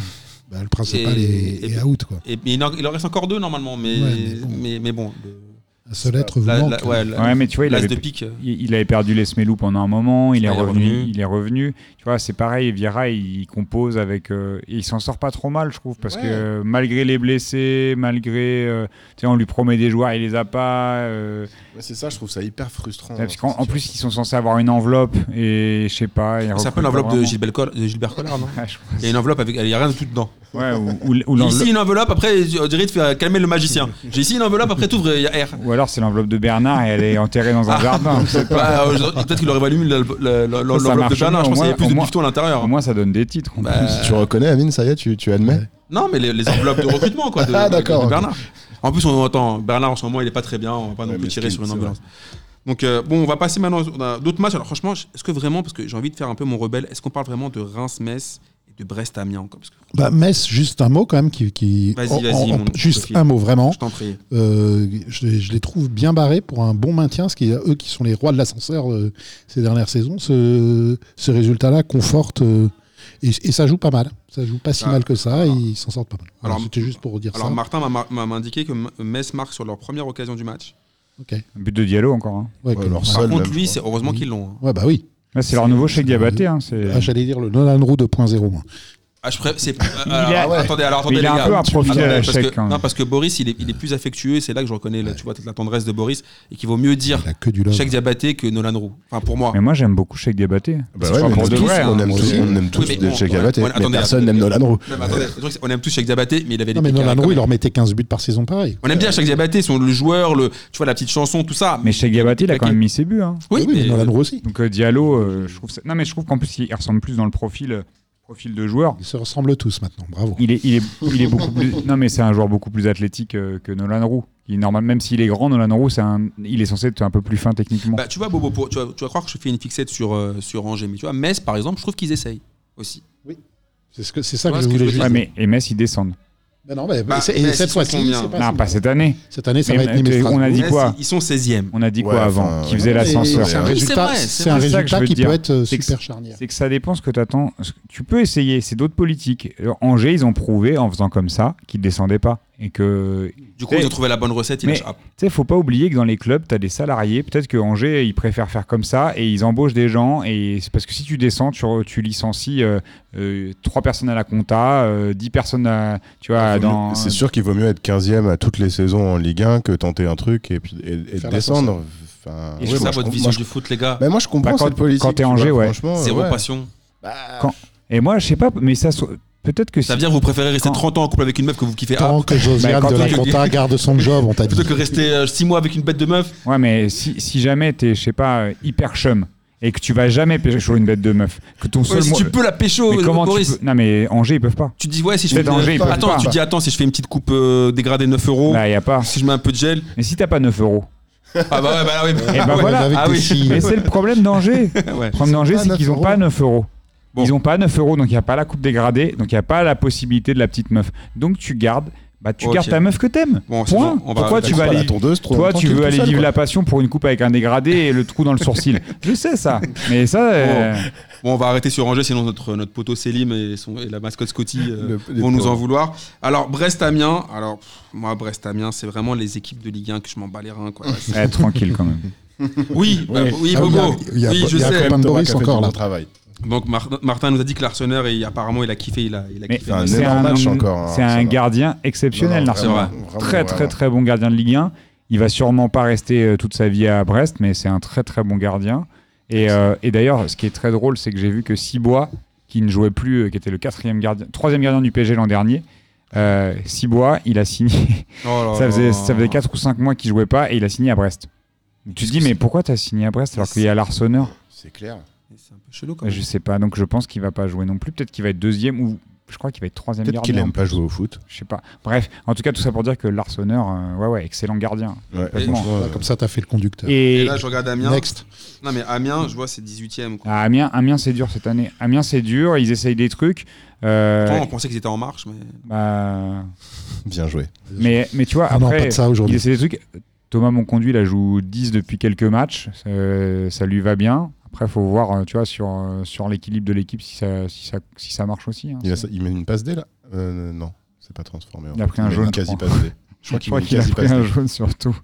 Speaker 2: bah, le principal
Speaker 4: Et-
Speaker 2: est,
Speaker 4: et-
Speaker 2: est out quoi.
Speaker 4: et mais il en, il en reste encore deux normalement mais
Speaker 2: Ouais,
Speaker 4: mais,
Speaker 2: mais bon.
Speaker 4: mais bon, le-
Speaker 2: Un seul être vous
Speaker 4: la-
Speaker 2: manque.
Speaker 4: la- ouais, la-
Speaker 5: Ouais, mais tu vois, il
Speaker 4: l'as
Speaker 5: avait
Speaker 4: de pique euh,
Speaker 5: Il il avait perdu les Smelou pendant un moment, il est,
Speaker 4: Ah, il est
Speaker 5: revenu,
Speaker 4: revenu.
Speaker 5: il est revenu. Tu vois, c'est pareil, Vieira, il compose avec... euh, et il s'en sort pas trop mal, je trouve, parce
Speaker 3: Ouais.
Speaker 5: que euh, malgré les blessés, malgré... euh, tu sais, on lui promet des joueurs, il les a pas. euh,
Speaker 3: ouais, c'est ça, je trouve ça hyper frustrant.
Speaker 5: parce qu'en- en plus, ils sont censés avoir une enveloppe, et je sais pas... ils
Speaker 4: c'est un peu
Speaker 5: recrutent
Speaker 4: l'enveloppe
Speaker 5: pas
Speaker 4: de
Speaker 5: vraiment.
Speaker 4: Gilbert, Coll- de Gilbert Collard non
Speaker 5: Ouais, je pense.
Speaker 4: il y a une enveloppe avec il y a rien de tout dedans
Speaker 5: Ouais, ou, ou- ou l'enveloppe-
Speaker 4: ici une enveloppe après on dirait de faire calmer le magicien j'ai ici une enveloppe après t'ouvres il y a R
Speaker 5: ou alors c'est l'enveloppe de Bernard, et elle est enterrée dans un jardin. je sais pas.
Speaker 4: Bah, euh, je- Peut-être qu'il aurait valu mieux l'al- le- le- l'enveloppe
Speaker 5: marche
Speaker 4: de Berlin.
Speaker 5: bien,
Speaker 4: Je
Speaker 5: au
Speaker 4: pense qu'il y
Speaker 5: moins-
Speaker 4: avait plus
Speaker 5: au
Speaker 4: de
Speaker 5: moins-
Speaker 4: bifton à l'intérieur.
Speaker 5: Au moins, ça donne des titres. en
Speaker 4: Bah,
Speaker 5: plus.
Speaker 3: Tu reconnais, Amine, ça y est, tu, tu admets
Speaker 2: Ouais.
Speaker 4: Non, mais les, les enveloppes de recrutement quoi, de,
Speaker 3: Ah,
Speaker 4: de-
Speaker 3: d'accord,
Speaker 4: de
Speaker 3: ok.
Speaker 4: Bernard. En plus, on entend Bernard en ce moment, il est pas très bien. On va pas non
Speaker 3: Ouais,
Speaker 4: plus
Speaker 3: mais
Speaker 4: tirer
Speaker 3: c'est-
Speaker 4: sur une
Speaker 3: c'est
Speaker 4: ambulance. Donc, euh, bon, on va passer maintenant on a d'autres matchs. Alors, franchement, je- est-ce que vraiment, parce que j'ai envie de faire un peu mon rebelle, est-ce qu'on parle vraiment de Reims-Metz et de Brest-Amiens quoi, Parce que
Speaker 2: Bah, Metz, juste un mot quand même qui. qui-
Speaker 4: Vas-y,
Speaker 2: en-
Speaker 4: vas-y,
Speaker 2: en-
Speaker 4: mon
Speaker 2: juste
Speaker 4: Sophie.
Speaker 2: un mot vraiment.
Speaker 4: Je t'en prie.
Speaker 2: Euh, je, les- je les trouve bien barrés pour un bon maintien, ce qui est eux qui sont les rois de l'ascenseur euh, ces dernières saisons. Ce, ce résultat-là conforte euh, et, et ça joue pas mal. Ça joue pas si
Speaker 4: Ah.
Speaker 2: mal que ça. et
Speaker 4: Alors.
Speaker 2: ils s'en sortent pas mal. Alors,
Speaker 4: Alors,
Speaker 2: c'était juste pour dire
Speaker 4: Alors,
Speaker 2: ça.
Speaker 4: Martin m'a- m'a m'a indiqué que M- Metz marque sur leur première occasion du match.
Speaker 2: Ok. Ouais,
Speaker 5: Un but de Diallo, encore. hein.
Speaker 2: que-
Speaker 3: alors,
Speaker 2: ouais.
Speaker 3: ça-
Speaker 4: Par
Speaker 3: Seul,
Speaker 4: contre,
Speaker 3: même,
Speaker 4: lui,
Speaker 3: je
Speaker 4: c'est heureusement
Speaker 2: Oui.
Speaker 4: qu'ils l'ont. hein.
Speaker 2: Ouais, bah oui.
Speaker 5: Là, c'est leur nouveau chez Diabaté. hein, c'est-
Speaker 2: Ah, J'allais dire le Nolan Roux 2.0. moi.
Speaker 4: Ah, je pré- c'est-
Speaker 5: Il
Speaker 4: alors,
Speaker 5: est- ah ouais.
Speaker 4: attendez, alors attendez,
Speaker 5: Mais il
Speaker 4: les
Speaker 5: a un
Speaker 4: gars.
Speaker 5: peu un hein. profil
Speaker 4: Attendez,
Speaker 5: à la
Speaker 4: parce
Speaker 5: Cheikh,
Speaker 4: que-
Speaker 5: quand même.
Speaker 4: Non, parce que Boris, il est, il est plus affectueux, et c'est là que je reconnais, là, tu vois, toute la tendresse de Boris, et qu'il vaut mieux dire
Speaker 2: Il a que du love.
Speaker 4: Cheikh Diabaté que Nolan Roux. Enfin, pour moi.
Speaker 5: Mais moi, j'aime beaucoup chez Diabaté.
Speaker 3: Bah
Speaker 5: C'est
Speaker 3: ouais,
Speaker 5: pas
Speaker 3: mais
Speaker 5: pour
Speaker 3: nous
Speaker 5: de
Speaker 3: tous,
Speaker 5: vrai, hein.
Speaker 3: on aime tous,
Speaker 2: aussi.
Speaker 3: on aime tous
Speaker 4: Oui, mais
Speaker 3: des
Speaker 4: bon,
Speaker 3: Cheikh
Speaker 4: ouais.
Speaker 3: Abaté,
Speaker 4: Ouais,
Speaker 3: mais
Speaker 4: attendez,
Speaker 3: personne n'aime Nolan Roux.
Speaker 4: Non, mais attendez, le truc, c'est- on aime tous Cheikh Diabaté, mais il avait des
Speaker 2: Non, mais
Speaker 4: piques à la
Speaker 2: Nolan Roux,
Speaker 4: com-
Speaker 2: il leur mettait 15 buts par saison pareil.
Speaker 4: On aime bien Cheikh Diabaté, son, le joueur, le, tu vois, la petite chanson, tout ça.
Speaker 5: Mais chez Diabaté, il a quand même mis ses buts. hein.
Speaker 4: Oui,
Speaker 2: Ah oui, mais
Speaker 4: mais-
Speaker 2: Nolan Roux aussi.
Speaker 5: Donc euh, Diallo, euh, je trouve ça- non mais je trouve qu'en plus il ressemble plus dans le profil euh, profil de joueur.
Speaker 2: Ils se ressemblent tous maintenant. Bravo.
Speaker 5: Il est, il est, il est beaucoup plus. Non mais c'est un joueur beaucoup plus athlétique euh, que Nolan Roux. Il est normal, même s'il est grand, Nolan Roux, c'est un- il est censé être un peu plus fin techniquement.
Speaker 4: Bah, tu vois, Bobo, pour- tu, vas, tu vas croire que je fais une fixette sur, euh, sur Angers, mais tu vois, Metz, par exemple, je trouve qu'ils essayent aussi.
Speaker 2: C'est ce que- c'est ça
Speaker 4: Tu
Speaker 2: que
Speaker 4: vois
Speaker 2: je
Speaker 4: ce que
Speaker 2: voulais
Speaker 4: je veux
Speaker 2: juste.
Speaker 4: dire
Speaker 5: Ouais, mais et Metz, ils descendent.
Speaker 2: Bah non, mais-
Speaker 4: Bah,
Speaker 2: c'est- et
Speaker 4: mais
Speaker 2: cette
Speaker 4: ils
Speaker 2: fois-ci,
Speaker 4: sont combien
Speaker 2: c'est pas
Speaker 5: Non, pas
Speaker 2: si mal.
Speaker 5: cette année.
Speaker 2: Cette année, ça
Speaker 5: Mais-
Speaker 2: va être Nîmes
Speaker 5: mais-
Speaker 2: et
Speaker 5: on a dit-
Speaker 2: Strasbourg.
Speaker 4: Metz,
Speaker 5: quoi
Speaker 4: Ils sont 16e.
Speaker 5: On a dit
Speaker 3: Ouais,
Speaker 5: quoi avant
Speaker 3: enfin,
Speaker 5: Qui faisait
Speaker 3: ouais.
Speaker 2: Mais
Speaker 5: l'ascenseur.
Speaker 2: C'est un
Speaker 3: Oui,
Speaker 4: c'est
Speaker 2: résultat,
Speaker 4: vrai, c'est
Speaker 2: c'est un
Speaker 5: vrai. C'est ça que je
Speaker 2: résultat
Speaker 5: veux
Speaker 2: qui
Speaker 5: dire.
Speaker 2: peut être euh,
Speaker 5: C'est que-
Speaker 2: super charnière.
Speaker 5: C'est que ça dépend ce que tu attends. Tu peux essayer, c'est d'autres politiques. Euh, Angers, ils ont prouvé en faisant comme ça qu'ils descendaient pas et que
Speaker 4: Du coup,
Speaker 5: Mais-
Speaker 4: ils ont trouvé la bonne recette, ils
Speaker 5: mais-
Speaker 4: lâchent- ah,
Speaker 5: Tu sais, faut pas oublier que dans les clubs, tu as des salariés. Peut-être que Angers, ils préfèrent faire comme ça et ils embauchent des gens. Et c'est parce que si tu descends, tu, re- tu licencies euh, euh, trois personnes à la compta, euh, 10 personnes, à, tu vois, dans.
Speaker 3: Ah, C'est sûr qu'il vaut mieux être 15ème à toutes les saisons en Ligue 1 que tenter un truc et puis et, et
Speaker 2: Faire
Speaker 3: descendre. Enfin,
Speaker 5: Et
Speaker 3: ouais,
Speaker 4: C'est
Speaker 5: moi,
Speaker 4: ça
Speaker 3: je
Speaker 4: votre
Speaker 3: com-
Speaker 4: vision
Speaker 3: moi, je-
Speaker 4: du foot, les gars.
Speaker 3: Mais moi je comprends
Speaker 5: Bah, quand-
Speaker 3: cette politique.
Speaker 5: quand t'es
Speaker 3: tu
Speaker 5: Angers,
Speaker 3: vois,
Speaker 5: ouais.
Speaker 3: franchement,
Speaker 4: Zéro
Speaker 3: ouais.
Speaker 4: passion.
Speaker 5: Et moi, je sais pas, mais ça, se- Peut-être que si-
Speaker 4: Ça veut dire que vous préférez rester
Speaker 5: Quand-
Speaker 4: 30 ans en couple avec une meuf que vous kiffez ah,
Speaker 2: Tant que Josiane
Speaker 5: quand
Speaker 2: de la
Speaker 4: tu-
Speaker 2: Conta garde son job, on t'a dit.
Speaker 4: plutôt que rester 6 mois avec une bête de meuf.
Speaker 5: Ouais, mais si, si jamais t'es, je sais pas, euh, hyper chum et que tu vas jamais pécho une bête de meuf, que ton seul
Speaker 4: Ouais, si
Speaker 5: mo-
Speaker 4: tu peux la pécho,
Speaker 5: mais
Speaker 4: euh,
Speaker 5: comment tu
Speaker 4: Boris.
Speaker 5: peux- Non, mais Angers, ils peuvent pas.
Speaker 4: Tu dis ouais si je
Speaker 5: Mais
Speaker 4: fais une-
Speaker 5: danger, ils peuvent
Speaker 4: attends
Speaker 5: pas.
Speaker 4: tu dis attends si je fais une petite coupe euh, dégradée 9 euros
Speaker 5: Là, y a pas.
Speaker 4: si je mets un peu de gel
Speaker 5: Mais si t'as pas 9 euros.
Speaker 4: ah bah ouais bah ouais
Speaker 5: Et bah
Speaker 2: Ouais,
Speaker 5: voilà.
Speaker 2: avec
Speaker 4: ah
Speaker 2: tes
Speaker 4: oui.
Speaker 2: signes.
Speaker 5: Mais c'est le problème d'Angers. Le
Speaker 4: ouais.
Speaker 5: problème d'Angers,
Speaker 2: pas
Speaker 5: c'est
Speaker 2: 9
Speaker 5: qu'ils ont
Speaker 2: euros.
Speaker 5: pas 9 euros.
Speaker 4: Bon.
Speaker 5: Ils ont pas 9 euros, donc il n'y a pas la coupe dégradée, donc il n'y a pas la possibilité de la petite meuf. Donc tu gardes, bah, tu
Speaker 4: Ok.
Speaker 5: gardes ta meuf que t'aimes.
Speaker 4: Bon, c'est
Speaker 5: Point.
Speaker 4: bon, on va-
Speaker 5: Pourquoi tu
Speaker 4: d'accord.
Speaker 5: vas
Speaker 3: Pas la
Speaker 5: aller,
Speaker 3: tondeuse, trop
Speaker 5: toi, tu
Speaker 3: tranquille,
Speaker 5: veux
Speaker 3: tout
Speaker 5: aller
Speaker 3: seul,
Speaker 5: vivre
Speaker 3: quoi.
Speaker 5: la passion pour une coupe avec un dégradé et le trou dans le sourcil Je sais ça, mais ça, euh,
Speaker 4: Bon, on va arrêter sur Angers, sinon notre, notre poteau Selim et, son, et la mascotte Scotty euh,
Speaker 3: Le- les
Speaker 4: vont nous en
Speaker 3: pauvres.
Speaker 4: vouloir. Alors, Brest-Amiens, alors, pff, moi, Brest-Amiens, c'est vraiment les équipes de Ligue 1 que je m'en bats les reins. Quoi.
Speaker 5: ouais, tranquille quand même.
Speaker 4: oui, bah, oui,
Speaker 2: Ah oui,
Speaker 4: Bobo.
Speaker 2: il y a- il y
Speaker 4: oui,
Speaker 2: a-
Speaker 4: je
Speaker 2: il y a
Speaker 4: sais.
Speaker 2: Copain de
Speaker 3: Thomas
Speaker 2: Boris
Speaker 3: qui a fait
Speaker 2: encore,
Speaker 3: du bon
Speaker 2: là.
Speaker 3: travail.
Speaker 4: Donc, Mar- Martin nous a dit que l'Arseneur, il, apparemment, il a kiffé. Il a, il a
Speaker 5: Mais
Speaker 4: kiffé.
Speaker 3: un
Speaker 5: c'est
Speaker 3: énorme
Speaker 5: un,
Speaker 3: match encore, hein,
Speaker 5: c'est un
Speaker 3: Arsenal.
Speaker 5: gardien exceptionnel,
Speaker 3: Non, non,
Speaker 5: Larsenal.
Speaker 4: vraiment,
Speaker 3: vraiment,
Speaker 5: Très très
Speaker 3: vraiment.
Speaker 5: très bon gardien de Ligue 1. Il va sûrement pas rester euh, toute sa vie à Brest, mais c'est un très très bon gardien. Et, euh, et d'ailleurs, ce qui est très drôle, c'est que j'ai vu que Sibois, qui ne jouait plus, euh, qui était le quatrième gardien, troisième gardien du PSG l'an dernier, euh, Sibois, il a signé.
Speaker 4: Oh là
Speaker 5: ça, faisait,
Speaker 4: là.
Speaker 5: ça faisait 4 ou 5 mois qu'il jouait pas et il a signé à Brest. Tu te dis, mais pourquoi tu as signé à Brest alors qu'il y a Larseneur
Speaker 3: C'est clair.
Speaker 4: C'est un peu chelou quand
Speaker 5: Bah,
Speaker 4: même.
Speaker 5: Je sais pas, donc je pense qu'il va pas jouer non plus. Peut-être qu'il va être deuxième ou je crois qu'il va être troisième
Speaker 3: Peut-être qu'il
Speaker 5: gardien.
Speaker 3: aime pas jouer au foot.
Speaker 5: Je sais pas. Bref, en tout cas, tout ça pour dire que Larsonneur, euh, ouais, ouais, excellent gardien.
Speaker 3: Ouais,
Speaker 4: franchement,
Speaker 3: franchement,
Speaker 2: Là,
Speaker 3: euh,
Speaker 2: Comme ça, t'as fait le conducteur.
Speaker 5: Et,
Speaker 4: Et là, je regarde Amiens.
Speaker 2: Next.
Speaker 4: Non, mais Amiens, je vois, c'est 18ème. Quoi.
Speaker 5: à Ah, Amiens, Amiens c'est dur cette année. Amiens, c'est dur, ils essayent des trucs. euh,
Speaker 4: Pourtant, on pensait qu'ils étaient en marche, mais.
Speaker 5: bah,
Speaker 3: bien joué.
Speaker 5: mais, mais tu vois,
Speaker 2: Ah non,
Speaker 5: après,
Speaker 2: pas de ça
Speaker 5: ils
Speaker 2: aujourd'hui.
Speaker 5: essayent des trucs. Thomas Monconduit, il joue 10 depuis quelques matchs. euh, ça lui va bien. Après, faut voir, euh, tu vois, sur, euh, sur l'équilibre de l'équipe si ça, si, ça, si ça marche aussi. hein.
Speaker 3: Il, a, il met une passe D là Euh, Non, c'est pas transformé. en
Speaker 5: Il a
Speaker 3: fait.
Speaker 5: pris un
Speaker 3: met
Speaker 5: jaune,
Speaker 3: une
Speaker 5: je
Speaker 3: quasi
Speaker 5: crois.
Speaker 3: passe D. Je crois
Speaker 5: Je
Speaker 3: qu'il
Speaker 5: crois
Speaker 3: met une
Speaker 5: qu'il a
Speaker 3: quasi
Speaker 5: pris
Speaker 3: passe
Speaker 5: un
Speaker 3: D.
Speaker 5: jaune surtout.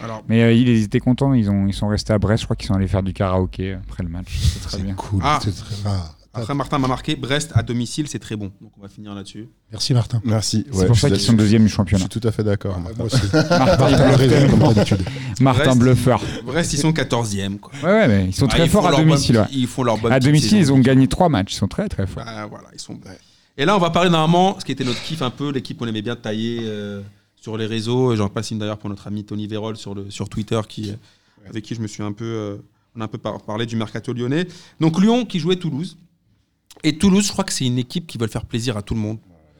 Speaker 4: Alors,
Speaker 5: Mais euh, ils ils étaient contents, ils, ont, ils sont restés à Brest, je crois qu'ils sont allés faire du karaoké euh, après le match. C'est très bien.
Speaker 2: Cool.
Speaker 4: Ah.
Speaker 2: c'est très rare.
Speaker 4: après, Martin m'a marqué Brest à domicile, c'est très bon. Donc, on va finir là-dessus.
Speaker 2: Merci Martin.
Speaker 3: Merci.
Speaker 5: C'est
Speaker 3: ouais,
Speaker 5: pour
Speaker 3: je
Speaker 5: ça
Speaker 3: suis
Speaker 5: qu'ils sont
Speaker 3: d'accord.
Speaker 5: deuxième du
Speaker 3: Je
Speaker 5: championnat.
Speaker 3: suis tout à fait d'accord.
Speaker 2: Ah,
Speaker 3: Martin.
Speaker 2: moi
Speaker 5: Martin,
Speaker 2: aussi. Martin
Speaker 5: Bluffeur.
Speaker 2: Bluffeur, comme d'habitude.
Speaker 5: Martin
Speaker 4: Brest.
Speaker 5: Bluffeur.
Speaker 4: Brest, ils sont 14ème. Quoi.
Speaker 5: Ouais, ouais, mais ils sont
Speaker 4: Ah,
Speaker 5: très
Speaker 4: ils
Speaker 5: forts
Speaker 4: font
Speaker 5: à
Speaker 4: leur
Speaker 5: domicile.
Speaker 4: bonne
Speaker 5: ouais.
Speaker 4: petite- Ils font leur bonne
Speaker 5: À
Speaker 4: petite
Speaker 5: domicile, ils
Speaker 4: saison.
Speaker 5: ont gagné trois matchs. Ils sont très, très forts.
Speaker 4: Bah, voilà, ils sont bons. Et là, on va parler d'un moment, ce qui était notre kiff un peu, l'équipe qu'on aimait bien tailler euh, sur les réseaux. Et J'en passe une d'ailleurs pour notre ami Tony Vérol sur, le, sur Twitter, qui, euh, avec qui je me suis un peu. euh, on a un peu par- parlé du mercato lyonnais. Donc Lyon qui jouait Toulouse. Et Toulouse, je crois que c'est une équipe qui veulent faire plaisir à tout le monde.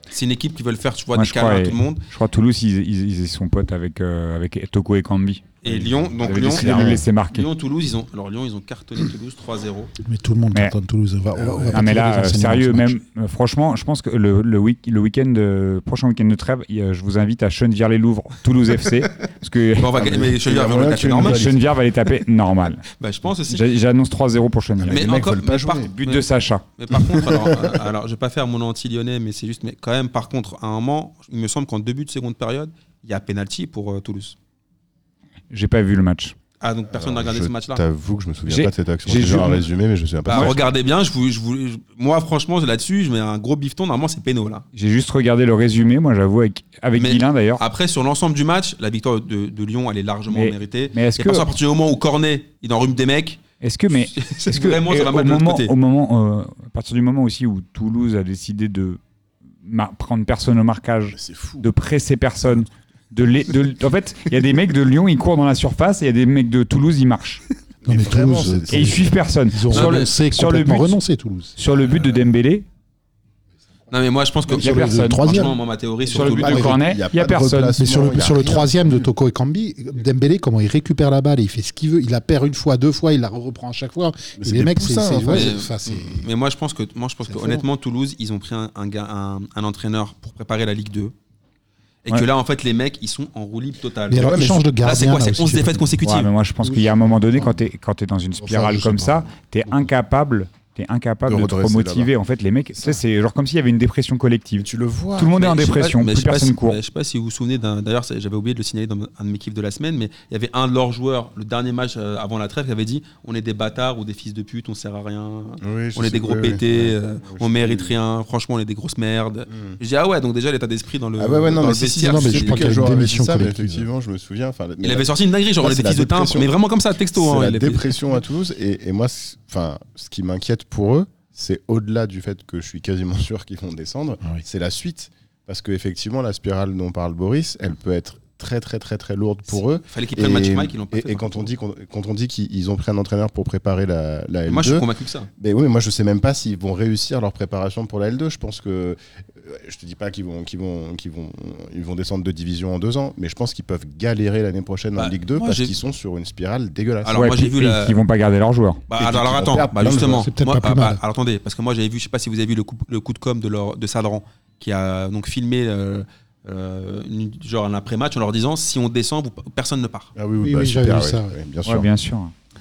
Speaker 4: C'est une équipe qui veulent faire, tu vois,
Speaker 5: Moi,
Speaker 4: des
Speaker 5: je crois,
Speaker 4: câlins à
Speaker 5: et-
Speaker 4: tout le monde.
Speaker 5: Je crois que Toulouse, ils, ils, ils sont potes avec, euh, avec Toko et Kambi.
Speaker 4: Et Lyon,
Speaker 5: Ils
Speaker 4: donc
Speaker 5: avaient
Speaker 4: Lyon,
Speaker 5: décidé de
Speaker 3: Lyon-
Speaker 5: les laisser marquer.
Speaker 4: Lyon, Toulouse, ils ont, alors Lyon, ils ont cartonné Toulouse 3-0.
Speaker 5: Ah,
Speaker 2: Mais tout le monde
Speaker 5: Mais-
Speaker 2: cantonne Toulouse. On va- on va- on va
Speaker 5: Ah mais
Speaker 2: tirer
Speaker 5: là,
Speaker 2: les
Speaker 5: euh,
Speaker 2: enseignements de
Speaker 5: sérieux,
Speaker 2: ce match.
Speaker 5: même euh, franchement, je pense que le, le, week- le week-end, euh, prochain week-end de trêve, il y a- je vous invite à Chenevière-les-Louvres, Toulouse FC, parce que
Speaker 4: Bon, on va gagner, mais Chenevière,
Speaker 3: il y a
Speaker 4: ils vont le
Speaker 3: moyen
Speaker 4: taper
Speaker 3: que-
Speaker 4: normal.
Speaker 5: Chenevière va les taper normal.
Speaker 4: Bah, je pense aussi.
Speaker 5: J'a- J'annonce 3-0 pour Chenevière.
Speaker 3: Mais- les mecs veulent pas
Speaker 4: mais
Speaker 3: jouer.
Speaker 4: par-
Speaker 5: But de Sacha.
Speaker 4: Mais par contre, alors, euh, alors, je vais pas faire mon anti-lyonnais, mais c'est juste, mais quand même, par contre, à un moment, il me semble qu'en début de seconde période, il y a penalty pour euh, Toulouse.
Speaker 5: J'ai pas vu le match.
Speaker 4: Ah, donc personne n'a regardé
Speaker 3: Je
Speaker 4: ce match-là.
Speaker 3: T'avoue que je me souviens
Speaker 5: J'ai-
Speaker 3: pas de cette action.
Speaker 5: j'ai
Speaker 3: J'ai genre un
Speaker 5: joué-
Speaker 3: résumé, mais je me souviens
Speaker 4: Bah,
Speaker 3: pas. de ça.
Speaker 4: regardez bien, je vous, je vous- je- moi, franchement, là-dessus, je mets un gros bifton. Normalement, c'est péno, là.
Speaker 5: J'ai juste regardé le résumé, moi j'avoue, avec, avec
Speaker 4: Mais- ah,
Speaker 5: Guilain d'ailleurs.
Speaker 4: Après, sur l'ensemble du match, la victoire de, de Lyon, elle est largement
Speaker 5: Mais-
Speaker 4: méritée.
Speaker 5: mais est-ce
Speaker 4: Et
Speaker 5: que-
Speaker 4: parce qu'à partir du moment où Cornet, il enrhume des mecs,
Speaker 5: Est-ce que, mais,
Speaker 4: c'est
Speaker 5: est-ce que
Speaker 4: vraiment,
Speaker 5: et
Speaker 4: ça va
Speaker 5: au,
Speaker 4: mal de l'autre
Speaker 5: moment,
Speaker 4: côté.
Speaker 5: au moment, euh, à partir du moment aussi où Toulouse a décidé de mar- prendre personne au marquage,
Speaker 3: C'est fou.
Speaker 5: de presser personne. De les- de- en fait, il y a des mecs de Lyon, ils courent dans la surface, et il y a des mecs de Toulouse, ils marchent.
Speaker 2: Non, mais
Speaker 3: Mais vraiment,
Speaker 2: Toulouse,
Speaker 3: c'est-
Speaker 5: Et ils suivent personne.
Speaker 2: ils ont
Speaker 5: Sur le,
Speaker 2: renoncé,
Speaker 5: sur le
Speaker 2: complètement
Speaker 5: but.
Speaker 2: renoncé, Toulouse.
Speaker 5: sur le but de Dembélé,
Speaker 4: Non, mais moi, je pense que.
Speaker 5: Il y a
Speaker 2: Sur le
Speaker 5: personne.
Speaker 2: troisième.
Speaker 4: Franchement, moi, ma théorie
Speaker 5: sur le but
Speaker 2: Ah,
Speaker 5: de
Speaker 2: mais
Speaker 5: Cornet,
Speaker 3: y a
Speaker 5: il n'y a
Speaker 3: pas de
Speaker 5: personne.
Speaker 3: replace.
Speaker 2: Mais sur
Speaker 3: Non,
Speaker 2: le,
Speaker 3: il a
Speaker 2: sur le
Speaker 3: rien
Speaker 2: troisième de
Speaker 3: vu.
Speaker 2: Toko et Kambi, Dembélé, comment il récupère la balle, et il fait ce qu'il veut, il la perd une fois, deux fois, il la reprend à chaque fois.
Speaker 3: Mais
Speaker 2: Et
Speaker 3: c'est
Speaker 2: les
Speaker 3: des
Speaker 2: mecs, c'est.
Speaker 3: poussins,
Speaker 2: c'est-
Speaker 3: en fait.
Speaker 2: ouais,
Speaker 4: Mais-
Speaker 2: c'est- enfin, c'est-
Speaker 4: Mais moi, je pense que, moi, je pense
Speaker 2: C'est
Speaker 4: que
Speaker 2: faux.
Speaker 4: honnêtement, Toulouse, ils ont pris un, un gars, un, un entraîneur pour préparer la Ligue 2. Et que
Speaker 5: Ouais.
Speaker 4: là, en fait, les mecs, ils sont en roue libre totale.
Speaker 2: Mais alors,
Speaker 4: Là,
Speaker 2: ils changent de gardien.
Speaker 4: c'est quoi
Speaker 2: là,
Speaker 4: C'est
Speaker 2: aussi,
Speaker 4: 11
Speaker 2: tu vois.
Speaker 4: défaites consécutives.
Speaker 5: Ouais, mais moi, je pense qu'il y a un moment donné, quand tu es, dans une spirale
Speaker 2: je sais
Speaker 5: comme
Speaker 2: pas.
Speaker 5: ça, tu es incapable, t'es incapable
Speaker 3: De
Speaker 5: de, te
Speaker 3: redresser
Speaker 5: remotiver. En fait, les mecs, tu sais, c'est genre comme s'il y avait une dépression collective.
Speaker 3: Tu le vois.
Speaker 5: Tout le monde est en
Speaker 4: Mais je sais pas-
Speaker 5: dépression,
Speaker 4: mais
Speaker 5: plus
Speaker 4: je sais pas
Speaker 5: personne
Speaker 4: si-
Speaker 5: court.
Speaker 4: mais Je sais pas si vous vous souvenez d'un. D'ailleurs, c'est- j'avais oublié de le signaler dans un de mes kiffs de la semaine, mais il y avait un de leurs joueurs, le dernier match euh, avant la trêve, qui avait dit On est des bâtards ou des fils de pute, on sert à rien,
Speaker 3: Oui, je
Speaker 4: on est
Speaker 3: sais-
Speaker 4: des gros
Speaker 3: ouais, ouais.
Speaker 4: pétés,
Speaker 3: Ouais,
Speaker 4: euh,
Speaker 3: ouais, je
Speaker 4: on
Speaker 3: sais.
Speaker 4: mérite rien, franchement, on est des grosses merdes. Je dis Ah ouais, donc déjà, l'état d'esprit dans le.
Speaker 3: Ah ouais, ouais,
Speaker 4: euh, dans
Speaker 3: non, mais
Speaker 4: le
Speaker 3: si, si,
Speaker 4: vestiaire,
Speaker 2: non, mais
Speaker 4: c'est-
Speaker 2: je crois qu'il y
Speaker 3: Quel
Speaker 2: a une
Speaker 3: joueur avait dit
Speaker 2: démission
Speaker 3: ça, mais
Speaker 2: collective.
Speaker 3: Effectivement, je me souviens. enfin, mais
Speaker 4: Il
Speaker 3: la-
Speaker 4: avait sorti une dinguerie, genre
Speaker 3: Là,
Speaker 4: on est des
Speaker 3: c'est la
Speaker 4: fils de timbre,
Speaker 3: dépression.
Speaker 6: hein,
Speaker 4: mais vraiment comme ça, texto.
Speaker 3: C'est
Speaker 4: hein,
Speaker 3: la
Speaker 4: il a fait-
Speaker 3: dépression à Toulouse. Et, et moi, c- enfin, ce qui m'inquiète pour eux, c'est au-delà du fait que je suis quasiment sûr qu'ils vont descendre,
Speaker 6: Ah oui.
Speaker 3: c'est la suite. Parce qu'effectivement, la spirale dont parle Boris, elle peut être très très très très lourde pour eux.
Speaker 4: Fallait qu'ils prennent Magic Mike, ils l'ont pas
Speaker 3: et-
Speaker 4: fait.
Speaker 3: et
Speaker 4: par
Speaker 3: quand on
Speaker 4: contre.
Speaker 3: dit qu'on- quand on dit qu'ils ont pris un entraîneur pour préparer la, la L2,
Speaker 4: Moi, je suis convaincu que ça.
Speaker 3: mais oui, mais moi je sais même pas s'ils vont réussir leur préparation pour la L2. Je pense que euh, je te dis pas qu'ils vont qu'ils vont qu'ils vont ils vont descendre de division en deux ans, mais je pense qu'ils peuvent galérer l'année prochaine
Speaker 4: Bah,
Speaker 3: en Ligue 2
Speaker 4: moi,
Speaker 3: parce
Speaker 4: j'ai-
Speaker 3: qu'ils sont sur une spirale dégueulasse.
Speaker 4: Alors, moi, j'ai vu la-
Speaker 5: Ils vont pas garder leurs joueurs.
Speaker 4: Bah,
Speaker 3: Et
Speaker 4: alors,
Speaker 3: puis,
Speaker 4: alors,
Speaker 3: on
Speaker 4: attends,
Speaker 3: perd
Speaker 4: bah,
Speaker 3: plein de
Speaker 4: justement,
Speaker 3: joueurs.
Speaker 2: C'est peut-être
Speaker 4: moi,
Speaker 2: pas plus
Speaker 4: ah, bah,
Speaker 2: mal.
Speaker 4: alors, attendez, parce que moi j'avais vu, je sais pas si vous avez vu le coup, le coup de com de, leur, de Sadran qui a donc filmé euh, euh, une- genre un après-match en leur disant si on descend, vous- personne ne part.
Speaker 3: Ah oui,
Speaker 2: Oui, oui, j'avais vu ça, ouais.
Speaker 3: bien sûr.
Speaker 5: Ouais, bien sûr.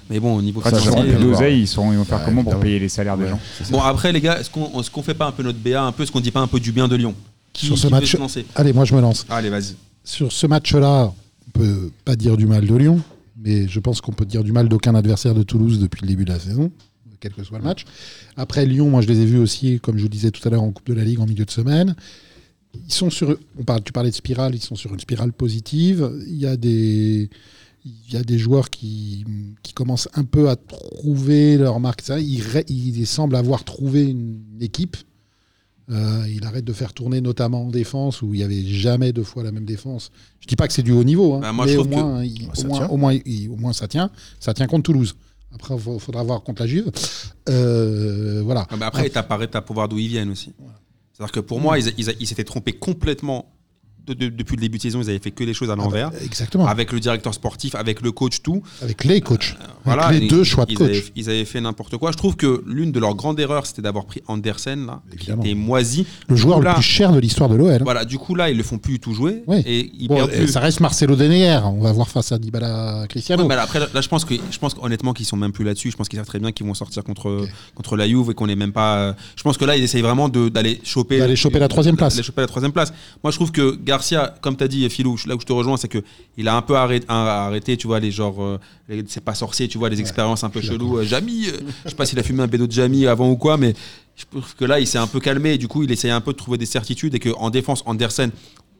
Speaker 4: Mais bon, au niveau
Speaker 3: Ah,
Speaker 4: euh,
Speaker 5: Quand
Speaker 3: Ça,
Speaker 5: ils
Speaker 3: j'aimerais
Speaker 5: auront
Speaker 3: bien
Speaker 5: plus
Speaker 3: le voir.
Speaker 5: d'oseille, ils, seront- ils vont faire
Speaker 3: Bah,
Speaker 5: comment pour
Speaker 3: évidemment.
Speaker 5: payer les salaires des gens
Speaker 4: Bon, après, les gars, est-ce qu'on est-ce qu'on fait pas un peu notre BA, un peu ce qu'on dit pas un peu du bien de Lyon qui,
Speaker 2: Sur ce
Speaker 4: qui veut
Speaker 2: match-
Speaker 4: se lancer
Speaker 2: Allez, moi je me lance.
Speaker 4: Allez, vas-y.
Speaker 2: Sur ce match-là, on peut pas dire du mal de Lyon, mais je pense qu'on peut dire du mal d'aucun adversaire de Toulouse depuis le début de la saison, quel que soit le match. Après Lyon, moi je les ai vus aussi, comme je vous disais tout à l'heure, en Coupe de la Ligue en milieu de semaine. Ils sont sur, on parle, tu parlais de spirale, ils sont sur une spirale positive. Il y a des, il y a des joueurs qui, qui commencent un peu à trouver leur marque. Ça, Ils, ré- ils semblent avoir trouvé une équipe. Euh, il arrête de faire tourner notamment en défense où il n'y avait jamais deux fois la même défense. Je dis pas que c'est du haut niveau, hein,
Speaker 4: Bah, moi, je
Speaker 2: mais au
Speaker 4: trouve
Speaker 2: moins, il-
Speaker 3: Ça
Speaker 2: au, moins,
Speaker 3: tient.
Speaker 2: au moins, il- au moins, ça tient. Ça tient contre Toulouse. Après, il faudra voir contre la Juve. Euh, voilà.
Speaker 4: Ah, mais après, étape par étape pour voir d'où ils viennent aussi. C'est-à-dire que pour
Speaker 2: Mm.
Speaker 4: moi, ils- ils ils s'étaient trompés complètement de- de- depuis le début de saison. Ils avaient fait que des
Speaker 2: Ah,
Speaker 4: choses à l'envers.
Speaker 2: Euh, Exactement. Avec,
Speaker 4: Avec le directeur sportif, avec le coach, tout.
Speaker 2: les coachs. Avec
Speaker 4: Euh, Voilà,
Speaker 2: les
Speaker 4: et-
Speaker 2: deux choix de
Speaker 4: ils
Speaker 2: coach.
Speaker 4: Avaient, ils avaient fait n'importe quoi. Je trouve que l'une de leurs grandes erreurs, c'était d'avoir pris Andersen, là,
Speaker 2: Évidemment.
Speaker 4: qui était moisi.
Speaker 2: Le
Speaker 4: Du
Speaker 2: joueur
Speaker 4: coup,
Speaker 2: le
Speaker 4: là-
Speaker 2: plus cher de l'histoire de l'OL.
Speaker 4: Voilà, du coup, là, ils le font plus du tout jouer.
Speaker 2: Oui.
Speaker 4: Et ils
Speaker 2: Bon,
Speaker 4: perdent
Speaker 2: euh,
Speaker 4: plus.
Speaker 2: ça reste Marcelo Denayer. On va voir face à Dybala Cristiano.
Speaker 4: Oui, mais là, après, là, je pense que je pense honnêtement qu'ils sont même plus là-dessus. Je pense qu'ils savent très bien qu'ils vont sortir contre contre la Juve et qu'on est même pas. euh, Je pense que là, ils essayent vraiment de- d'aller choper
Speaker 2: D'aller choper la troisième place.
Speaker 4: d'aller choper la troisième place. Moi, je trouve que Garcia, comme tu as dit, Philou, là où je te rejoins, c'est que il a un peu arrêté, un- arrêté tu vois, les genres, euh, les- c'est pas sorcier, tu vois, les expériences un peu cheloues. Euh, Jamy, euh, je sais pas s'il a fumé un bédo de Jamy avant ou quoi, mais je trouve que là, il s'est un peu calmé. Et du coup, il essayait un peu de trouver des certitudes et que en défense, Andersen.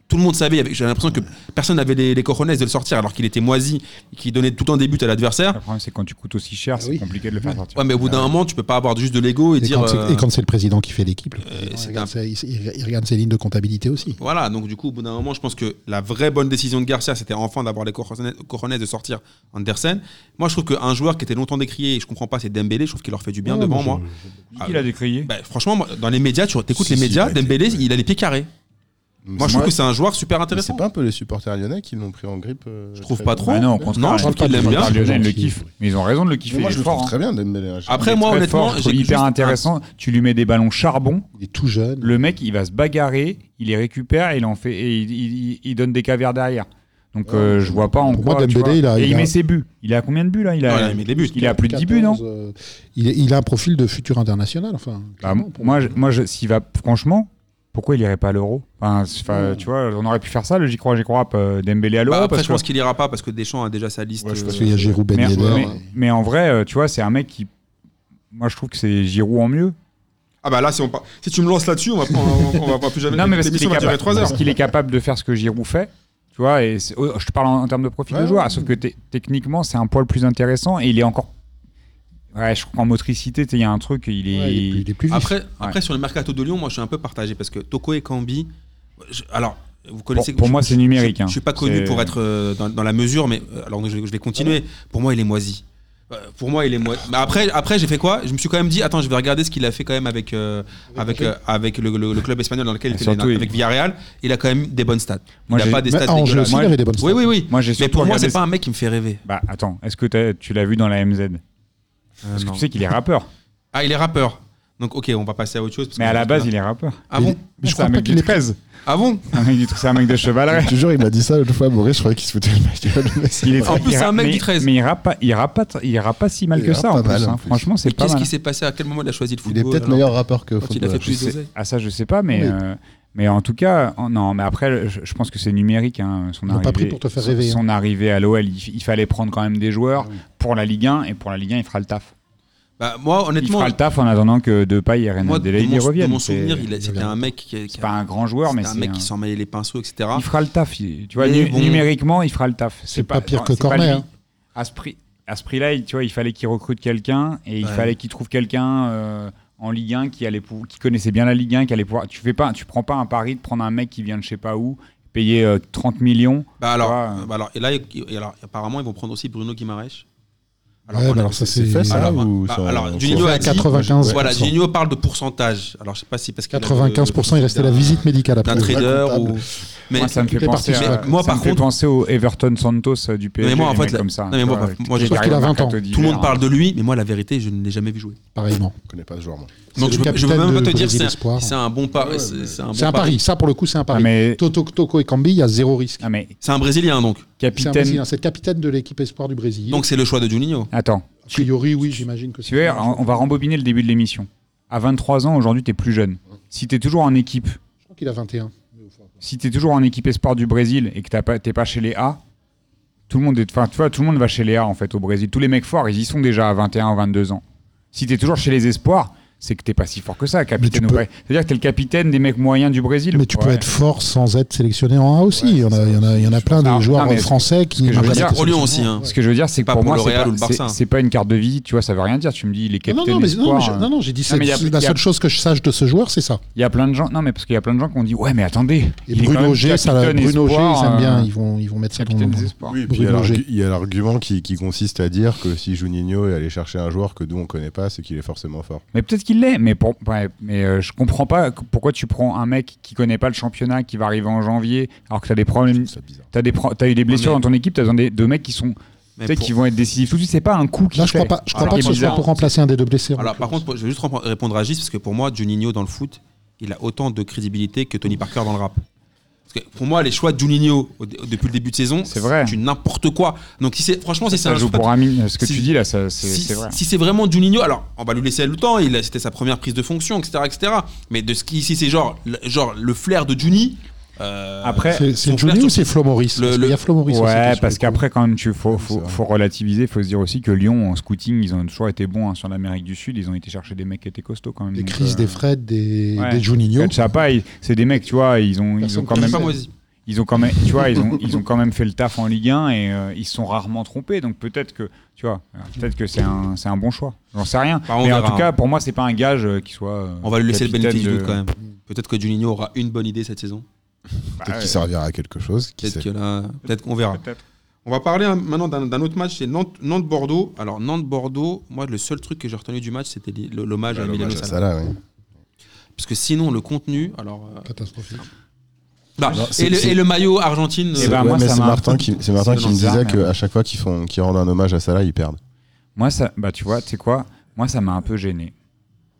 Speaker 4: Tout le monde savait, avec- j'ai l'impression que personne n'avait les, les cojones de le sortir alors qu'il était moisi et qu'il donnait tout le temps des buts à l'adversaire.
Speaker 5: Le problème, c'est quand tu coûtes aussi cher, c'est
Speaker 2: oui.
Speaker 5: compliqué de le faire sortir.
Speaker 4: Ouais, mais au bout d'un moment, tu peux pas avoir juste de l'ego et,
Speaker 2: Et
Speaker 4: dire.
Speaker 2: quand c'est-
Speaker 4: euh,
Speaker 2: et quand c'est le président qui fait l'équipe, le président,
Speaker 4: c'est
Speaker 2: il, regarde ses- il- il regarde ses lignes de comptabilité aussi.
Speaker 4: Voilà, donc du coup, au bout d'un moment, je pense que la vraie bonne décision de Garcia, c'était enfin d'avoir les Coronets Coronets de sortir Andersen. Moi, je trouve qu'un joueur qui était longtemps décrié, et je comprends pas, c'est Dembélé. Je trouve qu'il leur fait du bien
Speaker 2: Ouais,
Speaker 4: devant
Speaker 2: moi,
Speaker 4: moi.
Speaker 5: Qui qu'il a décrié
Speaker 4: Bah, franchement, moi, dans les médias, tu écoutes
Speaker 3: Si,
Speaker 4: les
Speaker 3: si,
Speaker 4: médias,
Speaker 3: ouais,
Speaker 4: Dembélé,
Speaker 3: ouais.
Speaker 4: il a les pieds carrés. Moi, je trouve que c'est un joueur super
Speaker 3: Mais
Speaker 4: intéressant.
Speaker 3: C'est pas un peu les supporters lyonnais qui l'ont pris en grippe euh,
Speaker 4: Je trouve
Speaker 3: très
Speaker 4: pas
Speaker 3: bien
Speaker 4: trop.
Speaker 5: Bah non, au contraire,
Speaker 4: non, je
Speaker 5: on
Speaker 4: trouve
Speaker 2: parle
Speaker 4: qu'il
Speaker 2: pas
Speaker 4: l'aime
Speaker 2: du
Speaker 4: bien.
Speaker 2: joueur.
Speaker 5: Lionel le
Speaker 2: gentil.
Speaker 5: kiffe. Mais ils ont raison de le
Speaker 3: Mais
Speaker 5: kiffer.
Speaker 3: moi
Speaker 5: il
Speaker 3: je
Speaker 5: est
Speaker 3: le
Speaker 5: fort,
Speaker 3: trouve
Speaker 5: hein.
Speaker 3: très bien Dembélé. hein. Je-
Speaker 4: Après,
Speaker 5: Il est
Speaker 4: moi,
Speaker 5: très
Speaker 4: honnêtement,
Speaker 5: fort, je trouve
Speaker 4: j'ai
Speaker 5: hyper
Speaker 4: juste un-
Speaker 5: intéressant. Tu lui mets des ballons charbon.
Speaker 2: Il est tout jeune.
Speaker 5: Le mec, il va se bagarrer, il les récupère et il en fait et il, il- il donne des cavernes derrière. Donc euh, je vois pas en
Speaker 2: Pour moi,
Speaker 5: quoi. tu vois.
Speaker 2: Dembélé, il a-
Speaker 5: et il,
Speaker 2: il a-
Speaker 5: met ses buts. Il a combien de buts là Il a,
Speaker 4: Ouais, il a mis des buts.
Speaker 5: il a plus de 10 buts, non
Speaker 2: 14, euh, il, est- il a un profil de futur international. Enfin,
Speaker 5: Bah,
Speaker 2: clairement, pour
Speaker 5: moi, je- moi, je- s'il va, franchement, pourquoi il irait pas à l'euro Enfin, c'est- enfin, tu vois, on aurait pu faire ça, le j'y crois, j'y crois, euh, Dembélé à
Speaker 4: Bah,
Speaker 5: l'euro.
Speaker 4: après,
Speaker 5: parce
Speaker 4: je pense
Speaker 5: que-
Speaker 4: qu'il ira pas parce que Deschamps a déjà sa liste.
Speaker 3: Ouais, je
Speaker 2: parce
Speaker 4: euh,
Speaker 2: qu'il y a Giroud Ben
Speaker 5: Merde,
Speaker 2: Yedder.
Speaker 5: mais, mais en vrai, euh, tu vois, c'est un mec qui. Moi, je trouve que c'est Giroud en mieux.
Speaker 4: Ah bah là, si, on par- si tu me lances là-dessus, on va, pas- on, on va pas plus jamais.
Speaker 5: Non, mais parce qu'il est,
Speaker 4: L'émission va durer
Speaker 5: capable-
Speaker 4: trois heures.
Speaker 5: parce qu'il est capable de faire ce que Giroud fait. Tu vois, et c'est- oh, je te parle en, en termes de profil de
Speaker 3: Ouais,
Speaker 5: joueur,
Speaker 3: ouais.
Speaker 5: sauf que te- techniquement, c'est un poil plus intéressant et il est encore. Ouais, je crois en motricité, tu sais, il y a un truc, il est.
Speaker 2: Ouais, il est plus- il est plus vif.
Speaker 4: Après, après, sur le mercato de Lyon, moi, je suis un peu partagé parce que Toko et Cambi. je- alors, vous connaissez.
Speaker 5: Pour- pour
Speaker 4: je-
Speaker 5: moi, c'est numérique,
Speaker 4: Je,
Speaker 5: hein.
Speaker 4: je suis pas connu
Speaker 5: C'est-
Speaker 4: pour être euh, dans, dans la mesure, mais euh, alors donc, je, je vais continuer. Pour moi, il est moisi. Euh, Pour moi, il est moisi. Mais après, après j'ai fait quoi Je me suis quand même dit, attends, je vais regarder ce qu'il a fait quand même avec, euh, avec, euh, avec le, le- le club espagnol dans lequel
Speaker 5: Et
Speaker 4: il était,
Speaker 5: surtout, il-
Speaker 4: avec Villarreal. Il a quand même des bonnes stats.
Speaker 5: Moi,
Speaker 4: il
Speaker 5: j'ai- Bah,
Speaker 4: a pas des
Speaker 2: Mais
Speaker 4: stats
Speaker 2: à Angers
Speaker 4: dégueulasses.
Speaker 2: aussi, il avait des bonnes
Speaker 4: Oui,
Speaker 2: stats.
Speaker 4: oui, oui.
Speaker 5: Moi, j'ai
Speaker 4: Mais
Speaker 5: surtout
Speaker 4: pour moi,
Speaker 5: regardé
Speaker 4: c'est
Speaker 5: ça.
Speaker 4: pas un mec qui me fait rêver.
Speaker 5: Bah attends, est-ce que t'as- tu l'as vu dans la MZ Parce que tu sais qu'il est rappeur.
Speaker 4: Ah, il est rappeur. Donc, ok, on va passer à autre chose. parce
Speaker 5: Mais
Speaker 4: que-
Speaker 5: à la base, il est rappeur.
Speaker 4: Ah bon
Speaker 2: Mais je
Speaker 5: c'est un
Speaker 2: crois pas
Speaker 5: mec du
Speaker 2: qu'il est
Speaker 5: 13.
Speaker 4: Ah bon
Speaker 5: Un mec du- C'est un mec de chevalerie.
Speaker 3: Je te jure, il m'a dit ça l'autre fois, Boris, je croyais qu'il se foutait de ma gueule. mais c'est
Speaker 5: Il est
Speaker 3: vrai.
Speaker 4: En
Speaker 5: très-
Speaker 4: plus,
Speaker 5: il
Speaker 4: c'est
Speaker 5: ra-
Speaker 4: un mec
Speaker 5: mais-
Speaker 4: du 13.
Speaker 5: Mais il rappe pas, il rappe pas, t- il rappe pas si mal
Speaker 3: Il
Speaker 5: que
Speaker 3: rappe
Speaker 5: ça en
Speaker 3: pas
Speaker 5: plus.
Speaker 3: mal, en
Speaker 5: hein.
Speaker 3: plus.
Speaker 5: Franchement, c'est pas
Speaker 4: Qu'est-ce
Speaker 5: mal.
Speaker 4: qui s'est passé À quel moment il a choisi le
Speaker 3: Il
Speaker 4: football
Speaker 3: est peut-être
Speaker 4: alors
Speaker 3: meilleur rappeur que
Speaker 4: Quand il a
Speaker 3: footballeur.
Speaker 4: fait
Speaker 3: je
Speaker 4: plus
Speaker 3: sais.
Speaker 4: d'oseille.
Speaker 5: Ah ça, je sais pas, mais
Speaker 3: Oui.
Speaker 5: euh, mais en tout cas, en- non. Mais après, je, je pense que c'est numérique. hein, son
Speaker 2: Ils l'ont pas
Speaker 5: arrivée,
Speaker 2: pris pour te faire
Speaker 5: son-
Speaker 2: rêver, hein.
Speaker 5: Son arrivée à l'OL, il, il fallait prendre quand même des joueurs pour la Ligue 1 et pour la Ligue 1, il fera le taf.
Speaker 4: Bah, Moi,
Speaker 5: Il
Speaker 4: honnêtement,
Speaker 5: fera le taf en attendant que Depay et
Speaker 4: moi, de
Speaker 5: Renadele y
Speaker 4: mon, de
Speaker 5: reviennent.
Speaker 4: mon
Speaker 5: C'est-
Speaker 4: souvenir, il a- c'était un mec qui, qui
Speaker 5: c'est
Speaker 4: a-
Speaker 5: pas un grand joueur, mais
Speaker 4: c'était un
Speaker 5: c'est
Speaker 4: mec
Speaker 5: un-
Speaker 4: qui s'en mêlait les pinceaux, etc.
Speaker 5: Il fera le taf. il- Tu vois,
Speaker 4: Hein Mais
Speaker 5: nu-
Speaker 4: bon.
Speaker 5: numériquement, il fera le taf.
Speaker 2: C'est pas pire que
Speaker 5: c'est pas
Speaker 2: Cornet,
Speaker 5: lui.
Speaker 2: hein.
Speaker 5: À ce prix, à ce prix-là, il- tu vois, il fallait qu'il recrute quelqu'un et il
Speaker 4: Ouais.
Speaker 5: fallait qu'il trouve quelqu'un euh, en Ligue 1 qui, allait pou- qui connaissait bien la Ligue 1, qui allait pouvoir. Tu fais pas, tu prends pas un pari de prendre un mec qui vient de je sais pas où, payer euh, 30 millions.
Speaker 4: Bah alors,
Speaker 5: Ouais.
Speaker 4: bah alors, et là, et alors, apparemment, ils vont prendre aussi Bruno Guimaraes.
Speaker 2: Ouais,
Speaker 4: on
Speaker 2: bah
Speaker 4: a-
Speaker 2: alors ça, c'est-
Speaker 3: fait, ça,
Speaker 4: alors,
Speaker 3: ou
Speaker 4: bah,
Speaker 3: ça-
Speaker 4: alors,
Speaker 3: on-
Speaker 4: Juninho
Speaker 2: C'est
Speaker 4: a
Speaker 2: à
Speaker 4: dit-
Speaker 2: 95%.
Speaker 4: Voilà, Gigno parle de pourcentage. Alors, je sais pas si parce qu'il a le-
Speaker 2: 95%, il restait la visite médicale après.
Speaker 4: d'un trader ou. Mais,
Speaker 5: moi, ça me fait
Speaker 2: il est
Speaker 5: penser,
Speaker 2: parti
Speaker 5: à-
Speaker 2: sur la-
Speaker 5: ça
Speaker 4: moi,
Speaker 5: me
Speaker 4: par
Speaker 5: fait
Speaker 4: contre-
Speaker 5: penser au Everton Santos euh, du PSG.
Speaker 4: mais moi, en
Speaker 5: les
Speaker 4: fait,
Speaker 5: mecs
Speaker 4: la-
Speaker 5: comme ça.
Speaker 4: non, mais moi, moi, j'ai-
Speaker 5: qui
Speaker 2: Sauf qu'il
Speaker 5: arrivent
Speaker 2: a
Speaker 5: au
Speaker 2: 20 ans.
Speaker 5: mercato
Speaker 4: tout le
Speaker 5: d'hiver,
Speaker 4: monde parle de lui, mais moi, la vérité, je ne l'ai jamais vu jouer.
Speaker 2: Pareillement.
Speaker 3: Je connais pas ce joueur, moi.
Speaker 4: Donc,
Speaker 2: le
Speaker 4: je ne peux
Speaker 2: capitaine
Speaker 4: même pas
Speaker 2: de
Speaker 4: te dire si
Speaker 2: Brésil
Speaker 4: c'est un-
Speaker 2: Espoir.
Speaker 4: si c'est un bon pari. c'est- C'est un,
Speaker 2: C'est
Speaker 4: bon
Speaker 2: un pari. Ça, pour le coup, c'est un
Speaker 5: Ah,
Speaker 2: pari.
Speaker 5: mais,
Speaker 2: Toto, Toko et Cambi, il y a zéro risque.
Speaker 5: ah, mais
Speaker 4: C'est un Brésilien, donc.
Speaker 2: C'est un Brésilien,
Speaker 5: capitaine.
Speaker 2: c'est le capitaine de l'équipe espoir du Brésil.
Speaker 4: Donc, c'est le choix de Juninho.
Speaker 5: Attends,
Speaker 2: a priori, oui, j'imagine que
Speaker 5: Si vous voulez, on on va rembobiner le début de l'émission. À 23 ans, aujourd'hui, tu es plus jeune. Si tu es toujours en équipe,
Speaker 2: Je crois qu'il a 21.
Speaker 5: si tu toujours en équipe espoir du Brésil et que t'as pas- t'es pas chez les A, tout le monde est, enfin, tu vois, tout le monde va chez les A en fait au Brésil. Tous les mecs forts, ils y sont déjà à 21 ou 22 ans. Si tu es toujours chez les espoirs, c'est que t'es pas si fort que ça, capitaine.
Speaker 2: tu
Speaker 5: au
Speaker 2: peux-
Speaker 5: Brésil. C'est-à-dire que t'es le capitaine des mecs moyens du Brésil.
Speaker 2: Mais tu peux
Speaker 5: Ouais.
Speaker 2: être fort sans être sélectionné en A aussi. il, y en a, il, y en a, il y en a plein de
Speaker 5: Ah,
Speaker 2: joueurs
Speaker 5: non, mais
Speaker 2: français qui
Speaker 5: que je
Speaker 2: n'ont
Speaker 5: veux
Speaker 2: jamais
Speaker 5: dire,
Speaker 2: été
Speaker 4: Pour Lyon aussi.
Speaker 2: sélectionnés en
Speaker 4: hein.
Speaker 2: A.
Speaker 5: Ce que je veux dire, c'est que
Speaker 4: Pas
Speaker 5: pour,
Speaker 4: pour
Speaker 5: moi,
Speaker 4: le
Speaker 5: c'est
Speaker 4: Real
Speaker 5: pas-
Speaker 4: ou le Barça.
Speaker 5: c'est c'est pas une carte de visite. Tu vois, ça veut rien dire. Tu me dis, il est
Speaker 2: Non,
Speaker 5: capitaine
Speaker 2: non, mais, non, mais je-
Speaker 5: espoir,
Speaker 2: non, non, j'ai dit,
Speaker 5: Non, mais il y a-
Speaker 2: c'est la
Speaker 5: il y a-
Speaker 2: seule chose que je sache de ce joueur, c'est ça.
Speaker 5: Il y a plein de gens. Non, mais parce qu'il y a plein de gens qui ont dit Ouais, mais attendez.
Speaker 2: Et
Speaker 5: il est quand
Speaker 2: Bruno
Speaker 5: même
Speaker 2: G, ça, la-
Speaker 5: capitaine
Speaker 2: Bruno G, ils
Speaker 5: espoir,
Speaker 2: aiment bien,
Speaker 5: euh,
Speaker 2: ils vont, ils vont mettre ça dans
Speaker 5: capitaine des
Speaker 2: le
Speaker 5: espoirs.
Speaker 3: Oui, et puis il y a
Speaker 2: Bruno
Speaker 3: l'argu-
Speaker 2: G.
Speaker 3: il y a l'argument qui, qui consiste à dire que si Juninho est allé chercher un joueur que nous on connaît pas, c'est qu'il est forcément fort.
Speaker 5: Mais peut-être qu'il l'est. Mais, pour... ouais, mais euh, je comprends pas que- pourquoi tu prends un mec qui connaît pas le championnat, qui va arriver en janvier, alors que t'as des problèmes.
Speaker 3: C'est bizarre.
Speaker 5: T'as des pro- t'as eu des blessures
Speaker 4: mais-
Speaker 5: dans ton équipe. T'as besoin des- de mecs qui sont
Speaker 4: Mais
Speaker 5: peut-être
Speaker 4: pour-
Speaker 5: qui vont être décisifs tout de suite. C'est pas un coup qui
Speaker 2: Là, je crois pas, je crois pas que ce soit pour remplacer un des deux blessés. en
Speaker 4: Alors, par
Speaker 2: l'occurrence.
Speaker 4: contre, je vais juste rep- répondre à Gis, parce que pour moi, Juninho dans le foot, il a autant de crédibilité que Tony Parker dans le rap. Parce que pour moi, les choix de Juninho au- depuis le début de saison,
Speaker 5: C'est vrai.
Speaker 4: du n'importe quoi. Donc, si c'est- franchement, si c'est
Speaker 5: Ça
Speaker 4: un
Speaker 5: joue
Speaker 4: choix-
Speaker 5: pour Amine. Ce que
Speaker 4: Si-
Speaker 5: tu dis là, ça, c'est
Speaker 4: si,
Speaker 5: c'est vrai.
Speaker 4: si c'est vraiment Juninho, alors on va lui laisser le temps, il a- c'était sa première prise de fonction, etc. etc. Mais de ce qui ici, c'est genre, le- genre le flair de Juni. euh,
Speaker 5: Après-
Speaker 2: C'est- c'est
Speaker 4: son
Speaker 2: Johnny
Speaker 4: frère
Speaker 2: ou
Speaker 4: sur-
Speaker 2: c'est Flo Maurice
Speaker 4: Le-
Speaker 2: Parce qu'il
Speaker 4: le-
Speaker 2: y a Flo Maurice aussi,
Speaker 5: Ouais,
Speaker 2: sur
Speaker 5: parce
Speaker 2: le coup.
Speaker 5: qu'après, quand même, tu faut, faut,
Speaker 3: c'est vrai.
Speaker 5: faut relativiser. faut se dire aussi que Lyon, en scouting, ils ont toujours été bons hein, sur l'Amérique du Sud. Ils ont été chercher des mecs qui étaient costauds quand même.
Speaker 2: Des
Speaker 5: donc,
Speaker 2: Chris,
Speaker 5: euh,
Speaker 2: des Fred, des,
Speaker 5: ouais.
Speaker 2: des Juninho.
Speaker 5: Fred Chapa, il- c'est des mecs, tu vois, ils ont, ils ont quand
Speaker 2: Personne
Speaker 5: même,
Speaker 4: pas moisi.
Speaker 5: ils ont quand même, tu vois, ils ont, ils ont quand même fait le taf en Ligue 1 et euh, ils se sont rarement trompés. Donc peut-être que, tu vois, euh, peut-être que c'est un, c'est un bon choix. J'en sais rien.
Speaker 4: Bah, on
Speaker 5: Mais en
Speaker 4: verra,
Speaker 5: tout cas,
Speaker 4: hein.
Speaker 5: pour moi, c'est pas un gage euh, qui soit. euh,
Speaker 4: On va lui laisser le
Speaker 5: capitaine
Speaker 4: bénéfice du
Speaker 5: de-
Speaker 4: doute quand même. Peut-être que Juninho aura une bonne idée cette saison.
Speaker 3: Peut-être qu'il servira à quelque chose. qui
Speaker 4: Peut-être
Speaker 3: sait.
Speaker 4: que là, peut-être qu'on verra.
Speaker 5: Peut-être.
Speaker 4: On va parler hein, maintenant d'un d'un autre match, c'est Nantes- Nantes-Bordeaux. Alors Nantes-Bordeaux, moi le seul truc que j'ai retenu du match, c'était l- l'hommage
Speaker 3: Ah,
Speaker 4: à Milano
Speaker 3: l'hommage à
Speaker 4: Sala.
Speaker 3: Salah, oui.
Speaker 4: Parce que sinon le contenu, alors euh,
Speaker 2: Catastrophique.
Speaker 4: bah,
Speaker 3: Non, c'est-
Speaker 4: et, le,
Speaker 3: c'est-
Speaker 4: et le maillot Argentine.
Speaker 5: Eh
Speaker 4: euh,
Speaker 5: ben,
Speaker 3: Ouais,
Speaker 5: moi,
Speaker 3: mais
Speaker 5: ça
Speaker 3: c'est
Speaker 5: m'a un
Speaker 3: Martin
Speaker 5: peu-
Speaker 3: qui, c'est Martin
Speaker 5: c'est
Speaker 3: qui me
Speaker 5: bizarre,
Speaker 3: disait
Speaker 5: mais-
Speaker 3: qu'à chaque fois qu'ils font, qu'ils rendent un hommage à Salah, ils perdent.
Speaker 5: Moi, ça, bah, tu vois, tu sais quoi, moi, ça m'a un peu gêné.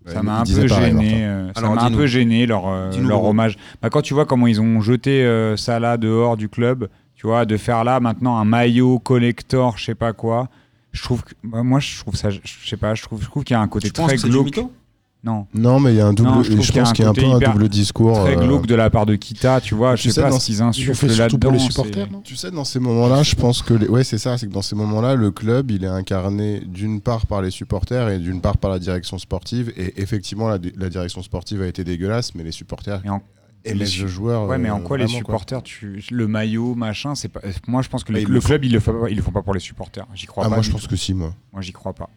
Speaker 3: Ouais,
Speaker 5: Ça m'a
Speaker 3: Bah, il
Speaker 5: un
Speaker 3: disait
Speaker 5: peu
Speaker 3: pareil,
Speaker 5: gêné. euh, ça
Speaker 4: Alors,
Speaker 5: m'a un
Speaker 4: dis-nous.
Speaker 5: peu gêné leur, euh,
Speaker 4: Dis-nous,
Speaker 5: leur
Speaker 4: Laurent.
Speaker 5: hommage. Bah, quand tu vois comment ils ont jeté euh, Salah dehors du club, tu vois, de faire là maintenant un maillot collector, je sais pas quoi. Je trouve que, bah, moi je trouve ça, je sais pas, je trouve, je trouve qu'il y a un côté
Speaker 4: tu penses
Speaker 5: très
Speaker 4: que c'est du
Speaker 5: glauque.
Speaker 4: mytho
Speaker 5: Non,
Speaker 3: Non, mais il y a un double.
Speaker 5: Non, je
Speaker 3: je,
Speaker 5: trouve qu'il y a
Speaker 3: pense
Speaker 5: un
Speaker 3: qu'il y a un peu
Speaker 5: côté
Speaker 3: un
Speaker 5: hyper-
Speaker 3: double discours.
Speaker 5: très
Speaker 3: euh,
Speaker 5: glauque de la part de Kita, tu vois. je
Speaker 3: tu
Speaker 5: sais
Speaker 3: sais,
Speaker 5: pas
Speaker 3: dans-
Speaker 5: s'ils
Speaker 2: Ils ont
Speaker 5: insufflent
Speaker 2: fait surtout
Speaker 5: là-dedans.
Speaker 2: pour les
Speaker 5: c'est-
Speaker 2: supporters, non
Speaker 3: Tu sais, dans ces moments-là, je pense que les... ouais, c'est ça, c'est que dans ces moments-là, le club, il est incarné d'une part par les supporters et d'une part par la direction sportive. Et effectivement, la, la direction sportive a été dégueulasse, mais les supporters
Speaker 5: Et en-
Speaker 3: et
Speaker 5: les
Speaker 3: hein. les
Speaker 5: su-
Speaker 3: joueurs.
Speaker 5: Ouais, mais en
Speaker 3: euh,
Speaker 5: quoi les
Speaker 3: vraiment,
Speaker 5: supporters, tu, le maillot, machin, c'est pas. Moi, je pense que le,
Speaker 3: Ah, ils
Speaker 5: le
Speaker 3: le font.
Speaker 5: club, ils le, font pas- ils le font pas pour les supporters. J'y crois
Speaker 3: Ah,
Speaker 5: pas.
Speaker 3: moi,
Speaker 5: du
Speaker 3: je pense que si, moi.
Speaker 5: Moi, j'y crois pas.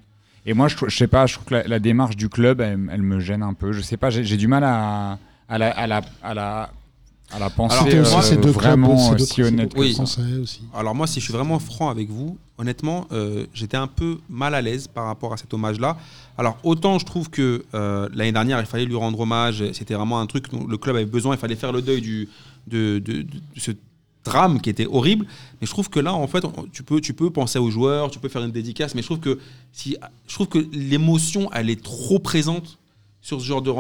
Speaker 5: Et moi, je, trou- je sais pas, je trouve que la, la démarche du club, elle, elle me gêne un peu. Je sais pas, j'ai j'ai du mal à, à, la, à, la, à, la, à la penser
Speaker 4: C'était
Speaker 5: euh,
Speaker 4: aussi
Speaker 2: ces deux clubs,
Speaker 5: vraiment
Speaker 2: ces
Speaker 5: euh,
Speaker 2: deux
Speaker 5: si
Speaker 2: clubs,
Speaker 5: honnête
Speaker 4: oui.
Speaker 5: que ça.
Speaker 2: Français aussi.
Speaker 4: Alors moi, si je suis vraiment franc avec vous, honnêtement, euh, j'étais un peu mal à l'aise par rapport à cet hommage-là. Alors autant je trouve que euh, l'année dernière, il fallait lui rendre hommage, c'était vraiment un truc dont le club avait besoin, il fallait faire le deuil du, de, de- de- de ce drame qui était horrible. Mais je trouve que là, en fait, on- tu peux, tu peux penser aux joueurs, tu peux faire une dédicace, mais je trouve que, si, je trouve que l'émotion, elle est trop présente sur ce genre de...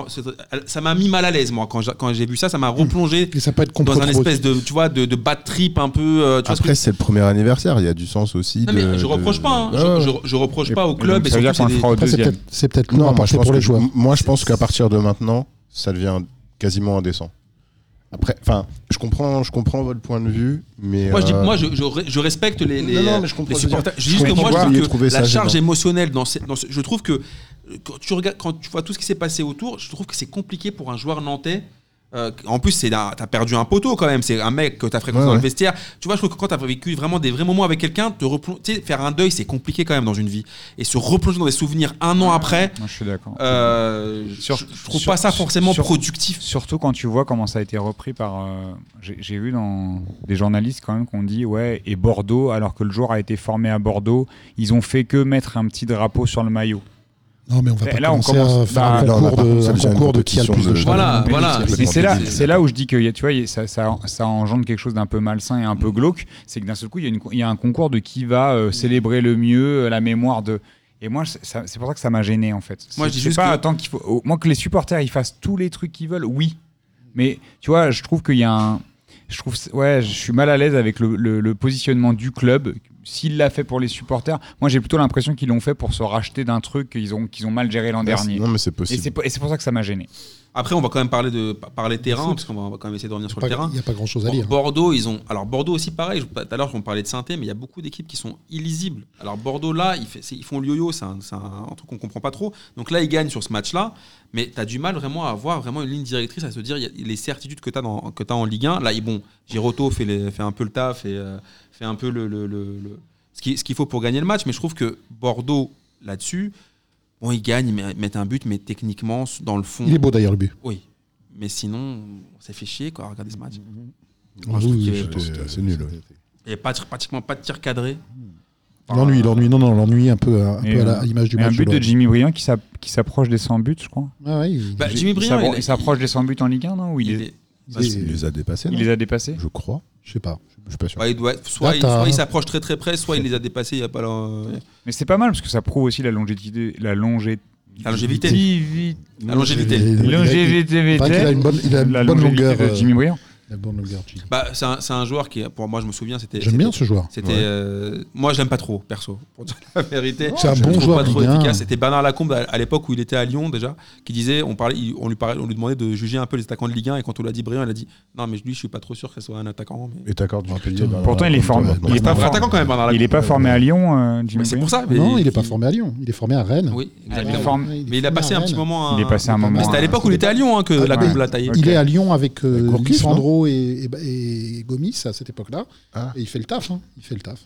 Speaker 4: Ça m'a mis mal à l'aise, moi, quand j'ai- quand j'ai vu ça, ça m'a replongé
Speaker 2: Et ça peut être complot
Speaker 4: dans un
Speaker 2: Mmh. trop-
Speaker 4: espèce de, tu vois, de, de bad trip un peu... euh, tu vois ce que
Speaker 3: Après, c'est le premier anniversaire, il y a du sens aussi.
Speaker 4: non, mais
Speaker 3: de-
Speaker 4: je
Speaker 3: de-
Speaker 4: reproche pas, hein.
Speaker 3: Ouais,
Speaker 4: Je-
Speaker 3: ouais.
Speaker 4: je, je reproche
Speaker 5: Et-
Speaker 4: pas au
Speaker 5: et
Speaker 4: club.
Speaker 5: donc,
Speaker 4: et
Speaker 5: ça veut dire
Speaker 4: surtout,
Speaker 5: qu'on le fera au
Speaker 4: c'est des-
Speaker 2: Après, c'est
Speaker 5: deuxième.
Speaker 2: peut-être- c'est peut-être
Speaker 3: Non,
Speaker 2: lourd à
Speaker 3: moi je,
Speaker 2: porter
Speaker 3: pense
Speaker 2: pour
Speaker 3: que
Speaker 2: les joueurs.
Speaker 3: je- moi, je pense qu'à partir de maintenant, ça devient quasiment indécent. Après, enfin, je comprends, je comprends votre point de vue, mais
Speaker 4: Moi, je, dis-
Speaker 3: euh,
Speaker 4: moi, je, je re- je respecte les, les,
Speaker 3: Non, non, mais je comprends
Speaker 4: les
Speaker 3: ce que tu veux
Speaker 4: supporters.
Speaker 3: dire.
Speaker 4: Je dis juste
Speaker 3: Je
Speaker 4: que
Speaker 3: comprends
Speaker 4: moi,
Speaker 3: pas
Speaker 4: je
Speaker 3: qu'il ait
Speaker 4: trouve que
Speaker 3: trouvé
Speaker 4: la
Speaker 3: ça
Speaker 4: charge
Speaker 3: gênant.
Speaker 4: émotionnelle, dans ces- dans ce- je trouve que euh, quand tu, regardes, quand tu vois tout ce qui s'est passé autour, je trouve que c'est compliqué pour un joueur nantais Euh, en plus, c'est un- t'as perdu un poteau quand même. C'est un mec que t'as fréquenté
Speaker 3: Ouais,
Speaker 4: dans le
Speaker 3: ouais.
Speaker 4: vestiaire. Tu vois, je trouve que quand t'as vécu vraiment des vrais moments avec quelqu'un, te replon- tu sais, faire un deuil, c'est compliqué quand même dans une vie. Et se replonger dans des souvenirs un an après,
Speaker 5: Moi, je suis d'accord.
Speaker 4: euh, je-
Speaker 5: Sur-
Speaker 4: je trouve
Speaker 5: sur-
Speaker 4: pas ça forcément
Speaker 5: sur-
Speaker 4: productif.
Speaker 5: Surtout quand tu vois comment ça a été repris par. euh, J'ai j'ai vu dans des journalistes quand même qu'on dit ouais et Bordeaux alors que le joueur a été formé à Bordeaux, ils ont fait que mettre un petit drapeau sur le maillot.
Speaker 2: Non, mais on va
Speaker 5: Et
Speaker 2: pas
Speaker 5: là, on
Speaker 2: commencer à
Speaker 5: commence-
Speaker 2: faire
Speaker 5: bah,
Speaker 2: un
Speaker 3: là, on a
Speaker 2: concours
Speaker 3: pas
Speaker 2: de,
Speaker 3: commencé
Speaker 2: un
Speaker 3: déjà une
Speaker 2: concours de qui a le plus
Speaker 3: compétition
Speaker 2: de
Speaker 3: de-
Speaker 2: talent.
Speaker 4: Voilà,
Speaker 3: Ah,
Speaker 4: voilà.
Speaker 5: Et c'est là,
Speaker 3: compliqué.
Speaker 5: c'est là où je dis que y a- tu vois, y a- ça, ça, ça engendre quelque chose d'un peu malsain et un peu glauque. C'est que d'un seul coup, il y, a une co- il y a un concours de qui va euh, célébrer le mieux euh, la mémoire de. Et moi, c'est ça- c'est pour ça que ça m'a gêné en fait.
Speaker 4: Moi,
Speaker 5: C'est-
Speaker 4: je dis
Speaker 5: c'est
Speaker 4: juste
Speaker 5: pas
Speaker 4: que-
Speaker 5: tant qu'il faut. oh, moi, que les supporters ils fassent tous les trucs qu'ils veulent, oui. Mais tu vois, je trouve qu'il y a un. Je trouve, ouais, je suis mal à l'aise avec le, le- le positionnement du club. S'il l'a fait pour les supporters, moi j'ai plutôt l'impression qu'ils l'ont fait pour se racheter d'un truc qu'ils ont, qu'ils ont mal géré l'an dernier.
Speaker 3: Non, mais c'est
Speaker 5: Et
Speaker 3: possible.
Speaker 5: c'est pour- et c'est pour ça que ça m'a gêné.
Speaker 4: Après, on va quand même parler de parler terrain, parce qu'on va, on va quand même essayer de revenir sur
Speaker 2: Pas-
Speaker 4: le terrain.
Speaker 2: Il n'y a pas grand chose à dire. hein.
Speaker 4: Bordeaux, ils ont. Alors Bordeaux aussi pareil. je- Tout à l'heure, on parlait de saint mais il y a beaucoup d'équipes qui sont illisibles. Alors Bordeaux là, ils, fait- c'est- ils font le yo-yo, c'est un, c'est un- un truc qu'on comprend pas trop. Donc là, ils gagnent sur ce match-là, mais tu as du mal vraiment à avoir vraiment une ligne directrice, à se dire il y a- les certitudes que tu as dans que t'as en Ligue 1. Là, ils- bon, Giroto fait, les- fait un peu le taf et euh, fait un peu le, le- le- le- ce qui- ce qu'il faut pour gagner le match, mais je trouve que Bordeaux là-dessus, bon, ils gagnent, ils mettent un but, mais techniquement dans le fond,
Speaker 2: Il est beau d'ailleurs le but.
Speaker 4: oui. Mais sinon, on s'est fait chier quoi, à regarder ce match.
Speaker 2: Ah
Speaker 4: je trouve
Speaker 2: oui,
Speaker 4: qu'il
Speaker 2: oui,
Speaker 4: est-
Speaker 3: C'était-
Speaker 2: c'était-
Speaker 3: c'est nul,
Speaker 2: c'était-
Speaker 4: Il n'y avait pas, de- pratiquement pas de tir cadré.
Speaker 2: L'ennui, l'ennui, non, non, l'ennui un peu, un
Speaker 5: Et,
Speaker 2: peu à la-
Speaker 5: euh,
Speaker 2: à l'image du
Speaker 5: Mais un
Speaker 2: match.
Speaker 5: but
Speaker 2: de
Speaker 5: de
Speaker 2: l'OM.
Speaker 5: Jimmy Briand qui s'app- qui s'approche des 100 buts, je crois.
Speaker 2: Ouais, ouais, il-
Speaker 4: Bah, Jimmy
Speaker 5: Il
Speaker 4: Briand,
Speaker 5: s'appro-
Speaker 4: il-
Speaker 5: il s'approche des 100 buts en Ligue 1, non Ou il,
Speaker 4: il
Speaker 5: les-
Speaker 4: est-
Speaker 2: il-
Speaker 3: Il les a dépassés,
Speaker 5: il
Speaker 3: non
Speaker 5: les a dépassés
Speaker 3: Je crois.
Speaker 2: Je sais pas.
Speaker 3: Je suis pas sûr.
Speaker 4: bah, il doit- soit,
Speaker 2: Là,
Speaker 4: il,
Speaker 2: t'as-
Speaker 4: soit il s'approche très très près, soit il les a dépassés. Il y a pas le-
Speaker 5: Mais c'est pas mal parce que ça prouve aussi la longévité. La longévité.
Speaker 4: La longévité. La longévité.
Speaker 2: Il- il-
Speaker 5: Longévité.
Speaker 2: paraît qu'il a une bonne- il a une
Speaker 5: La
Speaker 2: bonne
Speaker 5: longévité
Speaker 2: longueur,
Speaker 5: de
Speaker 2: euh,
Speaker 5: Jimmy Briand.
Speaker 2: La bonne longueur, Jimmy.
Speaker 4: Bah, c'est, un, c'est un joueur qui, pour moi, je me souviens, c'était.
Speaker 2: J'aime
Speaker 4: c'était-
Speaker 2: bien ce joueur.
Speaker 4: C'était, euh, moi, je l'aime pas trop, perso, pour dire la vérité.
Speaker 2: C'est un
Speaker 4: Je
Speaker 2: Oh. bon
Speaker 4: le trouve
Speaker 2: joueur
Speaker 4: Pas
Speaker 2: de
Speaker 4: trop
Speaker 2: Ligue un.
Speaker 4: efficace. C'était Bernard Lacombe à, à l'époque où il était à Lyon déjà, qui disait, on parlait, il- on lui parlait, on lui demandait de juger un peu les attaquants de Ligue 1 et quand on l'a dit Briand, il a dit, non mais lui, je suis pas trop sûr que ce soit un attaquant. mais-
Speaker 3: Et t'accordes du
Speaker 2: putain.
Speaker 5: Pourtant, il est formé. Il est
Speaker 4: C'est un
Speaker 5: pas
Speaker 4: vrai
Speaker 5: fort.
Speaker 4: attaquant quand même, Bernard
Speaker 5: Il
Speaker 4: Lacombe.
Speaker 5: n'est pas formé à Lyon, euh, Jimmy
Speaker 4: Mais C'est
Speaker 5: Briand.
Speaker 4: pour ça. mais- Ah,
Speaker 2: Non, il n'est pas formé à Lyon. Il est formé à Rennes.
Speaker 4: hein. Oui,
Speaker 5: Il est
Speaker 4: exactement.
Speaker 5: formé-
Speaker 2: Ouais,
Speaker 4: Mais il a
Speaker 2: formé
Speaker 4: passé
Speaker 2: à
Speaker 4: un
Speaker 2: Rennes.
Speaker 4: petit moment. à-
Speaker 5: Il est passé un moment. euh,
Speaker 4: Mais c'était à l'époque où il était à Lyon hein, que
Speaker 2: Ah,
Speaker 4: la
Speaker 2: ouais.
Speaker 4: Coupe l'a taillé.
Speaker 5: Ok.
Speaker 2: Il est à Lyon avec euh,
Speaker 3: Avec Gourcuff,
Speaker 2: Lisandro et, bah, et- et Gomis à cette époque-là.
Speaker 3: Ah.
Speaker 2: Et il fait le taf. hein. Il fait le taf.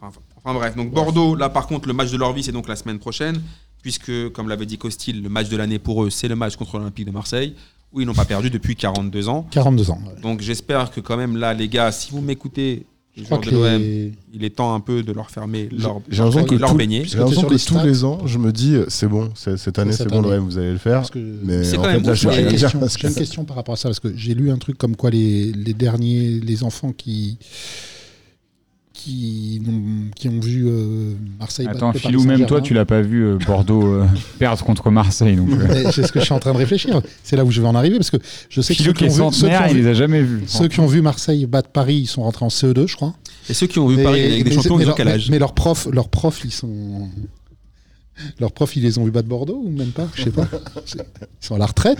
Speaker 4: Enfin, enfin bref, donc Bordeaux, là par contre, le match de leur vie, c'est donc la semaine prochaine, puisque, comme l'avait dit Costil, le match de l'année pour eux, c'est le match contre l'Olympique de Marseille, où ils n'ont pas perdu depuis 42 ans.
Speaker 2: 42 ans. ouais.
Speaker 4: Donc j'espère que quand même là, les gars, si vous m'écoutez, les
Speaker 2: Je crois
Speaker 4: joueurs
Speaker 2: que
Speaker 4: de l'OM,
Speaker 2: les-
Speaker 4: il est temps un peu de leur fermer leur,
Speaker 3: J'ai l'impression que
Speaker 4: leur
Speaker 3: tout-
Speaker 4: beignet.
Speaker 3: J'ai l'impression
Speaker 2: Sur
Speaker 3: que
Speaker 2: les
Speaker 3: tous
Speaker 2: stats.
Speaker 3: les ans, je me dis, euh, c'est bon, c'est- cette année,
Speaker 2: cette
Speaker 3: c'est bon,
Speaker 2: année.
Speaker 3: l'OM, vous allez le faire.
Speaker 2: parce que-
Speaker 3: Mais
Speaker 4: C'est
Speaker 3: en
Speaker 4: quand
Speaker 3: fait,
Speaker 4: même
Speaker 3: là, je
Speaker 4: beaucoup.
Speaker 2: J'ai
Speaker 3: vais
Speaker 4: Ouais,
Speaker 2: une,
Speaker 3: rien dire
Speaker 2: question,
Speaker 3: parce que
Speaker 2: j'ai une question par rapport à ça, parce que j'ai lu un truc comme quoi les, les derniers, les enfants qui, qui, n'ont- qui ont vu euh, Marseille battre
Speaker 5: Attends,
Speaker 2: le
Speaker 5: Philou,
Speaker 2: Paris
Speaker 5: même toi,
Speaker 2: Saint-Germain.
Speaker 5: tu l'as pas vu euh, Bordeaux euh, perdre contre Marseille. Donc, euh,
Speaker 2: Mais C'est ce que je suis en train de réfléchir. C'est là où je vais en arriver, parce que je sais que
Speaker 5: Philou
Speaker 2: ceux qui
Speaker 5: qui est
Speaker 2: ont vu, ceux qui
Speaker 5: centenaire,
Speaker 2: ont
Speaker 5: il
Speaker 2: vu-
Speaker 5: les a jamais vus.
Speaker 2: ceux qui ont vu Marseille battre Paris, ils sont rentrés en CE2, je crois.
Speaker 4: Et ceux qui ont vu Paris avec des
Speaker 2: mais-
Speaker 4: champions,
Speaker 2: mais
Speaker 4: ils ont
Speaker 2: leur-
Speaker 4: quel
Speaker 2: mais-
Speaker 4: âge
Speaker 2: mais leurs profs, leurs profs, ils sont. Leurs profs, ils les ont vu battre Bordeaux ou même pas Je sais pas. Ils sont à la retraite.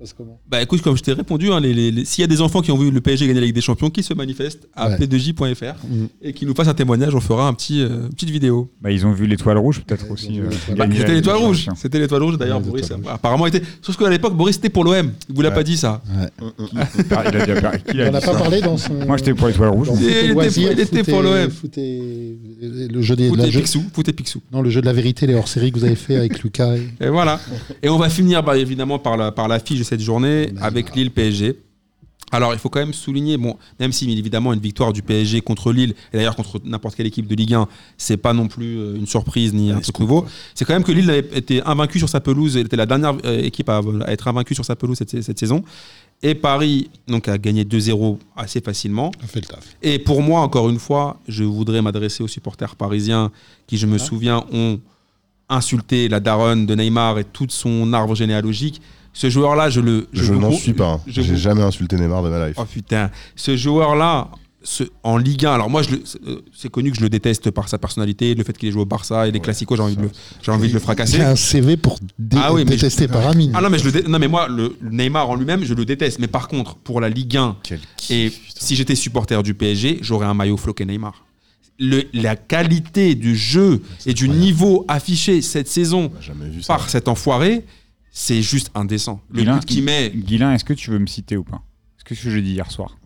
Speaker 2: Ça se passe comment
Speaker 4: Bah écoute, comme je t'ai répondu, hein, les- les- les- s'il y a des enfants qui ont vu le PSG gagner la Ligue des Champions, qui se manifestent à
Speaker 2: Ouais.
Speaker 4: p2j.fr
Speaker 2: Mm.
Speaker 4: et qui nous fassent un témoignage, on fera un petit, euh, une petite vidéo. Bah,
Speaker 5: Bah, ils ont vu l'étoile rouge, peut-être
Speaker 2: Ils ont
Speaker 5: aussi.
Speaker 2: vu
Speaker 5: euh, gagner
Speaker 2: l'étoile-
Speaker 5: la
Speaker 4: C'était
Speaker 5: Ligue des
Speaker 4: l'étoile rouge.
Speaker 5: Champions.
Speaker 4: C'était l'étoile rouge d'ailleurs,
Speaker 2: Ouais,
Speaker 4: Boris.
Speaker 2: l'étoile
Speaker 4: a- Apparemment, était. Sauf qu'à l'époque, Boris c'était pour l'OM. Il vous l'a
Speaker 3: Ouais.
Speaker 4: pas dit ça.
Speaker 5: Il a- il a déjà perdu. Qui
Speaker 2: On
Speaker 5: a
Speaker 2: en a
Speaker 5: dit
Speaker 2: pas
Speaker 5: ça
Speaker 2: parlé dans son.
Speaker 5: Moi, j'étais pour l'étoile rouge.
Speaker 2: dans
Speaker 4: Il
Speaker 2: Foot et
Speaker 4: était-
Speaker 2: Loisirs,
Speaker 4: il était
Speaker 2: Foot et-
Speaker 4: pour l'OM.
Speaker 2: Foot et- Le jeu des.
Speaker 4: Foutez
Speaker 2: la jeu-
Speaker 4: Picsou, foutez Picsou.
Speaker 2: Non, le jeu de la vérité, les hors-séries que vous avez fait avec Lucas. et-
Speaker 4: Et voilà. Et on va finir bah, évidemment par la, par la fiche de cette journée
Speaker 2: Bah,
Speaker 4: avec
Speaker 2: bah.
Speaker 4: Lille PSG. Alors il faut quand même souligner, bon, même si évidemment une victoire du PSG contre Lille, et d'ailleurs contre n'importe quelle équipe de Ligue 1, c'est pas non plus euh, une surprise ni un truc nouveau, c'est quand même que Lille avait été invaincue sur sa pelouse, elle était la dernière euh, équipe à, à être invaincue sur sa pelouse cette, cette saison, et Paris donc a gagné 2-0 assez facilement.
Speaker 2: A fait le taf.
Speaker 4: Et pour moi, encore une fois, je voudrais m'adresser aux supporters parisiens qui, je me souviens, ont insulté la daronne de Neymar et tout son arbre généalogique. Ce joueur-là, je le.
Speaker 3: Je
Speaker 4: vous
Speaker 3: n'en
Speaker 4: con-
Speaker 3: suis pas. hein.
Speaker 4: je
Speaker 3: J'ai
Speaker 4: vous-
Speaker 3: jamais insulté Neymar de ma life.
Speaker 4: Oh putain, ce joueur-là, ce- en Ligue 1, alors moi, je le- c'est- euh, c'est connu que je le déteste par sa personnalité, le fait qu'il ait joué au Barça et les classicos, j'ai envie, de le- j'ai envie de le fracasser.
Speaker 2: C'est un CV pour dé-
Speaker 4: Ah oui, mais
Speaker 2: détester par Amine.
Speaker 4: Ah non, mais, je le dé- non, mais moi, le le Neymar en lui-même, je le déteste. Mais par contre, pour la Ligue 1,
Speaker 3: Quel
Speaker 4: et
Speaker 3: kiff, putain.
Speaker 4: si j'étais supporter du PSG, j'aurais un maillot floqué Neymar. Le- la qualité du jeu et du niveau affiché cette saison
Speaker 3: On n'a jamais vu ça.
Speaker 4: par cet enfoiré, c'est juste indécent. Le
Speaker 5: Guilin,
Speaker 4: but qu'il met,
Speaker 5: Guilin, est-ce que tu veux me citer ou pas Est-ce que c'est ce que j'ai dit hier soir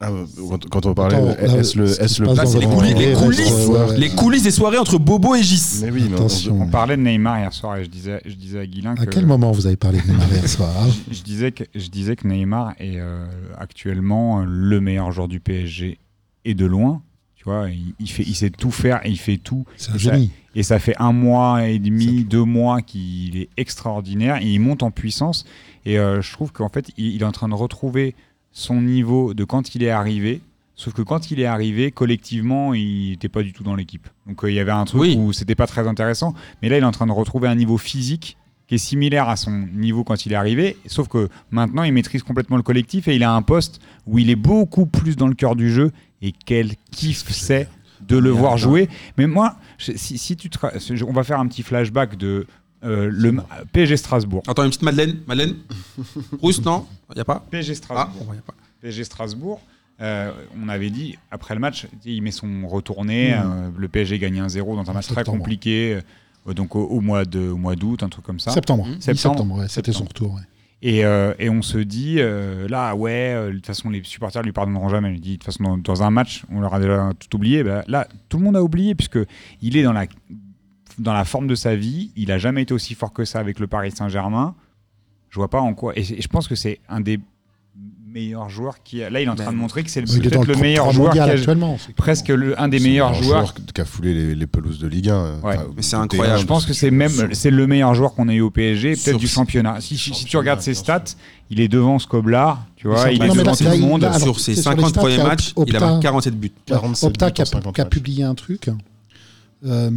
Speaker 3: Ah, bah, quand, quand on parlait,
Speaker 2: Attends, là,
Speaker 3: est-ce le,
Speaker 2: ce qui
Speaker 3: est-ce
Speaker 2: se
Speaker 3: le
Speaker 2: passe
Speaker 4: là, c'est les
Speaker 2: dans-
Speaker 4: coulisses,
Speaker 2: dans-
Speaker 4: les
Speaker 2: dans-
Speaker 4: coulisses,
Speaker 2: ouais, ouais.
Speaker 4: les coulisses des soirées entre Bobo et Gis.
Speaker 3: Mais oui, mais on-
Speaker 2: Attention.
Speaker 5: On parlait de Neymar hier soir et je disais, je disais à Guilin que.
Speaker 2: À quel moment vous avez parlé de Neymar hier soir hein
Speaker 5: je, je disais que, je disais que Neymar est euh, actuellement euh, le meilleur joueur du PSG et de loin. Tu vois, il, il fait, il sait tout faire et il fait tout.
Speaker 2: C'est un génie.
Speaker 5: Et ça fait un mois et demi,
Speaker 2: C'est-
Speaker 5: deux mois qu'il est extraordinaire et il monte en puissance. Et euh, je trouve qu'en fait, il, il est en train de retrouver son niveau de quand il est arrivé. Sauf que quand il est arrivé, collectivement, il n'était pas du tout dans l'équipe. Donc euh, il y avait un truc
Speaker 4: Oui.
Speaker 5: où c'était pas très intéressant. Mais là, il est en train de retrouver un niveau physique qui est similaire à son niveau quand il est arrivé. Sauf que maintenant, il maîtrise complètement le collectif et il a un poste où il est beaucoup plus dans le cœur du jeu. Et quel kiff c'est de le voir jouer. Mais moi, je- si, si tu te ra- je- on va faire un petit flashback de euh, le ma- PSG Strasbourg.
Speaker 4: Attends, une petite Madeleine. Madeleine Proust, non Y a pas
Speaker 5: PSG
Speaker 4: Ah,
Speaker 5: Strasbourg.
Speaker 4: bon, y a pas.
Speaker 5: PSG Strasbourg. euh, on avait dit après le match, il met son retourné, euh, le PSG gagne 1-0 dans un
Speaker 2: En
Speaker 5: match très
Speaker 2: septembre.
Speaker 5: compliqué, euh, donc au, au mois de- au mois d'août, un truc comme ça.
Speaker 2: Septembre.
Speaker 4: Mmh.
Speaker 5: hein Hmm. Septembre.
Speaker 2: Mi-septembre, ouais, C'était son retour. ouais.
Speaker 5: Et, euh, et on se dit, euh, là, ouais, euh, de toute façon, les supporters lui pardonneront jamais. Je dis, de toute façon, dans, dans un match, on leur a déjà tout oublié. Bah, là, tout le monde a oublié, puisque il est dans la, dans la forme de sa vie. Il a jamais été aussi fort que ça avec le Paris Saint-Germain. Je vois pas en quoi. Et, c'est- je pense que c'est un des meilleurs joueurs qui. a- Là, il est en train de montrer que c'est le-
Speaker 2: Bah, Il est dans
Speaker 5: peut-être le
Speaker 2: top
Speaker 5: meilleur
Speaker 2: trois
Speaker 5: joueur qui
Speaker 2: mondial
Speaker 5: a-
Speaker 2: actuellement. c'est-
Speaker 5: Presque le, un des
Speaker 3: c'est le
Speaker 5: meilleurs joueurs.
Speaker 3: joueur qui a foulé les, les pelouses de Ligue hein. 1.
Speaker 5: Ouais.
Speaker 4: Mais Ah, c'est incroyable.
Speaker 5: Je pense que c'est même c'est le meilleur joueur qu'on ait eu au PSG, peut-être
Speaker 3: Sur-
Speaker 5: du championnat. Si, si- si tu
Speaker 3: championnat,
Speaker 5: regardes ses
Speaker 3: bien
Speaker 5: stats, il est devant Scoblar, tu vois,
Speaker 2: Mais
Speaker 5: il est
Speaker 2: non, mais là,
Speaker 5: devant tout
Speaker 2: là,
Speaker 5: le
Speaker 2: il-
Speaker 5: monde.
Speaker 2: là, alors,
Speaker 4: Sur ses
Speaker 2: hein. c'est sur les
Speaker 4: 50
Speaker 2: stats,
Speaker 4: premiers
Speaker 2: il y a
Speaker 4: matchs,
Speaker 2: Opta-
Speaker 4: il avait 47 buts.
Speaker 3: 47
Speaker 2: Opta
Speaker 3: buts
Speaker 2: qui a,
Speaker 3: en 50
Speaker 2: qui a
Speaker 3: matchs.
Speaker 2: publié un truc. hein. euh,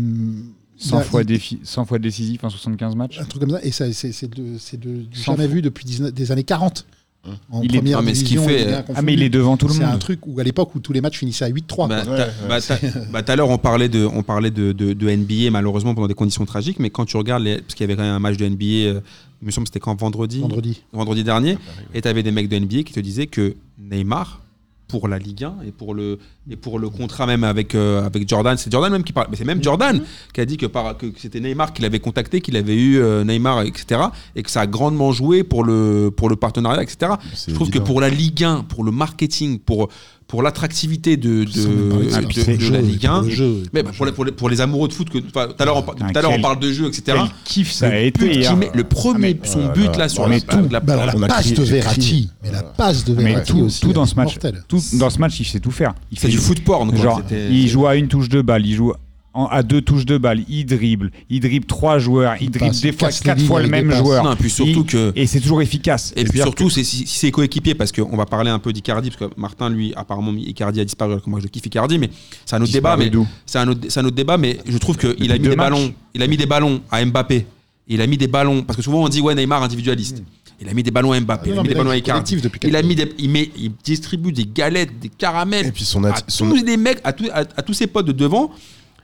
Speaker 5: 100
Speaker 2: il-
Speaker 5: fois, défi- 100 fois décisif en 75 matchs.
Speaker 2: un truc comme ça, et ça, c'est c'est de, c'est de du
Speaker 5: Sans
Speaker 2: jamais
Speaker 5: fou.
Speaker 2: vu depuis 19 des années 40.
Speaker 3: Hein.
Speaker 2: En
Speaker 5: Il est-
Speaker 2: première
Speaker 4: Ah, mais ce qu'il
Speaker 2: division,
Speaker 4: fait,
Speaker 2: il est
Speaker 4: euh,
Speaker 5: Ah mais il est devant tout le
Speaker 2: C'est un
Speaker 5: monde.
Speaker 2: truc où à l'époque où tous les matchs finissaient à 8-3.
Speaker 4: Bah,
Speaker 2: quoi.
Speaker 4: t'as- bah, t'as- bah, tout à l'heure, on parlait, de, on parlait de, de- de NBA, malheureusement, pendant des conditions tragiques, mais quand tu regardes, les- parce qu'il y avait quand même un match de NBA, euh, il me semble que c'était quand vendredi,
Speaker 2: Vendredi.
Speaker 4: vendredi dernier, et tu avais des mecs de NBA qui te disaient que Neymar, pour la Ligue 1 et pour le, et pour le contrat même avec, euh, avec Jordan, c'est Jordan même qui parle, mais c'est même Jordan qui a dit que, par, que c'était Neymar qui l'avait contacté, qu'il avait eu euh, Neymar, etc., et que ça a grandement joué pour le, pour le partenariat, etc. Je trouve que pour la Ligue 1, pour le marketing, pour, pour l'attractivité de, de,
Speaker 2: Sans même parler
Speaker 4: de- de-
Speaker 2: de- pour le
Speaker 4: de
Speaker 2: jeu,
Speaker 4: la Ligue
Speaker 2: pour
Speaker 4: 1,
Speaker 2: le jeu,
Speaker 4: mais bah, pour, les, pour, les, pour les amoureux de foot, que, enfin, tout à l'heure on, par- tout
Speaker 5: Ah,
Speaker 4: à l'heure, on
Speaker 5: quel-
Speaker 4: parle de jeu, etc.
Speaker 5: Quel kiff ça a
Speaker 4: le,
Speaker 5: été
Speaker 4: but
Speaker 5: hier.
Speaker 4: qu'il met- le premier,
Speaker 5: Ah, mais-
Speaker 4: son
Speaker 3: euh,
Speaker 4: but
Speaker 3: là,
Speaker 4: là sur
Speaker 3: on
Speaker 4: la,
Speaker 5: est tout.
Speaker 4: avec la-
Speaker 2: Bah, alors,
Speaker 3: on
Speaker 2: la
Speaker 3: a
Speaker 2: passe
Speaker 3: crié-
Speaker 2: de
Speaker 3: crié.
Speaker 2: Verratti. Mais la passe de
Speaker 5: Mais
Speaker 2: Verratti
Speaker 5: tout,
Speaker 2: aussi, hein.
Speaker 5: tout dans
Speaker 2: elle
Speaker 5: ce
Speaker 2: est
Speaker 5: match,
Speaker 2: mortelle.
Speaker 5: tout dans ce match, il sait tout faire. Il
Speaker 4: c'est
Speaker 5: fait
Speaker 4: du foot porn. quoi.
Speaker 5: Genre,
Speaker 4: C'était-
Speaker 5: il joue à une touche de balle, il joue en- à deux touches de balle, il dribble, il dribble trois joueurs, il,
Speaker 2: Il
Speaker 5: dribble
Speaker 2: passe,
Speaker 5: des
Speaker 2: il
Speaker 5: fois
Speaker 2: casse les
Speaker 5: quatre
Speaker 2: lignes
Speaker 5: fois le
Speaker 2: avec des
Speaker 5: même
Speaker 2: passes.
Speaker 5: joueur.
Speaker 4: Non, puis surtout
Speaker 5: Il-
Speaker 4: que-
Speaker 5: et c'est toujours efficace.
Speaker 4: Et puis
Speaker 5: C'est-à-dire
Speaker 4: surtout, c'est- si, si c'est coéquipier, parce qu'on va parler un peu d'Icardi, parce que Martin, lui, apparemment, Icardi a disparu, alors que moi je kiffe Icardi, mais c'est un autre débat.
Speaker 5: Disparu
Speaker 4: Mais
Speaker 5: d'où
Speaker 4: c'est un autre, c'est un autre débat, mais je trouve qu'il a mis
Speaker 5: deux
Speaker 4: des
Speaker 5: matchs.
Speaker 4: ballons. Il a mis des ballons à Mbappé. Il a mis des ballons parce que souvent on dit ouais Neymar individualiste. Il a mis des ballons à Mbappé.
Speaker 2: Ah,
Speaker 4: il
Speaker 2: non,
Speaker 4: a mis
Speaker 2: mais
Speaker 4: des
Speaker 2: là,
Speaker 4: ballons à
Speaker 2: il est
Speaker 4: Icardi.
Speaker 2: collectif depuis
Speaker 4: Il a
Speaker 2: quelques
Speaker 4: mis des, il met, il distribue des galettes, des caramels.
Speaker 3: Et puis son atti-
Speaker 4: à
Speaker 3: son-
Speaker 4: Ah, tous les mecs, à, tous- à- à tous ses potes de devant.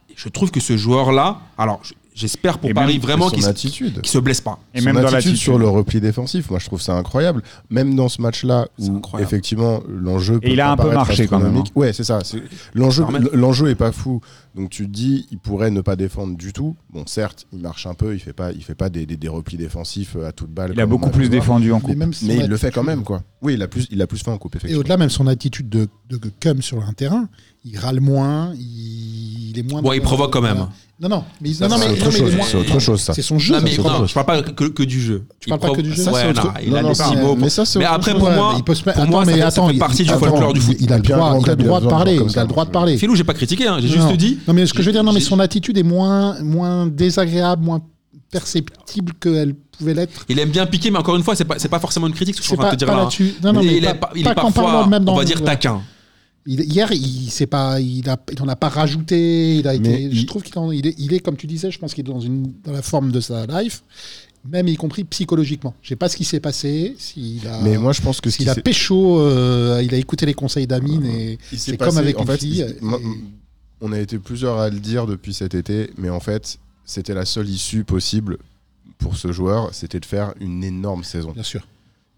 Speaker 4: Et Je trouve que ce joueur là, alors je- j'espère pour
Speaker 5: Et
Speaker 4: Paris
Speaker 5: même
Speaker 4: vraiment
Speaker 3: son
Speaker 4: qu'il se,
Speaker 3: attitude.
Speaker 4: qu'il se blesse pas.
Speaker 5: Et
Speaker 3: Son
Speaker 5: même dans
Speaker 3: attitude
Speaker 5: l'attitude.
Speaker 3: sur le repli défensif, moi je trouve ça incroyable. Même dans ce match-là
Speaker 4: C'est
Speaker 3: où
Speaker 4: incroyable.
Speaker 3: effectivement l'enjeu. peut
Speaker 5: il a un peu
Speaker 3: paraître
Speaker 5: marché, quand même, hein.
Speaker 3: astronomique. Ouais, c'est ça. c'est- L'enjeu,
Speaker 4: Normal.
Speaker 3: l'enjeu est pas fou. Donc tu te dis, il pourrait ne pas défendre du tout. Bon, certes, il marche un peu. Il fait pas, il fait pas des, des- des replis défensifs euh, à toute balle.
Speaker 5: Il a
Speaker 3: comme on
Speaker 5: beaucoup
Speaker 3: a pu
Speaker 5: plus
Speaker 3: voir.
Speaker 5: défendu en
Speaker 2: Mais
Speaker 5: coupe.
Speaker 2: même son
Speaker 3: Mais il le fait
Speaker 2: attitude-
Speaker 3: quand même, quoi. Oui, il a plus, il a plus fait en coupe.
Speaker 2: Et
Speaker 3: Effectivement.
Speaker 2: au-delà, même son attitude de, de cum sur un terrain, il râle moins, il, il est moins.
Speaker 4: Bon, il provoque quand même.
Speaker 2: Non, non, mais,
Speaker 3: Ça,
Speaker 2: non, non,
Speaker 3: c'est
Speaker 2: mais-
Speaker 3: autre
Speaker 2: non, mais il est
Speaker 3: chose,
Speaker 2: moins-
Speaker 3: c'est autre chose, ça.
Speaker 2: C'est son jeu.
Speaker 4: non,
Speaker 2: ça,
Speaker 4: mais
Speaker 2: c'est
Speaker 4: non,
Speaker 2: autre chose.
Speaker 4: je parle pas que, que du jeu.
Speaker 2: Tu parles pas que du jeu,
Speaker 4: Ouais,
Speaker 3: ça, c'est
Speaker 4: non,
Speaker 3: autre-
Speaker 4: il
Speaker 3: non,
Speaker 4: a
Speaker 3: non,
Speaker 4: des
Speaker 3: c'est-
Speaker 4: petits
Speaker 3: mais-
Speaker 4: mots.
Speaker 3: mais ça, c'est
Speaker 4: Mais
Speaker 3: autre
Speaker 4: après,
Speaker 3: chose.
Speaker 4: pour
Speaker 2: Ouais,
Speaker 4: moi,
Speaker 2: mais il peut se mettre-
Speaker 4: pour moi,
Speaker 2: Attends,
Speaker 4: ça
Speaker 2: mais
Speaker 4: fait- ça
Speaker 2: attends,
Speaker 4: fait
Speaker 2: il-
Speaker 4: partie du
Speaker 2: attends,
Speaker 4: folklore du foot.
Speaker 2: Il a le
Speaker 3: Il a
Speaker 2: droit,
Speaker 3: un grand
Speaker 2: il a le
Speaker 3: club,
Speaker 2: droit
Speaker 3: il a
Speaker 2: de
Speaker 3: besoin de
Speaker 2: parler.
Speaker 3: gens comme
Speaker 2: Il a
Speaker 3: ça,
Speaker 2: le droit de
Speaker 3: moi, je-
Speaker 2: parler.
Speaker 4: Philou, j'ai pas critiqué, hein, j'ai
Speaker 2: Non.
Speaker 4: juste dit.
Speaker 2: Non, mais ce que je veux dire, non, mais
Speaker 4: j'ai-
Speaker 2: son attitude est moins, moins désagréable, moins perceptible qu'elle pouvait l'être.
Speaker 4: Il aime bien piquer, mais encore une fois, c'est pas, c'est pas forcément une critique, ce que je suis
Speaker 2: C'est
Speaker 4: en train
Speaker 2: pas,
Speaker 4: de te dire
Speaker 2: pas
Speaker 4: là. hein.
Speaker 2: là-dessus. Non, non,
Speaker 4: Mais
Speaker 2: mais,
Speaker 4: il
Speaker 2: pas,
Speaker 4: est pas- il est
Speaker 2: pas qu'en
Speaker 4: parfois,
Speaker 2: parlant même dans
Speaker 4: on va
Speaker 2: le-
Speaker 4: dire taquin.
Speaker 2: Il- hier, il c'est pas, il a, il en a pas rajouté. Il a
Speaker 3: Mais
Speaker 2: été, je
Speaker 3: il-
Speaker 2: trouve qu'il en- il est, il est, comme tu disais, je pense qu'il est dans une, dans la forme de sa life, même y compris psychologiquement. Je sais pas ce qui s'est passé, s'il a,
Speaker 3: Mais moi, je pense que ce
Speaker 2: s'il
Speaker 3: qui
Speaker 2: a
Speaker 3: s'est-
Speaker 2: pécho, euh, il a écouté les conseils d'Amine et
Speaker 3: Il s'est
Speaker 2: c'est
Speaker 3: passé-
Speaker 2: comme avec
Speaker 3: en
Speaker 2: une
Speaker 3: fait,
Speaker 2: fille.
Speaker 3: il- moi,
Speaker 2: et-
Speaker 3: On a été plusieurs à le dire depuis cet été, mais en fait, c'était la seule issue possible pour ce joueur, c'était de faire une énorme saison.
Speaker 2: Bien sûr.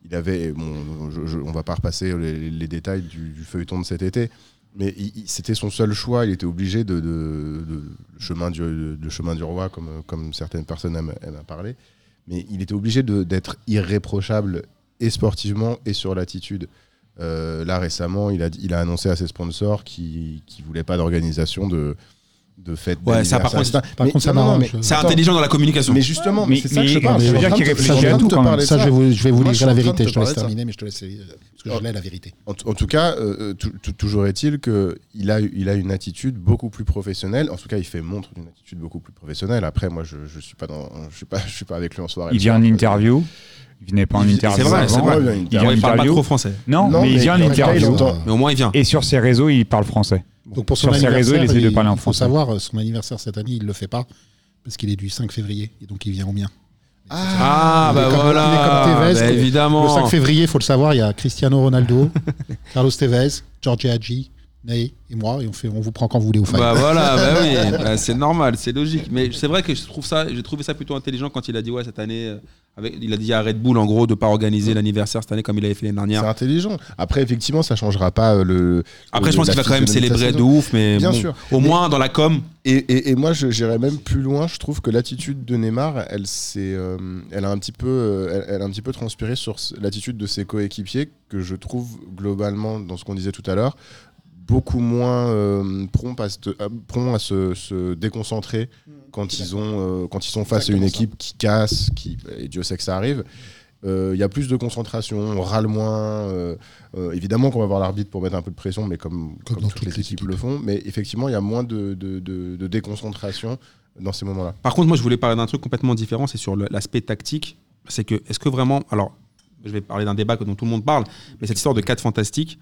Speaker 3: Il avait, bon, je- je- on va pas repasser les, les détails du, du feuilleton de cet été, mais il- il- c'était son seul choix. Il était obligé de, de- de- le chemin du le chemin du roi, comme comme certaines personnes aiment, aiment à parler. mais il était obligé de- d'être irréprochable et sportivement et sur l'attitude. Euh, là récemment, il a, il a annoncé à ses sponsors qu'il ne voulait pas d'organisation de, de fête.
Speaker 4: Ouais, ça, par
Speaker 3: d'anniversaire,
Speaker 4: contre,
Speaker 3: etc.
Speaker 2: par
Speaker 3: Mais-
Speaker 2: contre, ça
Speaker 3: non, non, non,
Speaker 2: m'arrange.
Speaker 3: mais-
Speaker 4: C'est
Speaker 3: attends,
Speaker 4: intelligent dans la communication.
Speaker 3: Mais justement,
Speaker 5: Mais-
Speaker 3: mais, c'est ça que je
Speaker 5: mais-
Speaker 3: te parle.
Speaker 5: mais
Speaker 3: Ah, je
Speaker 5: ça veut
Speaker 3: suis
Speaker 5: dire
Speaker 3: en
Speaker 5: qu'il
Speaker 3: train de-
Speaker 5: réfléchit
Speaker 3: je suis en
Speaker 5: à
Speaker 3: train
Speaker 5: tout
Speaker 3: de te
Speaker 5: quand même.
Speaker 3: parler de
Speaker 2: Ça, je vais vous, je vais vous
Speaker 3: Moi, je
Speaker 2: livrer la
Speaker 3: suis en train de
Speaker 2: vérité.
Speaker 3: te
Speaker 2: Je te laisse
Speaker 3: parler de ça.
Speaker 2: terminer, mais je te laisse. Parce que
Speaker 3: Oh.
Speaker 2: je l'ai la vérité.
Speaker 3: En, t- en tout cas, euh, tou- tou- toujours est-il qu'il a, il a une attitude beaucoup plus professionnelle. En tout cas, il fait montre d'une attitude beaucoup plus professionnelle. Après, moi, je ne suis, pas dans- je suis, pas- je suis pas avec lui en soirée. euh,
Speaker 5: Il
Speaker 3: le
Speaker 5: vient
Speaker 3: soir,
Speaker 5: en
Speaker 3: je-
Speaker 5: interview. Il venait pas en
Speaker 3: Il-
Speaker 5: interview.
Speaker 4: c'est vrai,
Speaker 5: avant.
Speaker 4: c'est vrai.
Speaker 3: Ouais, il
Speaker 5: Il vient
Speaker 3: vient-
Speaker 4: Ouais,
Speaker 5: en
Speaker 4: il parle pas
Speaker 5: interview.
Speaker 4: trop français.
Speaker 5: Non,
Speaker 3: Non,
Speaker 5: mais il
Speaker 3: mais
Speaker 5: vient en
Speaker 3: il entend-
Speaker 5: interview.
Speaker 3: il entend.
Speaker 4: Mais au moins, il vient.
Speaker 5: Et sur ses réseaux, il parle français.
Speaker 2: Donc pour son
Speaker 5: Sur ses
Speaker 2: anniversaire,
Speaker 5: réseaux, il essaie de parler en
Speaker 2: il faut
Speaker 5: français.
Speaker 2: savoir, euh, son anniversaire cette année, il le fait pas parce qu'il est du 5 février et donc il vient au mien.
Speaker 4: Ah,
Speaker 2: Il est
Speaker 4: bah
Speaker 2: comme- il
Speaker 4: voilà.
Speaker 2: est comme Tevez,
Speaker 4: Bah,
Speaker 2: il est-
Speaker 4: évidemment.
Speaker 2: Le 5 février, faut le savoir, il y a Cristiano Ronaldo, Carlos Tevez, Jorge Hadji, Ney et moi et on fait, on vous prend quand vous voulez au fight.
Speaker 4: Bah voilà, bah oui, bah c'est normal, c'est logique. Mais c'est vrai que je trouve ça, j'ai trouvé ça plutôt intelligent quand il a dit ouais cette année, euh, avec, il a dit à Red Bull en gros de pas organiser l'anniversaire cette année comme il avait fait l'année
Speaker 3: C'est
Speaker 4: dernière.
Speaker 3: intelligent. Après, effectivement, ça changera pas euh, le.
Speaker 4: Après
Speaker 3: le-
Speaker 4: je pense
Speaker 3: la
Speaker 4: qu'il va quand
Speaker 3: physionomie
Speaker 4: même
Speaker 3: de sa
Speaker 4: célébrer de
Speaker 3: saison.
Speaker 4: ouf, mais
Speaker 3: Bien
Speaker 4: bon,
Speaker 3: sûr.
Speaker 4: au moins dans la com.
Speaker 3: Et, et- et moi, je- j'irais même plus loin. Je trouve que l'attitude de Neymar, elle, s'est, euh, elle, a un petit peu, euh, elle, elle a un petit peu transpiré sur s- l'attitude de ses coéquipiers, que je trouve globalement, dans ce qu'on disait tout à l'heure, beaucoup moins euh, prompt à, se- à- prompt à se, se déconcentrer quand ils, ont, euh, quand ils sont face à une
Speaker 2: Exactement ça.
Speaker 3: équipe qui casse, qui, et Dieu sait que ça arrive. Euh, Il y a plus de concentration, on râle moins. euh, euh, évidemment qu'on va voir l'arbitre pour mettre un peu de pression, mais comme,
Speaker 2: Comme
Speaker 3: comme
Speaker 2: dans
Speaker 3: toutes, les équipes, le font. Mais effectivement, il y a moins de, de- de- de déconcentration dans ces moments-là.
Speaker 4: Par contre moi je voulais parler d'un truc complètement différent, c'est sur le- l'aspect tactique. C'est que est-ce que vraiment, alors je vais parler d'un débat que- dont tout le monde parle, mais cette histoire de 4 fantastiques.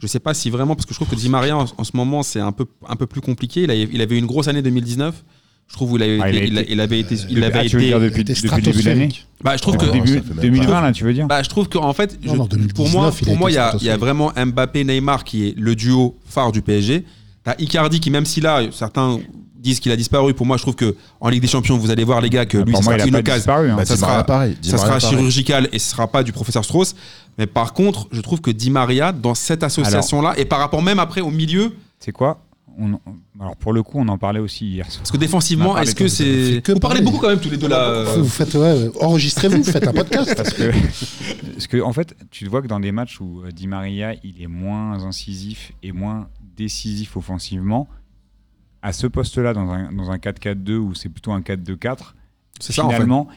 Speaker 4: Je sais pas si vraiment, parce que je trouve que Di Maria en, en ce moment c'est un peu, un peu plus compliqué. Il, a- il avait eu une grosse année 2019. Je trouve où il avait,
Speaker 5: Ah, il a
Speaker 4: été, il, a-
Speaker 5: été-
Speaker 4: il avait été, il
Speaker 5: Ah,
Speaker 4: avait
Speaker 5: tu veux
Speaker 4: été-
Speaker 5: dire depuis,
Speaker 2: était
Speaker 5: depuis le début de l'année
Speaker 2: stratosphérique.
Speaker 4: bah, je trouve que
Speaker 3: Ah,
Speaker 5: Début
Speaker 3: ça fait même pas.
Speaker 5: 2020, là, tu veux dire
Speaker 4: Bah, je trouve qu'en fait,
Speaker 2: Non,
Speaker 4: je-
Speaker 2: non, 2019,
Speaker 4: pour moi,
Speaker 2: il a
Speaker 4: pour moi, il
Speaker 2: été
Speaker 4: y a, il y a
Speaker 2: stratosphérique.
Speaker 4: vraiment Mbappé, Neymar qui est le duo phare du PSG. T'as Icardi qui, même si là, certains disent qu'il a disparu, pour moi, je trouve que en Ligue des Champions, vous allez voir les gars que
Speaker 5: Ah,
Speaker 4: lui,
Speaker 5: Pour
Speaker 4: ça
Speaker 5: moi, il
Speaker 4: sera
Speaker 5: a
Speaker 4: une
Speaker 5: pas
Speaker 4: occasion.
Speaker 5: disparu. hein.
Speaker 4: Bah, ça
Speaker 3: Di
Speaker 4: sera-
Speaker 3: Maria, pareil. Di
Speaker 4: Ça
Speaker 3: Maria,
Speaker 4: sera
Speaker 3: pareil.
Speaker 4: chirurgical et ce sera pas du professeur Strauss. Mais par contre, je trouve que Di Maria, dans cette association-là, et par rapport même après au milieu,
Speaker 5: C'est quoi On- Alors, pour le coup, on en parlait aussi hier soir.
Speaker 4: parce que défensivement,
Speaker 5: On a parlé
Speaker 4: est-ce que
Speaker 5: de-
Speaker 4: c'est.
Speaker 2: que
Speaker 4: Vous parlez
Speaker 2: parler.
Speaker 4: beaucoup quand même tous les deux là. euh,
Speaker 2: Vous faites, ouais, enregistrez-vous, faites un podcast.
Speaker 5: Parce que, parce que, en fait, tu te vois que dans des matchs où euh, Di Maria, il est moins incisif et moins décisif offensivement, à ce poste-là, dans un, dans un 4-4-2 où c'est plutôt un 4-2-4,
Speaker 4: C'est ça en fait.
Speaker 5: finalement,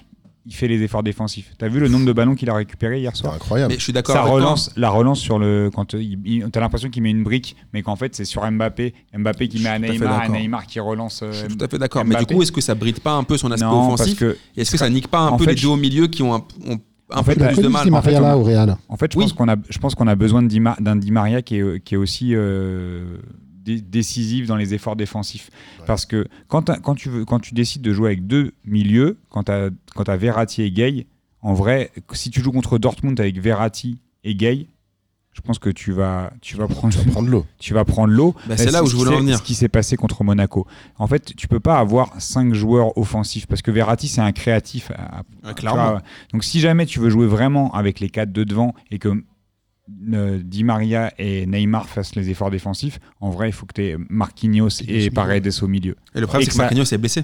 Speaker 5: il fait les efforts défensifs. T'as vu le nombre de ballons qu'il a récupéré hier
Speaker 3: C'est
Speaker 5: soir
Speaker 3: incroyable.
Speaker 4: Mais je suis d'accord
Speaker 5: ça
Speaker 4: avec toi.
Speaker 5: relance, la relance sur le quand euh, il- il- t'as l'impression qu'il met une brique, mais qu'en fait c'est sur Mbappé, Mbappé qui
Speaker 4: Je
Speaker 5: met à
Speaker 4: suis tout à fait
Speaker 5: Neymar, à
Speaker 4: d'accord.
Speaker 5: Neymar qui relance. euh,
Speaker 4: Je suis tout à fait d'accord. Mais du
Speaker 5: Mbappé.
Speaker 4: coup, est-ce que ça bride pas un peu son aspect
Speaker 5: non, parce
Speaker 4: offensif
Speaker 5: que
Speaker 4: Et Est-ce que ça nique pas un
Speaker 5: En
Speaker 4: peu
Speaker 5: fait,
Speaker 4: les deux au milieu qui ont un, ont un
Speaker 5: en
Speaker 4: peu
Speaker 5: fait, bah,
Speaker 2: Tu l'as
Speaker 4: plus de
Speaker 2: connu,
Speaker 4: mal
Speaker 2: Di
Speaker 4: en fait,
Speaker 2: Maria, là, au Real.
Speaker 5: En fait, je
Speaker 4: Oui.
Speaker 5: pense qu'on a, je pense qu'on a besoin de Di Ma- d'un Di Maria qui est, qui est aussi euh, dé- décisif dans les efforts défensifs. Parce que quand, t'as- quand, tu veux, quand tu décides de jouer avec deux milieux, quand tu as, Verratti et Gay, en vrai, si tu joues contre Dortmund avec Verratti et Gay, je pense que tu vas, tu vas prendre,
Speaker 3: Prendre l'eau.
Speaker 5: tu vas prendre l'eau.
Speaker 4: Bah, c'est là où
Speaker 5: ce
Speaker 4: je
Speaker 5: qui
Speaker 4: voulais en
Speaker 5: s'est-
Speaker 4: venir.
Speaker 5: Ce qui s'est passé contre Monaco. En fait, tu peux pas avoir cinq joueurs offensifs parce que Verratti c'est un créatif. à- à-
Speaker 4: Ah, clairement.
Speaker 5: tu vois. donc si jamais tu veux jouer vraiment avec les quatre de devant et que euh, Di Maria et Neymar fassent les efforts défensifs, en vrai, il faut que tu aies Marquinhos et Paredes au milieu.
Speaker 4: Et le problème,
Speaker 5: Et
Speaker 4: c'est
Speaker 5: que
Speaker 4: que
Speaker 5: ça-
Speaker 4: Marquinhos est blessé.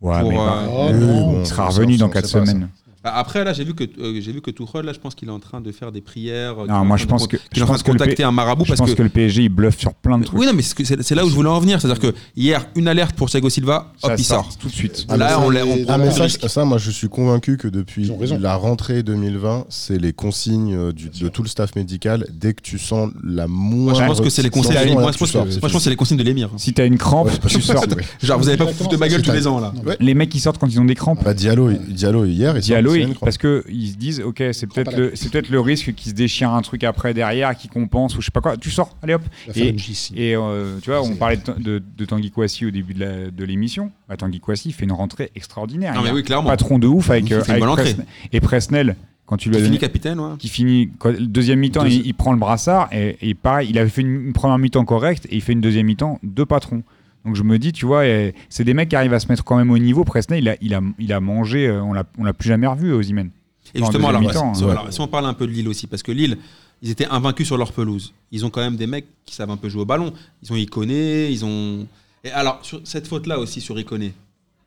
Speaker 5: Ouais,
Speaker 4: Pour,
Speaker 5: mais
Speaker 4: euh,
Speaker 5: Paredes,
Speaker 2: Oh,
Speaker 5: euh,
Speaker 2: non.
Speaker 5: il sera revenu dans quatre semaines.
Speaker 4: Bah, Après, là, j'ai vu que euh, j'ai vu que Tuchel, là, je pense qu'il est en train de faire des prières. euh, qu'il est
Speaker 5: Non,
Speaker 4: en
Speaker 5: moi
Speaker 4: train
Speaker 5: je
Speaker 4: de
Speaker 5: pense
Speaker 4: con-
Speaker 5: que
Speaker 4: qu'il est
Speaker 5: je
Speaker 4: en train
Speaker 5: pense
Speaker 4: de
Speaker 5: que le P-
Speaker 4: contacter un marabout
Speaker 5: je
Speaker 4: parce
Speaker 5: pense
Speaker 4: que.
Speaker 5: que le PSG il bluffe sur plein de trucs.
Speaker 4: Oui, non, mais c'est que c'est c'est là où je voulais en venir. C'est-à-dire que hier, une alerte pour Thiago Silva, hop,
Speaker 5: Ça
Speaker 4: Ah, il sort.
Speaker 5: tout de suite.
Speaker 3: Ah, mais
Speaker 4: Là,
Speaker 3: ça,
Speaker 4: on l'a- on
Speaker 2: les-
Speaker 4: prend
Speaker 2: ah,
Speaker 3: Mais ça,
Speaker 4: le
Speaker 3: je-
Speaker 4: risque.
Speaker 3: ça, moi, je suis convaincu que depuis
Speaker 2: Ils ont raison.
Speaker 3: la rentrée 2020, c'est les consignes euh, du- de tout le staff médical. Dès que tu sens la
Speaker 4: Moi,
Speaker 3: moindre.
Speaker 4: je pense que c'est les
Speaker 3: tension,
Speaker 4: consignes.
Speaker 3: là,
Speaker 4: Moi, je
Speaker 3: tu
Speaker 4: pense que
Speaker 3: sors,
Speaker 4: moi, je
Speaker 3: c'est
Speaker 4: pense que c'est les consignes de l'émir.
Speaker 5: Si t'as une crampe,
Speaker 3: Ouais,
Speaker 5: tu sors.
Speaker 4: Genre, vous allez pas vous
Speaker 2: Exactement,
Speaker 4: foutre de ma
Speaker 2: c'est
Speaker 4: gueule tous
Speaker 2: ça.
Speaker 4: les ans là.
Speaker 2: Non.
Speaker 5: Les mecs qui sortent quand ils ont des crampes.
Speaker 3: Bah, Diallo, Diallo hier. il sort
Speaker 5: Diallo,
Speaker 3: une
Speaker 5: il-
Speaker 3: semaine,
Speaker 5: parce que ils se disent, ok, c'est peut-être
Speaker 2: pas la
Speaker 5: le, c'est peut-être le risque qu'ils se déchirent un truc après derrière, qui compense ou je sais pas quoi. Tu sors, allez hop.
Speaker 2: Il va faire
Speaker 5: Et,
Speaker 2: une JC.
Speaker 5: et, euh, tu vois, on
Speaker 2: C'est-
Speaker 5: parlait de, de- de Tanguy Kouassi au début de la- de l'émission. Bah, Tanguy Kouassi fait une rentrée extraordinaire.
Speaker 4: Non,
Speaker 5: Il
Speaker 4: mais
Speaker 5: a
Speaker 4: oui,
Speaker 5: un
Speaker 4: clairement.
Speaker 5: patron de ouf avec,
Speaker 4: Il
Speaker 5: euh,
Speaker 4: fait une
Speaker 5: avec
Speaker 4: bonne entrée.
Speaker 5: Presne- et Presnel quand tu lui as
Speaker 4: Il
Speaker 5: donné,
Speaker 4: finit capitaine, ouais.
Speaker 5: qui finit quand- le deuxième mi-temps,
Speaker 3: Deuxi-
Speaker 5: il, il prend le brassard et, et pareil, il avait fait une, une première mi-temps correcte et il fait une deuxième mi-temps de patron. Donc je me dis, tu vois, eh, c'est des mecs qui arrivent à se mettre quand même au niveau. Presnel, il a, il a, il a mangé, euh, on l'a, on l'a plus jamais revu, Osimhen.
Speaker 4: Et
Speaker 5: En
Speaker 4: justement, alors, bah,
Speaker 5: deuxième mi-temps,
Speaker 4: si-
Speaker 5: hein.
Speaker 4: alors, si on parle un peu de Lille aussi, parce que Lille, ils étaient invaincus sur leur pelouse. Ils ont quand même des mecs qui savent un peu jouer au ballon. Ils ont Iconé, ils ont. Et alors, sur cette faute-là aussi sur Iconé,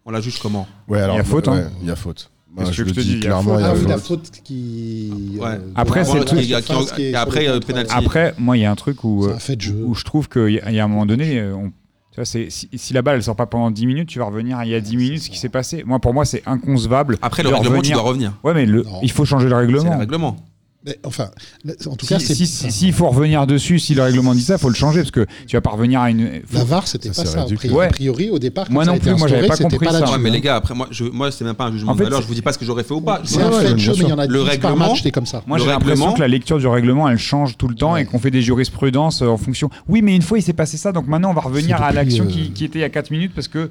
Speaker 4: on la juge comment
Speaker 3: Ouais, alors,
Speaker 5: Il y a faute,
Speaker 3: ouais,
Speaker 5: hein.
Speaker 3: Il y a faute. Bah,
Speaker 5: Est-ce
Speaker 3: je
Speaker 5: que
Speaker 3: le
Speaker 5: je te
Speaker 3: dis
Speaker 5: dis, il y a
Speaker 3: clairement,
Speaker 5: faute.
Speaker 3: il y
Speaker 2: Ah
Speaker 3: a
Speaker 2: oui, la
Speaker 3: faute.
Speaker 2: faute qui.
Speaker 4: Ouais.
Speaker 5: Après, c'est
Speaker 2: tout.
Speaker 5: tout.
Speaker 4: Après, euh, penalty.
Speaker 5: Après, moi, il y a un truc où,
Speaker 2: C'est
Speaker 5: euh,
Speaker 2: un fait de jeu.
Speaker 5: où je trouve qu'il y, a- il y a un moment donné, euh, on- tu vois, c'est- si, si la balle elle sort pas pendant 10 minutes, tu vas revenir il y a 10
Speaker 2: Ouais,
Speaker 5: minutes
Speaker 2: c'est
Speaker 5: ce qui
Speaker 2: ça.
Speaker 5: s'est passé. Moi, pour moi, c'est inconcevable.
Speaker 4: Après, le
Speaker 5: de
Speaker 4: règlement, tu
Speaker 5: revenir-
Speaker 4: dois revenir.
Speaker 5: Ouais, mais le-
Speaker 2: Non.
Speaker 5: il faut changer le
Speaker 4: C'est
Speaker 5: règlement.
Speaker 4: le règlement.
Speaker 2: Mais enfin, là, en tout
Speaker 5: Si-
Speaker 2: cas,
Speaker 5: si-
Speaker 2: c'est.
Speaker 5: si- S'il faut revenir dessus, si le règlement dit ça, faut le changer parce que tu vas pas revenir à une. faut-
Speaker 2: La VAR, c'était
Speaker 3: Ça,
Speaker 2: pas
Speaker 3: c'est
Speaker 2: ça. A
Speaker 3: ridicule.
Speaker 2: priori,
Speaker 5: Ouais.
Speaker 2: a priori, au départ, quand
Speaker 5: Moi
Speaker 2: ça a
Speaker 5: non
Speaker 2: été
Speaker 5: plus, moi, j'avais
Speaker 2: instauré,
Speaker 5: pas
Speaker 2: c'était
Speaker 5: compris ça.
Speaker 2: là-dessus,
Speaker 5: Ouais,
Speaker 4: Ouais, mais
Speaker 2: hein.
Speaker 4: les gars, après, moi, je, moi, c'est même pas un jugement
Speaker 5: En fait,
Speaker 4: de valeur.
Speaker 5: c'est-
Speaker 4: Je vous dis pas ce que j'aurais fait ou pas.
Speaker 2: C'est
Speaker 4: Moi,
Speaker 2: un
Speaker 4: je-
Speaker 2: fait de
Speaker 3: bien
Speaker 2: jeu, mais
Speaker 3: sûr.
Speaker 2: il y en a
Speaker 4: Le
Speaker 2: 10 par
Speaker 4: règlement-
Speaker 2: match, c'était comme ça.
Speaker 5: Moi,
Speaker 4: Le
Speaker 5: j'ai l'impression
Speaker 4: règlement-
Speaker 5: que la lecture du règlement, elle change tout le temps et qu'on fait des jurisprudences euh, en fonction. Oui, mais une fois, il s'est passé ça, donc maintenant, on va revenir
Speaker 2: C'est
Speaker 5: à
Speaker 2: depuis,
Speaker 5: l'action
Speaker 2: euh,
Speaker 5: qui, qui était il y a 4 minutes parce que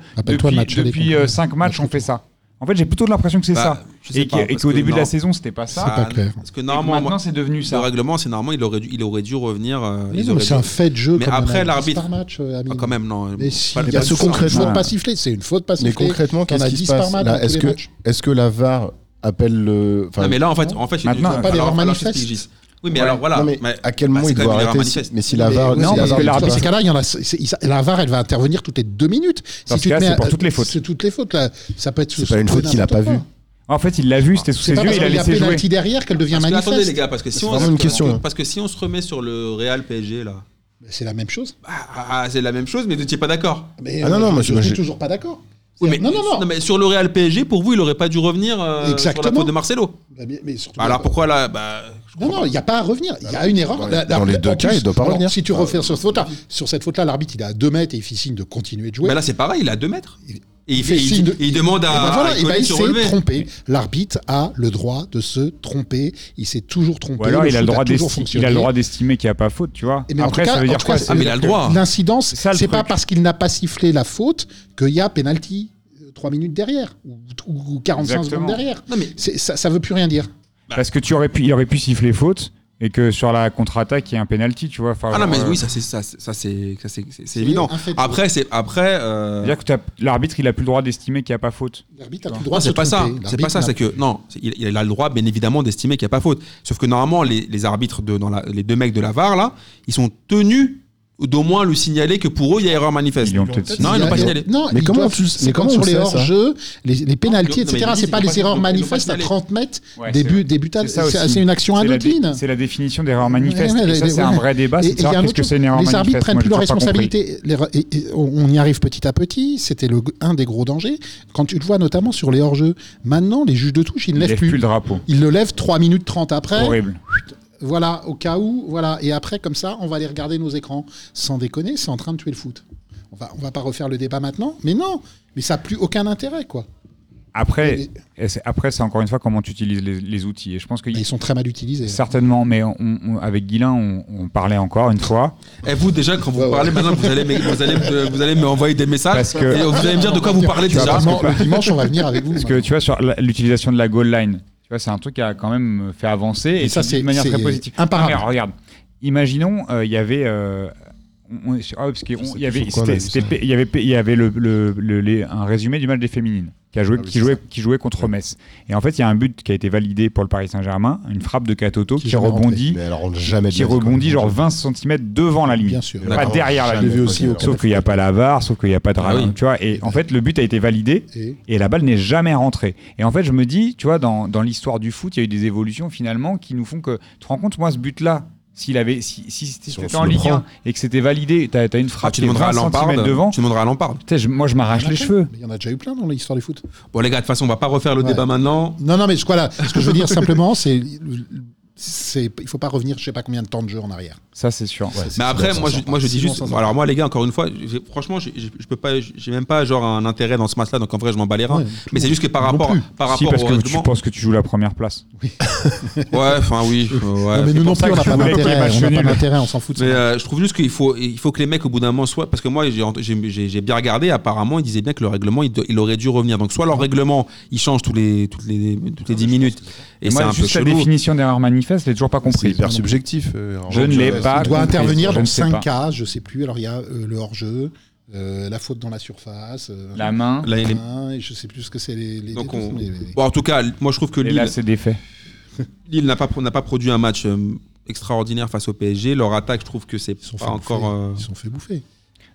Speaker 5: depuis,
Speaker 2: Rappelle-toi le match aller
Speaker 5: depuis
Speaker 2: contre-
Speaker 5: 5 matchs, on fait ça. En fait, j'ai plutôt l'impression que c'est
Speaker 4: Bah,
Speaker 5: ça.
Speaker 4: je sais
Speaker 5: Et
Speaker 4: pas,
Speaker 5: que- et
Speaker 4: parce
Speaker 5: qu'au
Speaker 4: que
Speaker 5: début de
Speaker 4: non.
Speaker 5: la saison, c'était pas
Speaker 4: Ah,
Speaker 5: ça.
Speaker 2: pas clair.
Speaker 4: Parce que
Speaker 5: Et que
Speaker 4: normalement, moi,
Speaker 5: Maintenant, c'est devenu
Speaker 4: le
Speaker 5: ça.
Speaker 4: règlement, c'est normalement, il aurait dû, il aurait dû revenir. euh,
Speaker 2: Mais
Speaker 4: ils
Speaker 2: non, mais
Speaker 4: auraient dû-
Speaker 2: c'est un fait de jeu.
Speaker 4: Mais
Speaker 2: comme il y en a
Speaker 4: après,
Speaker 2: 10
Speaker 4: l'arbitre-
Speaker 2: Par match, euh, Amine.
Speaker 4: Ah, quand même, non.
Speaker 2: Mais
Speaker 4: Pas-
Speaker 2: si,
Speaker 4: pas-
Speaker 2: il y a
Speaker 4: pas-
Speaker 2: ce
Speaker 4: pas-
Speaker 2: concret,
Speaker 5: Ouais.
Speaker 2: faute pas sifflée, c'est une faute pas
Speaker 3: Mais
Speaker 2: sifflée.
Speaker 3: concrètement,
Speaker 2: T'en
Speaker 3: qu'est-ce
Speaker 2: as
Speaker 3: qui se
Speaker 2: 10 par
Speaker 3: passe
Speaker 2: match
Speaker 3: là
Speaker 2: dans tous
Speaker 3: Est-ce
Speaker 2: les
Speaker 3: que,
Speaker 2: matchs.
Speaker 3: est que la VAR appelle le. enfin,
Speaker 4: Non, mais là, en fait, en fait, je-
Speaker 5: Maintenant,
Speaker 4: je-
Speaker 5: pas des
Speaker 4: alors-
Speaker 2: erreurs
Speaker 4: alors,
Speaker 2: manifestes.
Speaker 4: qu'est-ce qu'ils disent Oui, mais alors voilà.
Speaker 3: non, mais
Speaker 4: mais-
Speaker 3: à quel
Speaker 4: bah,
Speaker 3: moment
Speaker 4: c'est
Speaker 3: il
Speaker 4: quand
Speaker 3: doit
Speaker 4: même une erreur
Speaker 3: arrêter si-
Speaker 4: manifeste.
Speaker 3: Mais si la
Speaker 2: Mais-
Speaker 3: VAR.
Speaker 2: oui,
Speaker 5: non,
Speaker 3: si la
Speaker 5: parce
Speaker 3: VAR
Speaker 5: que
Speaker 3: dit
Speaker 5: l'arbitre-
Speaker 2: Dans
Speaker 3: pas-
Speaker 2: ces cas-là, il y en a- c'est- c'est- il- la VAR, elle va intervenir toutes les deux minutes.
Speaker 5: Dans ce
Speaker 2: tu te
Speaker 5: cas,
Speaker 2: mets
Speaker 5: c'est
Speaker 2: à-
Speaker 5: pour toutes les fautes.
Speaker 2: C'est toutes les fautes, là. Ça peut être sous-
Speaker 3: C'est pas une
Speaker 2: sous
Speaker 3: faute qu'il a pas
Speaker 2: n'importe
Speaker 3: vue.
Speaker 2: quoi.
Speaker 5: En fait, il l'a
Speaker 4: Ah.
Speaker 5: vu, c'était sous ses
Speaker 2: C'est pas
Speaker 5: yeux,
Speaker 2: parce
Speaker 5: il a
Speaker 2: qu'il y a
Speaker 5: laissé jouer.
Speaker 2: pénalty derrière qu'elle devient
Speaker 4: Parce que là, attendez, les
Speaker 2: manifeste.
Speaker 4: gars, parce que si
Speaker 3: C'est
Speaker 4: on,
Speaker 3: vraiment une
Speaker 4: parce que-
Speaker 3: question, hein.
Speaker 4: parce que si on se remet sur le Real PSG là,
Speaker 2: C'est la même chose.
Speaker 4: bah, ah, c'est la même chose, mais vous n'étiez pas d'accord.
Speaker 2: Mais
Speaker 3: Ah non,
Speaker 2: euh,
Speaker 3: non, moi,
Speaker 2: je
Speaker 3: moi,
Speaker 2: suis
Speaker 3: j'ai-
Speaker 2: toujours pas d'accord.
Speaker 4: Oui, mais,
Speaker 2: Non, non, non.
Speaker 4: mais sur le Real PSG, pour vous, il aurait pas dû revenir euh, sur la
Speaker 2: Exactement.
Speaker 4: faute de Marcelo.
Speaker 2: Bah, mais- mais surtout-
Speaker 4: Alors pourquoi là bah, je
Speaker 2: Non,
Speaker 4: comprends
Speaker 2: non, il n'y a pas à revenir. Il y a une erreur.
Speaker 3: Dans les-
Speaker 2: La- la-
Speaker 3: dans les deux
Speaker 2: en
Speaker 3: cas,
Speaker 2: plus,
Speaker 3: il doit pas
Speaker 2: alors,
Speaker 3: revenir.
Speaker 2: Si tu
Speaker 3: Ah,
Speaker 2: refais sur cette faute-là, sur cette faute-là, l'arbitre, il est à 2 mètres et il fait signe de continuer de jouer.
Speaker 4: Mais Ben là, c'est pareil, il a 2 mètres.
Speaker 2: Il-
Speaker 4: Et il, fait,
Speaker 2: fait
Speaker 4: il,
Speaker 2: signe de-
Speaker 4: il demande à.
Speaker 2: Eh ben voilà,
Speaker 4: à
Speaker 2: il va
Speaker 4: Iconi de se
Speaker 2: essayer de
Speaker 4: relever.
Speaker 2: tromper. L'arbitre a le droit de se tromper. Il s'est toujours trompé.
Speaker 5: Ou alors, il a, le
Speaker 2: foot
Speaker 5: droit
Speaker 2: toujours
Speaker 5: d'esti- il
Speaker 2: fonctionné.
Speaker 5: a le droit d'estimer qu'il n'y a pas faute, tu vois.
Speaker 2: Et mais en
Speaker 5: Après,
Speaker 2: tout cas-
Speaker 5: ça veut
Speaker 2: en
Speaker 5: dire
Speaker 2: tout
Speaker 5: quoi
Speaker 2: cas,
Speaker 5: ça
Speaker 4: Ah,
Speaker 5: veut
Speaker 4: mais il
Speaker 5: dire
Speaker 4: a le
Speaker 5: que-
Speaker 4: droit.
Speaker 2: L'incidence,
Speaker 5: hein. C'est ça, le
Speaker 2: c'est pas
Speaker 5: truc.
Speaker 2: parce qu'il n'a pas sifflé la faute qu'il y a penalty euh, 3 minutes derrière ou, ou 45
Speaker 5: Exactement.
Speaker 2: secondes derrière.
Speaker 4: Non, mais-
Speaker 2: C'est- ça, ça veut plus rien dire.
Speaker 5: Parce que tu aurais pu, il aurait pu siffler faute et que sur la contre-attaque, il y a un penalty, tu vois. Enfin,
Speaker 4: Ah non, mais
Speaker 5: genre, euh,
Speaker 4: oui, ça c'est ça, c'est- ça, c'est ça, c'est- c'est- c'est évident.
Speaker 2: un fait de
Speaker 4: Après, c'est après. euh,
Speaker 5: C'est-à-dire que t'as- l'arbitre, il a plus le droit d'estimer qu'il n'y a pas faute.
Speaker 2: L'arbitre a plus
Speaker 5: Non,
Speaker 4: Non,
Speaker 2: le droit de se
Speaker 4: c'est pas ça.
Speaker 2: tromper.
Speaker 4: C'est pas
Speaker 2: L'arbitre
Speaker 4: ça.
Speaker 2: n'a-
Speaker 4: C'est que non, c'est- il, il a le droit, bien évidemment, d'estimer qu'il n'y a pas faute. Sauf que normalement, les, les arbitres de dans la- les deux mecs de la VAR là, ils sont tenus d'au moins le signaler que pour eux, il y a erreur manifeste.
Speaker 5: Ils l'ont peut-être
Speaker 4: Non, ils l'ont pas signalé.
Speaker 2: Non,
Speaker 3: Mais
Speaker 2: ils
Speaker 3: comment
Speaker 2: doivent-
Speaker 3: tu le-
Speaker 2: c'est
Speaker 3: mais
Speaker 2: comme
Speaker 3: comment on
Speaker 2: sur
Speaker 3: le
Speaker 2: les
Speaker 3: sait, ça
Speaker 2: hors-jeux, les, les pénalties,
Speaker 4: Non, mais ils
Speaker 2: etc.
Speaker 4: disent,
Speaker 2: C'est
Speaker 4: ils
Speaker 2: pas
Speaker 4: l'ont pas-
Speaker 2: les
Speaker 4: ils
Speaker 2: erreurs
Speaker 4: l'ont pas
Speaker 2: manifestes à
Speaker 4: signalé.
Speaker 2: 30 mètres,
Speaker 5: Ouais,
Speaker 2: début,
Speaker 5: c'est-
Speaker 2: débutale.
Speaker 5: c'est ça
Speaker 2: C'est
Speaker 5: aussi.
Speaker 2: c'est une action
Speaker 5: C'est la dé-
Speaker 2: anodine.
Speaker 5: C'est la définition d'erreur manifeste.
Speaker 2: Ouais,
Speaker 5: Et
Speaker 2: ouais,
Speaker 5: ça,
Speaker 2: ouais,
Speaker 5: c'est
Speaker 2: ouais.
Speaker 5: un vrai débat, c'est
Speaker 2: Et-
Speaker 5: de
Speaker 2: et il y a
Speaker 5: savoir
Speaker 2: un
Speaker 5: qu'est-ce
Speaker 2: autre
Speaker 5: que c'est une
Speaker 2: truc,
Speaker 5: erreur
Speaker 2: Les
Speaker 5: manifeste.
Speaker 2: arbitres prennent
Speaker 5: Moi,
Speaker 2: plus
Speaker 5: j'ai
Speaker 2: leurs
Speaker 5: toujours pas compris.
Speaker 2: responsabilités. Les re- et- et on on y arrive petit à petit. C'était le- un des gros dangers. Quand tu le vois notamment sur les hors-jeux. Maintenant, les juges de touche, ils ne
Speaker 5: Ils
Speaker 2: lèvent
Speaker 5: lèvent plus le
Speaker 2: plus.
Speaker 5: drapeau.
Speaker 2: Ils le lèvent 3 minutes 30 après.
Speaker 5: Horrible.
Speaker 2: Voilà, au cas où. Voilà. Et après, comme ça, on va aller regarder nos écrans. Sans déconner, c'est en train de tuer le foot. On va, on va pas refaire le débat maintenant. Mais non, mais ça n'a plus aucun intérêt, quoi.
Speaker 5: Après, et c'est- après, c'est encore une fois comment tu utilises les, les outils. Et je pense que
Speaker 2: Et ils sont très mal utilisés.
Speaker 5: certainement, mais on- on- avec Guilin, on, on parlait encore une fois.
Speaker 4: Et vous déjà, quand vous
Speaker 2: Ouais, ouais.
Speaker 4: parlez maintenant, vous allez, me- vous allez, me- vous allez me envoyer des messages
Speaker 5: Parce que-
Speaker 4: et vous allez me dire de quoi vous parlez
Speaker 2: Tu vas
Speaker 4: déjà.
Speaker 2: vraiment- le dimanche, on va venir avec vous.
Speaker 5: Parce que tu vois, sur la- l'utilisation de la goal line, tu vois, c'est un truc qui a quand même fait avancer et ça,
Speaker 2: ça,
Speaker 5: c'est
Speaker 2: c'est-
Speaker 5: de manière
Speaker 2: c'est
Speaker 5: très positive. Ah,
Speaker 2: imparable.
Speaker 3: Ah,
Speaker 5: Non, mais regarde, imaginons, euh, il y avait. euh, on- on- ah, parce qu'il
Speaker 3: Je sais
Speaker 5: y avait,
Speaker 3: plus sur quoi on a
Speaker 5: c'était- c'était
Speaker 3: vu ça.
Speaker 5: P- il y avait, P- il y avait le, le- le- les- un résumé du match des féminines qui a joué,
Speaker 3: Ah oui,
Speaker 5: qui
Speaker 3: c'est
Speaker 5: jouait,
Speaker 3: ça.
Speaker 5: qui jouait contre Metz. Et en fait, il y a un but qui a été validé pour le Paris Saint-Germain, une frappe de Katoto
Speaker 2: Qui
Speaker 5: qui,
Speaker 2: est jamais
Speaker 5: rebondit,
Speaker 3: Mais elle rentre jamais de
Speaker 5: qui
Speaker 3: la vie, quoi.
Speaker 5: rebondit genre 20 cm devant la ligne,
Speaker 2: Bien sûr.
Speaker 5: pas
Speaker 3: D'accord.
Speaker 5: derrière la
Speaker 3: Jamais.
Speaker 5: ligne.
Speaker 3: J'ai vu aussi au
Speaker 5: Sauf qu'il n'y a pas la VAR, sauf qu'il n'y a pas de
Speaker 4: Ah
Speaker 5: radar,
Speaker 4: oui.
Speaker 5: tu vois. Et en fait, le but a été validé
Speaker 2: Et-
Speaker 5: et la balle n'est jamais rentrée. Et en fait, je me dis, tu vois, dans, dans l'histoire du foot, il y a eu des évolutions finalement qui nous font que. Tu te rends compte, moi, ce but-là, s'il avait, si, si c'était
Speaker 3: Si on se
Speaker 5: en
Speaker 3: le
Speaker 5: Ligue
Speaker 3: prend.
Speaker 5: 1 et que c'était validé, t'as as une
Speaker 4: Ah,
Speaker 5: frappe
Speaker 4: tu
Speaker 5: qui est
Speaker 4: demanderas à
Speaker 5: 20
Speaker 4: Lampard.
Speaker 5: cm devant.
Speaker 4: Tu demanderas à Lampard.
Speaker 5: Putain, je- moi, je
Speaker 2: Il y
Speaker 5: m'arrache
Speaker 2: en a
Speaker 5: Ah, les
Speaker 2: plein.
Speaker 5: cheveux.
Speaker 2: Mais Il y en a déjà eu plein dans l'histoire du foot.
Speaker 4: Bon les gars, de toute façon, on va pas refaire le
Speaker 2: Ouais.
Speaker 4: débat maintenant.
Speaker 2: Non, non, mais ce, voilà, ce que je veux dire simplement, c'est c'est il faut pas revenir je sais pas combien de temps de jeu en arrière.
Speaker 5: Ça, c'est sûr.
Speaker 3: Ouais, c'est-
Speaker 4: Mais après,
Speaker 2: Sinon,
Speaker 4: moi,
Speaker 2: ça
Speaker 4: je,
Speaker 2: sort
Speaker 4: moi,
Speaker 2: pas.
Speaker 4: je dis
Speaker 2: Sinon,
Speaker 4: juste.
Speaker 2: ça
Speaker 4: bon,
Speaker 2: sort
Speaker 4: alors moi, les gars, encore une fois, j'ai- franchement, j'ai- j'ai- je peux pas, j'ai même pas genre un intérêt dans ce match-là. Donc en vrai, je m'en bats les reins.
Speaker 2: Ouais,
Speaker 4: mais c'est juste que par
Speaker 2: non
Speaker 4: rapport,
Speaker 2: plus.
Speaker 4: par
Speaker 5: si,
Speaker 4: rapport
Speaker 5: parce
Speaker 4: au
Speaker 5: que tu
Speaker 4: règlement,
Speaker 5: penses que tu joues la première place.
Speaker 4: ouais, enfin oui, euh, ouais.
Speaker 2: Non, mais nous non
Speaker 5: ça
Speaker 2: plus, on
Speaker 5: que
Speaker 2: n'a
Speaker 5: je
Speaker 2: pas
Speaker 5: voulais qu'il y ait
Speaker 2: d'intérêt,
Speaker 5: match
Speaker 2: on n'a pas
Speaker 5: nul.
Speaker 2: d'intérêt, on s'en fout. de
Speaker 4: Mais
Speaker 2: ça.
Speaker 4: euh, je trouve juste qu'il faut, il faut que les mecs au bout d'un moment soient. Parce que moi, j'ai ent- j'ai j'ai- j'ai bien regardé, apparemment, ils disaient bien que le règlement, il, do- il aurait dû revenir. Donc, soit leur règlement, il change tous les, toutes les, toutes les 10 minutes. Et c'est
Speaker 5: moi,
Speaker 4: un peu
Speaker 5: juste la
Speaker 4: chelou.
Speaker 5: définition d'erreur manifeste, je l'ai toujours pas
Speaker 3: C'est
Speaker 5: compris.
Speaker 3: hyper subjectif. euh,
Speaker 5: Je
Speaker 3: en
Speaker 5: ne
Speaker 3: jeu,
Speaker 5: l'ai
Speaker 3: ouais,
Speaker 5: pas.
Speaker 2: Il doit
Speaker 4: ah,
Speaker 5: compris,
Speaker 2: intervenir
Speaker 5: je
Speaker 2: dans
Speaker 5: ne sais
Speaker 2: 5
Speaker 5: pas.
Speaker 2: cas, je sais plus. Alors il y a euh, le hors-jeu, euh, la faute dans la surface, euh,
Speaker 5: La main.
Speaker 4: Là, il est-
Speaker 2: hein, et je sais plus ce que c'est les, les-
Speaker 4: Donc
Speaker 2: les-
Speaker 4: on-
Speaker 2: les- les-
Speaker 4: Bon, en tout cas, moi, je trouve que
Speaker 5: Et là,
Speaker 4: Lille
Speaker 5: c'est défait.
Speaker 4: Lille n'a pas, pro- n'a pas produit un match euh, extraordinaire face au PSG. Leur attaque, je trouve que c'est
Speaker 2: ils sont
Speaker 4: pas
Speaker 2: fait
Speaker 4: encore.
Speaker 2: bouffer.
Speaker 4: euh,
Speaker 2: Ils sont fait bouffer.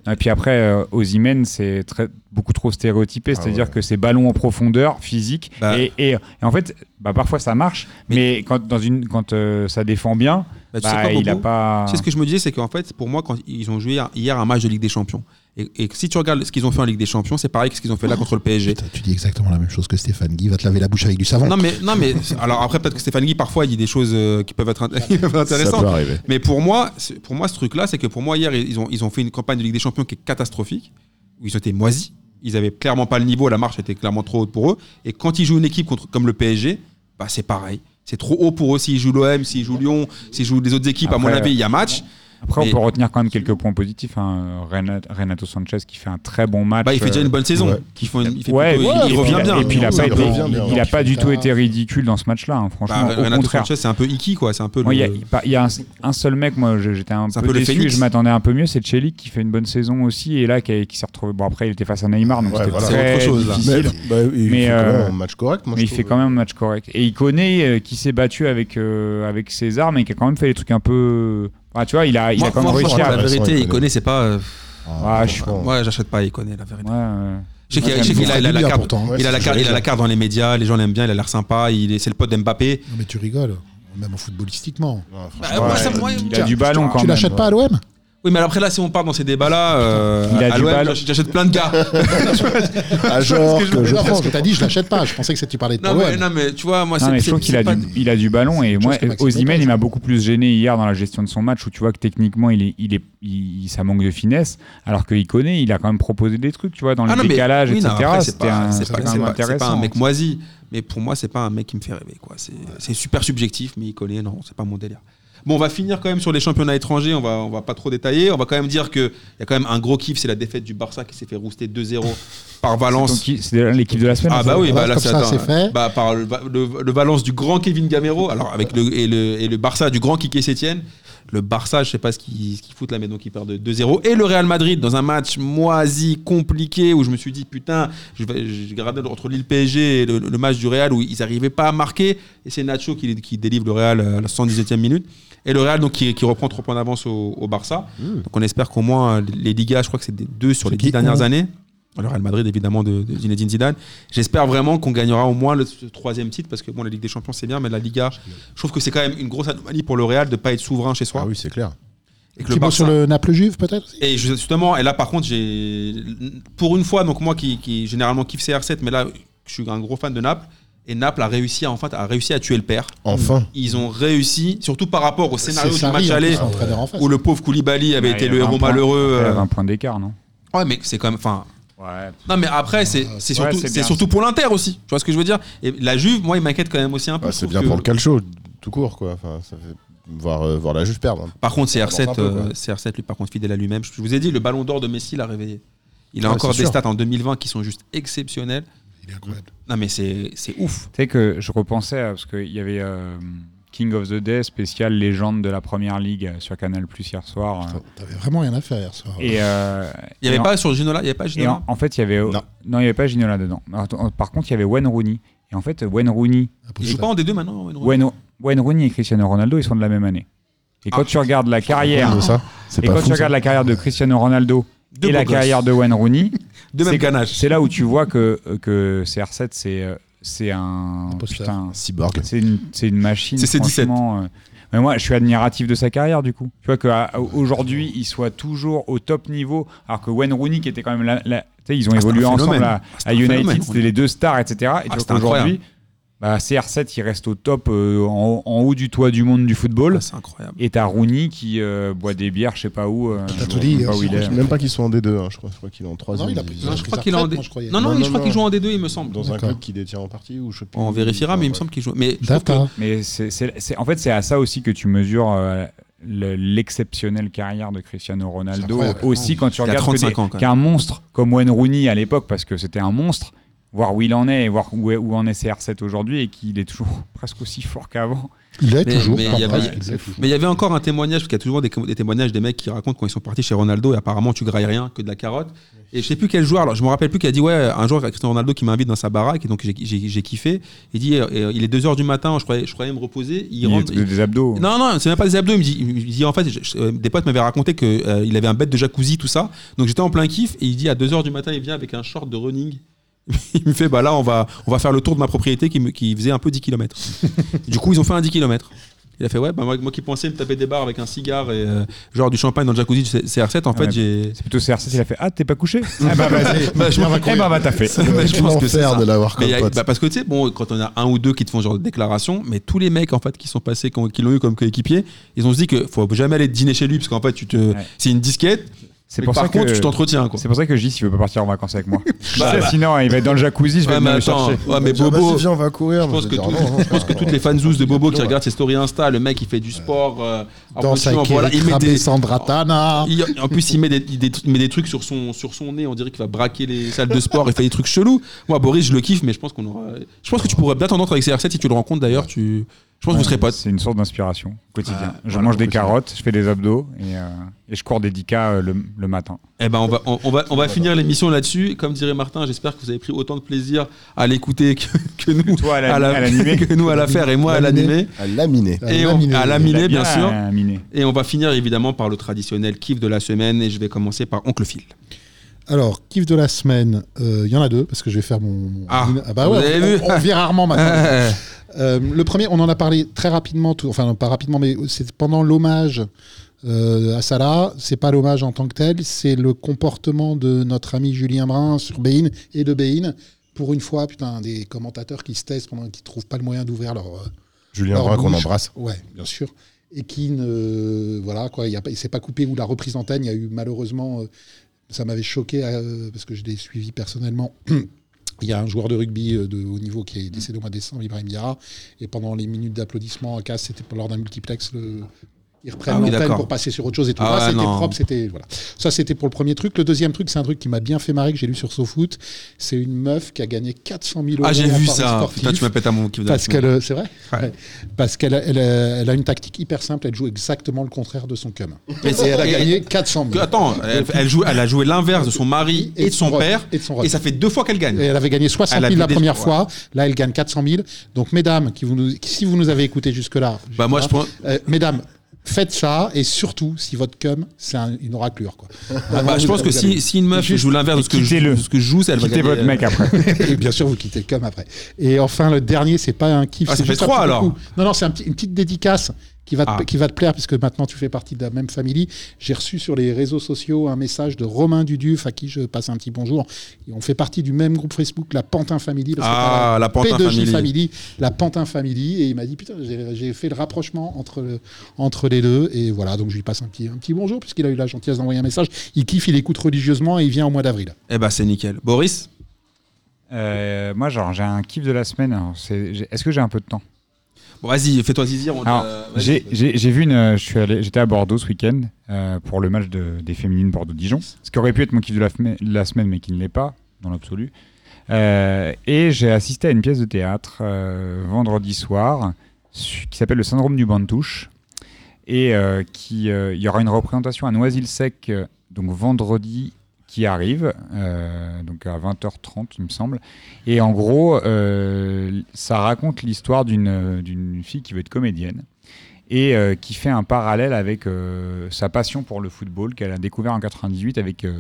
Speaker 5: Et puis après, euh, Osimhen, c'est très- beaucoup trop stéréotypé,
Speaker 3: Ah
Speaker 5: c'est-à-dire
Speaker 3: ouais.
Speaker 5: que c'est ballon en profondeur, physique.
Speaker 4: Bah.
Speaker 5: Et, et- et en fait, bah, parfois ça marche, mais, quand, dans une, quand euh, ça défend bien,
Speaker 4: Bah, tu sais
Speaker 5: bah,
Speaker 4: quoi,
Speaker 5: il a
Speaker 4: Bobo
Speaker 5: pas.
Speaker 4: Tu sais ce que je me disais, c'est qu'en fait, pour moi, quand ils ont joué hier- hier un match de Ligue des Champions, et, et que si tu regardes ce qu'ils ont fait en Ligue des Champions, c'est pareil que ce qu'ils ont fait là contre le PSG.
Speaker 2: Putain, tu dis exactement la même chose que Stéphane Guy. Va te laver la bouche avec du savon.
Speaker 4: Non mais, non mais, alors après peut-être que Stéphane Guy parfois il dit des choses euh, qui peuvent être int- qui peuvent être
Speaker 3: Ça
Speaker 4: intéressantes.
Speaker 3: peut arriver.
Speaker 4: Mais pour moi, c'est- pour moi, ce truc-là, c'est que pour moi, hier, ils ont, ils ont fait une campagne de Ligue des Champions qui est catastrophique, où ils ont été moisis. Ils avaient clairement pas le niveau, la marche était clairement trop haute pour eux. Et quand ils jouent une équipe contre, comme le PSG, bah, c'est pareil. C'est trop haut pour eux s'ils jouent l'OM, s'ils jouent Lyon, s'ils jouent les autres équipes. à mon
Speaker 5: Après,
Speaker 4: avis, il y a match.
Speaker 5: Après,
Speaker 4: Mais-
Speaker 5: on peut retenir quand même quelques points positifs. hein. Renato, Renato Sanchez qui fait un très bon match. euh,
Speaker 4: Bah, il fait déjà une bonne saison.
Speaker 3: ouais.
Speaker 4: Qui font une- il fait
Speaker 5: Ouais,
Speaker 4: plutôt- il
Speaker 5: et puis
Speaker 4: revient
Speaker 5: il a-
Speaker 4: bien.
Speaker 5: Et puis il a
Speaker 3: Oui,
Speaker 5: pas,
Speaker 3: il
Speaker 5: été-
Speaker 3: revient bien.
Speaker 5: il a pas du tout
Speaker 2: Putain.
Speaker 5: été ridicule dans ce match-là, hein,
Speaker 4: Bah,
Speaker 5: franchement. au
Speaker 4: Renato
Speaker 5: contraire.
Speaker 4: Sanchez, c'est un peu icky, quoi. C'est un peu le-
Speaker 5: Moi, Il y a- il par- il y a un, un seul mec, moi je- j'étais un
Speaker 4: C'est
Speaker 5: peu,
Speaker 4: un peu le
Speaker 5: déçu,
Speaker 4: phénix.
Speaker 5: je m'attendais un peu mieux, c'est Chelik qui fait une bonne saison aussi et là qui, a- qui s'est retrouvé. Bon, après il était face à Neymar donc
Speaker 3: Ouais,
Speaker 5: c'était
Speaker 3: voilà.
Speaker 5: très
Speaker 4: C'est autre chose, là.
Speaker 5: difficile.
Speaker 3: Mais, bah, il
Speaker 5: Mais,
Speaker 3: fait quand
Speaker 5: euh,
Speaker 3: même un match correct, moi
Speaker 5: Mais
Speaker 3: je
Speaker 5: il fait
Speaker 3: trouve.
Speaker 5: quand même un match correct. Et il connaît euh, qui s'est battu avec, euh, avec ses armes et qui a quand même fait des trucs un peu. Ah, tu vois, il a, il
Speaker 4: Moi,
Speaker 5: a quand
Speaker 4: moi,
Speaker 5: même réussi
Speaker 4: franchement,
Speaker 5: à.
Speaker 4: la
Speaker 5: Ouais,
Speaker 3: Ouais,
Speaker 4: vérité,
Speaker 3: il
Speaker 4: il connaît, c'est pas. euh,
Speaker 5: Ah, je suis-
Speaker 3: Bon.
Speaker 4: Moi, j'achète pas, il connaît la vérité.
Speaker 5: euh,
Speaker 4: Je sais qu'il a-
Speaker 5: Ouais,
Speaker 4: je sais
Speaker 5: il
Speaker 4: qu'il
Speaker 5: me
Speaker 4: a- il a la
Speaker 2: bien
Speaker 4: carte.
Speaker 2: pourtant.
Speaker 3: Ouais,
Speaker 4: il, a la
Speaker 3: c'est
Speaker 4: carte, il a la
Speaker 3: ce que j'allais
Speaker 4: carte dans les médias, les gens l'aiment bien, il a l'air sympa, il est, c'est le pote d'Mbappé.
Speaker 2: Non, mais tu rigoles. Même footballistiquement.
Speaker 3: dire. Ouais, franchement,
Speaker 4: Bah, moi, ça- moi,
Speaker 5: il a du ballon quand
Speaker 2: tu
Speaker 5: même.
Speaker 2: l'achètes pas à l'OM
Speaker 4: Oui, mais après là, si on part dans ces débats-là, euh,
Speaker 5: Il a
Speaker 4: à
Speaker 5: du
Speaker 4: l'OM,
Speaker 5: ballon.
Speaker 4: j'ach- j'achète plein de gars.
Speaker 3: à Ah, genre que je
Speaker 2: Non, ce que t'as dit, je l'achète pas. Je pensais que c'est- tu parlais de
Speaker 4: non, mais,
Speaker 2: l'OM.
Speaker 4: non, mais tu vois, moi,
Speaker 5: Non,
Speaker 4: Ah, c'est-
Speaker 5: mais je
Speaker 4: c'est-
Speaker 5: trouve qu'il
Speaker 4: c'est
Speaker 5: a,
Speaker 4: pas-
Speaker 5: du- il a du ballon et
Speaker 2: une
Speaker 5: moi,
Speaker 2: chose que Maxime
Speaker 5: Osimhen,
Speaker 2: Lopez,
Speaker 5: il m'a
Speaker 2: hein.
Speaker 5: beaucoup plus gêné hier dans la gestion de son match où tu vois que techniquement, il est, il est, il- ça manque de finesse, alors qu'il connaît, il a quand même proposé des trucs, tu vois, dans
Speaker 4: Ah,
Speaker 5: le
Speaker 4: non, mais-
Speaker 5: décalage,
Speaker 4: oui, non,
Speaker 5: etc.
Speaker 4: après, c'est
Speaker 5: C'était
Speaker 4: pas,
Speaker 5: un,
Speaker 4: c'est
Speaker 5: c'était
Speaker 4: pas-
Speaker 5: quand
Speaker 4: c'est
Speaker 5: même
Speaker 4: pas- c'est pas un
Speaker 5: intéressant.
Speaker 4: mec moisi, mais pour moi, c'est pas un mec qui me fait rêver. quoi. C'est c'est super subjectif, mais il connaît, non, c'est pas mon délire. Bon, on va finir quand même sur les championnats étrangers, on va, on va pas trop détailler. On va quand même dire qu'il y a quand même un gros kiff, c'est la défaite du Barça qui s'est fait rouster 2-0 par
Speaker 5: Donc,
Speaker 4: Valence.
Speaker 5: il- C'est l'équipe de la semaine. hein.
Speaker 4: Ah
Speaker 5: ça.
Speaker 4: bah oui,
Speaker 2: Voilà,
Speaker 4: bah là
Speaker 2: comme
Speaker 4: c'est
Speaker 2: ça,
Speaker 4: attends,
Speaker 2: c'est fait.
Speaker 4: Bah par le, le- le Valence du grand Kevin Gamero, alors avec le et le, et le Barça du grand Kiki Sétienne. Le Barça, je sais pas ce qu'ils ce qu'ils foutent là, mais donc ils perdent 2-0. Et le Real Madrid dans un match moisi, compliqué, où je me suis dit putain, je, vais- je regardais entre l'île PSG et le, le match du Real où ils n'arrivaient pas à marquer. Et c'est Nacho qui, qui délivre le Real euh, à la 117e minute. Et le Real donc qui, qui reprend 3 points d'avance au, au Barça. Donc on espère qu'au moins euh, les Ligas, je crois que c'est des deux sur
Speaker 2: Hmm. C'est
Speaker 4: les dix
Speaker 2: qui
Speaker 4: dernières
Speaker 2: ont-
Speaker 4: années. Le Real Madrid, évidemment, de, de Zinedine Zidane. J'espère vraiment qu'on gagnera au moins le ce troisième titre parce que bon, la Ligue des Champions, c'est bien, mais la Liga, je trouve que c'est quand même une grosse anomalie pour le Real de ne pas être souverain chez soi.
Speaker 3: Ah oui, c'est clair.
Speaker 4: Et que le
Speaker 2: Petit mot
Speaker 4: Barça-
Speaker 2: sur le Naples-Juve, peut-être aussi
Speaker 4: et justement, et là par contre, j'ai pour une fois, donc moi qui, qui généralement kiffe CR7, mais là je suis un gros fan de Naples, et Naples a réussi à, en fait, a réussi à tuer le père.
Speaker 3: Enfin.
Speaker 4: Ils ont réussi, surtout par rapport au scénario
Speaker 2: C'est
Speaker 4: du
Speaker 2: Sarri,
Speaker 4: match
Speaker 2: hein,
Speaker 4: aller,
Speaker 2: son entraîneur en face.
Speaker 4: où le pauvre Koulibaly avait
Speaker 5: Ouais,
Speaker 4: été
Speaker 5: il y
Speaker 4: le
Speaker 5: avait un
Speaker 4: héros
Speaker 5: point.
Speaker 4: malheureux.
Speaker 5: Ouais,
Speaker 4: euh,
Speaker 5: 20 points d'écart, non
Speaker 4: Ouais, mais c'est quand même. Enfin,
Speaker 5: Ouais.
Speaker 4: non, mais après, c'est c'est
Speaker 5: Ah, Ouais,
Speaker 4: surtout,
Speaker 5: c'est
Speaker 4: c'est
Speaker 5: bien.
Speaker 4: surtout pour l'Inter aussi. Tu vois ce que je veux dire Et la Juve, moi, il m'inquiète quand même aussi un peu.
Speaker 3: Ah,
Speaker 4: Je
Speaker 3: c'est
Speaker 4: trouve
Speaker 3: bien
Speaker 4: que-
Speaker 3: pour le calcio, tout court, quoi. Enfin, ça fait voir, euh, voir la juge perdre. hein.
Speaker 4: Par contre, CR7,
Speaker 3: avance un peu, quoi.
Speaker 4: euh, CR7, lui, par contre, fidèle à lui-même. Je je vous ai dit, le ballon d'or de Messi l'a réveillé. Il a
Speaker 3: Ouais,
Speaker 4: encore des
Speaker 3: c'est sûr.
Speaker 4: stats en 2020 qui sont juste exceptionnelles.
Speaker 2: Il est incroyable.
Speaker 4: Non, mais c'est c'est ouf.
Speaker 5: Tu sais que je repensais, à- parce qu'il y avait euh, King of the Day spécial légende de la première ligue euh, sur Canal Plus hier soir. euh,
Speaker 2: T'avais vraiment rien à faire hier soir.
Speaker 5: et euh,
Speaker 4: Il n'y
Speaker 5: et
Speaker 4: avait
Speaker 5: en-
Speaker 4: pas sur Ginola, il y avait pas
Speaker 5: Et
Speaker 4: Ginola.
Speaker 5: en, en fait, il y avait. euh,
Speaker 3: Non.
Speaker 5: Non, il n'y avait pas Ginola dedans. Alors, attends, Par contre, il y avait Wayne Rooney. Et en fait, Wayne Rooney,
Speaker 4: Il joue pas en D2 maintenant. Wayne Rooney
Speaker 5: Wayne, Wayne Rooney et Cristiano Ronaldo, ils sont de la même année. Et quand
Speaker 4: Ah.
Speaker 5: tu regardes la carrière,
Speaker 3: De ça, c'est
Speaker 5: et
Speaker 3: pas
Speaker 5: quand
Speaker 3: fou,
Speaker 5: tu
Speaker 3: ça.
Speaker 5: regardes la carrière de Cristiano Ronaldo
Speaker 4: Deux
Speaker 5: et
Speaker 4: beaux
Speaker 5: la
Speaker 4: gosses.
Speaker 5: carrière de Wayne Rooney,
Speaker 4: De même
Speaker 5: c'est-
Speaker 4: ganache.
Speaker 5: c'est là où tu vois que, que CR7, c'est euh, c'est un.
Speaker 2: Imposteur.
Speaker 5: Putain,
Speaker 3: Cyborg.
Speaker 5: c'est une, c'est une machine.
Speaker 4: C'est ses 17.
Speaker 5: franchement, euh. Mais moi, je suis admiratif de sa carrière, du coup. Tu vois qu'aujourd'hui, il soit toujours au top niveau, alors que Wayne Rooney, qui était quand même là. ils ont
Speaker 4: Ah, c'est un
Speaker 5: évolué ensemble
Speaker 4: phénomène.
Speaker 5: à,
Speaker 4: Ah, c'est
Speaker 5: à
Speaker 4: un phénomène,
Speaker 5: United,
Speaker 4: Rooney.
Speaker 5: c'était les deux stars, etc. Et
Speaker 4: Ah,
Speaker 5: tu
Speaker 4: c'était
Speaker 5: vois qu'aujourd'hui, bah, CR7, il reste au top, euh, en, en haut du toit du monde du football.
Speaker 4: Ah, C'est incroyable.
Speaker 5: Et t'as Rooney qui euh, boit des bières, je sais pas où. euh,
Speaker 2: T'as
Speaker 5: je
Speaker 2: tout
Speaker 5: sais
Speaker 2: dit,
Speaker 5: pas
Speaker 2: hein,
Speaker 5: où il
Speaker 2: c'est
Speaker 5: est.
Speaker 2: vrai.
Speaker 3: Même pas qu'ils sont en D2, hein, je crois. Je crois qu'il est en 3
Speaker 2: Non, il a pris-
Speaker 4: Non,
Speaker 2: non,
Speaker 4: je
Speaker 2: je
Speaker 4: crois
Speaker 2: les
Speaker 4: qu'il est en
Speaker 2: retraite,
Speaker 4: D.
Speaker 2: moi, je croyais.
Speaker 4: Non, non,
Speaker 3: Non,
Speaker 4: je
Speaker 3: non,
Speaker 4: crois qu'il
Speaker 3: non.
Speaker 4: joue en D2, il me semble.
Speaker 3: Dans un
Speaker 2: D'accord.
Speaker 3: club qui détient en partie ou je sais pas.
Speaker 4: On vérifiera, mais il me semble qu'il joue. Mais je trouve que-
Speaker 2: Data.
Speaker 5: Mais c'est, c'est- c'est- en fait, c'est à ça aussi que tu mesures euh, le- l'exceptionnelle carrière de Cristiano
Speaker 2: C'est
Speaker 5: Ronaldo.
Speaker 2: incroyable.
Speaker 5: Aussi, quand tu
Speaker 4: Il a
Speaker 5: regardes que
Speaker 4: 35
Speaker 5: des-
Speaker 4: ans, quand même.
Speaker 5: qu'un monstre comme Wayne Rooney à l'époque, parce que c'était un monstre, voir où il en est et voir où, est- où en est CR7 aujourd'hui et qu'il est toujours presque aussi fort qu'avant.
Speaker 2: Il est
Speaker 4: Mais-
Speaker 2: toujours.
Speaker 4: mais
Speaker 2: pas
Speaker 4: il y a-
Speaker 2: prêt.
Speaker 4: il y a- Mais il y avait encore un témoignage, parce qu'il y a toujours des, des témoignages des mecs qui racontent quand ils sont partis chez Ronaldo, et apparemment tu grailles rien que de la carotte. Et je sais plus quel joueur, alors je me rappelle plus, qui a dit Ouais, un jour, il y a Cristiano Ronaldo qui m'invite dans sa baraque, et donc j'ai- j'ai j'ai kiffé. Il dit euh, Il est 2h du matin, je croyais, je croyais me reposer. Il,
Speaker 5: Il, est
Speaker 4: rentre. il-
Speaker 5: des abdos.
Speaker 4: non, non, c'est même pas des abdos. Il me dit, il me dit, en fait, je- je- euh, des potes m'avaient raconté qu'il avait un bête de jacuzzi, tout ça. Donc j'étais en plein kiff et il dit à 2h du matin, il vient avec un short de running. Il me fait, bah là, on va, on va faire le tour de ma propriété qui, me- qui faisait un peu 10 km. du coup, ils ont fait un 10 km. Il a fait, ouais, bah moi, moi qui pensais me taper des bars avec un cigare et euh, genre du champagne dans le jacuzzi du C- CR7, en
Speaker 5: Ouais.
Speaker 4: fait, j'ai.
Speaker 5: C'est plutôt CR7, il a fait Ah, t'es pas couché
Speaker 3: Eh
Speaker 5: Ah bah
Speaker 3: ben,
Speaker 5: vas-y.
Speaker 2: Bah, je m'en vais
Speaker 5: Eh bah, bah, t'as fait.
Speaker 4: Mais ben, je pense que c'est
Speaker 2: L'enfer
Speaker 4: ça.
Speaker 2: de l'avoir
Speaker 4: Mais
Speaker 2: comme
Speaker 4: y a-
Speaker 2: pote.
Speaker 4: bah, parce que tu sais, bon, quand on a un ou deux qui te font ce genre de déclaration, mais tous les mecs en fait qui sont passés, qui ont- qui l'ont eu comme coéquipier, ils ont se dit que faut jamais aller dîner chez lui parce qu'en fait tu te,
Speaker 5: Ouais.
Speaker 4: c'est une disquette.
Speaker 5: C'est
Speaker 4: mais
Speaker 5: pour
Speaker 4: par
Speaker 5: ça
Speaker 4: contre
Speaker 5: que-
Speaker 4: tu t'entretiens quoi.
Speaker 5: C'est pour ça que je dis s'il veut pas partir en vacances avec moi. Je
Speaker 4: Bah,
Speaker 5: sais,
Speaker 4: bah.
Speaker 5: Sinon, il va être dans le jacuzzi, je vais
Speaker 4: Ouais, mais
Speaker 5: venir le
Speaker 4: attends,
Speaker 5: chercher.
Speaker 4: ouais, oh, mais
Speaker 2: Bah,
Speaker 4: Bobo,
Speaker 3: viens, on va courir.
Speaker 4: je pense que, tous-
Speaker 3: hein.
Speaker 4: je pense que toutes les fanzous de Bobo qui regardent ses stories Insta, le mec il fait du sport, euh, en
Speaker 2: Dans
Speaker 4: plus,
Speaker 2: sa
Speaker 4: voilà, il met des,
Speaker 2: Sandratana.
Speaker 4: il- en plus, il met des, il des- il met des trucs sur son, sur son nez. On dirait qu'il va braquer les salles de sport. Il fait des trucs chelous. Moi, Boris, je le kiffe, mais je pense qu'on aura. Je pense que tu pourrais bien t'entendre avec CR7 si tu le rencontres d'ailleurs. Tu... Je pense que vous serez potes.
Speaker 5: C'est une source d'inspiration au quotidien.
Speaker 4: Ah,
Speaker 5: je
Speaker 4: voilà,
Speaker 5: mange des
Speaker 4: au quotidien.
Speaker 5: carottes, je fais des abdos et, euh, et je cours des 10K euh, le, le matin.
Speaker 4: Eh ben, on va, on, on va, on va finir l'émission là-dessus. Comme dirait Martin, j'espère que vous avez pris autant de plaisir à l'écouter que, que nous
Speaker 5: Toi, à la-
Speaker 4: la-
Speaker 5: à l'animer.
Speaker 4: que nous à la faire et moi à l'animer.
Speaker 3: À laminer.
Speaker 2: À
Speaker 4: Et on-
Speaker 2: laminer.
Speaker 4: à laminer. Miné, bien
Speaker 5: Ah,
Speaker 4: sûr.
Speaker 5: Miné.
Speaker 4: Et on va finir évidemment par le traditionnel kiff de la semaine. Et je vais commencer par Oncle Phil.
Speaker 2: Alors, kiff de la semaine, euh, il y en a deux, parce que je vais faire mon. mon-
Speaker 4: Ah,
Speaker 2: bah
Speaker 4: vous
Speaker 2: ouais,
Speaker 4: avez
Speaker 2: on-
Speaker 4: vu
Speaker 2: on, vient rarement maintenant. Euh, le premier, on en a parlé très rapidement, tout- enfin non, pas rapidement, mais c'est pendant l'hommage euh, à Salah. C'est pas l'hommage en tant que tel, c'est le comportement de notre ami Julien Brun sur Bein et de Bein. Pour une fois, putain, des commentateurs qui se taisent pendant qu'ils trouvent pas le moyen d'ouvrir leur. euh,
Speaker 3: Julien
Speaker 2: leur
Speaker 3: Brun qu'on
Speaker 2: bouche.
Speaker 3: embrasse.
Speaker 2: Ouais, bien sûr. Et qui ne. Voilà, quoi. Il y a pas- il s'est pas coupé ou la reprise d'antenne. Il y a eu malheureusement. euh, ça m'avait choqué euh, parce que je l'ai suivi personnellement. Il y a un joueur de rugby euh, de haut niveau qui est décédé au mois de décembre, Ibrahim Diarra. Et pendant les minutes d'applaudissements à casse, c'était lors d'un multiplex. le- Ils reprennent
Speaker 4: Ah oui,
Speaker 2: l'antenne
Speaker 4: d'accord.
Speaker 2: pour passer sur autre chose et tout.
Speaker 4: Ah
Speaker 2: Là,
Speaker 4: ouais,
Speaker 2: c'était
Speaker 4: non.
Speaker 2: propre, c'était. Voilà. Ça, c'était pour le premier truc. Le deuxième truc, c'est un truc qui m'a bien fait marrer, que j'ai lu sur SoFoot. C'est une meuf qui a gagné 400 000 euros.
Speaker 4: Ah, j'ai
Speaker 2: en
Speaker 4: vu
Speaker 2: paris
Speaker 4: ça.
Speaker 2: sportif.
Speaker 4: Putain, tu m'appelles à mon kiff de la
Speaker 2: Parce
Speaker 4: semaine.
Speaker 2: qu'elle, euh, c'est vrai,
Speaker 4: Ouais.
Speaker 2: Ouais. parce qu'elle, a- elle, a- elle a une tactique hyper simple. Elle joue exactement le contraire de son cum.
Speaker 4: Mais
Speaker 2: Et elle a
Speaker 4: c'est-
Speaker 2: gagné 400
Speaker 4: Que-
Speaker 2: 000.
Speaker 4: Attends, elle, elle joue, elle a joué l'inverse de son mari et,
Speaker 2: Et
Speaker 4: de son
Speaker 2: son
Speaker 4: père,
Speaker 2: rep, et de son rep.
Speaker 4: et ça fait deux fois qu'elle gagne.
Speaker 2: Et elle avait gagné 60
Speaker 4: Elle a
Speaker 2: 000 la
Speaker 4: des-
Speaker 2: première
Speaker 4: ouais.
Speaker 2: fois. Là, elle gagne 400 000. Donc, mesdames, qui vous nous- qui- si vous nous avez écoutés jusque-là,
Speaker 4: Bah moi je prends.
Speaker 2: euh, mesdames, faites ça. Et surtout, si votre cum, c'est un- une oraclure. Quoi. Vraiment,
Speaker 4: bah, je
Speaker 2: vous-
Speaker 4: pense que
Speaker 2: vous avez-
Speaker 4: si, si une meuf
Speaker 5: Juste
Speaker 4: joue l'inverse de ce que je
Speaker 5: quittez-le.
Speaker 4: de ce que je joue, c'est elle va
Speaker 5: Quittez
Speaker 4: gagner,
Speaker 5: votre
Speaker 4: euh,
Speaker 5: mec après.
Speaker 2: Et bien sûr, vous quittez le com après. Et enfin, le dernier, c'est pas un kiff.
Speaker 4: Ah, ça
Speaker 2: c'est
Speaker 4: fait
Speaker 2: juste un
Speaker 4: trois,
Speaker 2: petit
Speaker 4: alors.
Speaker 2: coucou. Non, non, c'est un petit- une petite dédicace qui va, te,
Speaker 4: Ah.
Speaker 2: qui va te plaire, puisque maintenant tu fais partie de la même famille. J'ai reçu sur les réseaux sociaux un message de Romain Duduf, à qui je passe un petit bonjour. Et on fait partie du même groupe Facebook, la Pantin Family. Parce que
Speaker 4: Ah,
Speaker 2: t'as
Speaker 4: la Pantin
Speaker 2: P2J
Speaker 4: Family.
Speaker 2: La Pantin Family. Et il m'a dit, putain, j'ai- j'ai fait le rapprochement entre, le- entre les deux. Et voilà, donc je lui passe un petit, un petit bonjour, puisqu'il a eu la gentillesse d'envoyer un message. Il kiffe, il écoute religieusement et il vient au mois d'avril.
Speaker 4: Eh ben c'est nickel. Boris,
Speaker 5: Euh, moi, genre, j'ai un kiff de la semaine. Alors, c'est- j'ai- Est-ce que j'ai un peu de temps
Speaker 4: bon, vas-y, fais-toi zizir. on
Speaker 5: Alors,
Speaker 4: t'a- vas-y.
Speaker 5: j'ai j'ai- j'ai vu une. euh, je suis allé- J'étais à Bordeaux ce week-end euh, pour le match de- des féminines Bordeaux-Dijon. Ce qui aurait pu être mon kiff de la, feme- de la semaine, mais qui ne l'est pas, dans l'absolu. Euh, et j'ai assisté à une pièce de théâtre euh, vendredi soir su- qui s'appelle Le syndrome du banc de touche. Et euh, qui, euh, il y aura une représentation à Noisy-le-Sec, euh, donc vendredi qui arrive, euh, donc à 20h30, il me semble. Et en gros, euh, ça raconte l'histoire d'une euh, d'une fille qui veut être comédienne et euh, qui fait un parallèle avec euh, sa passion pour le football qu'elle a découvert en 98 avec, euh,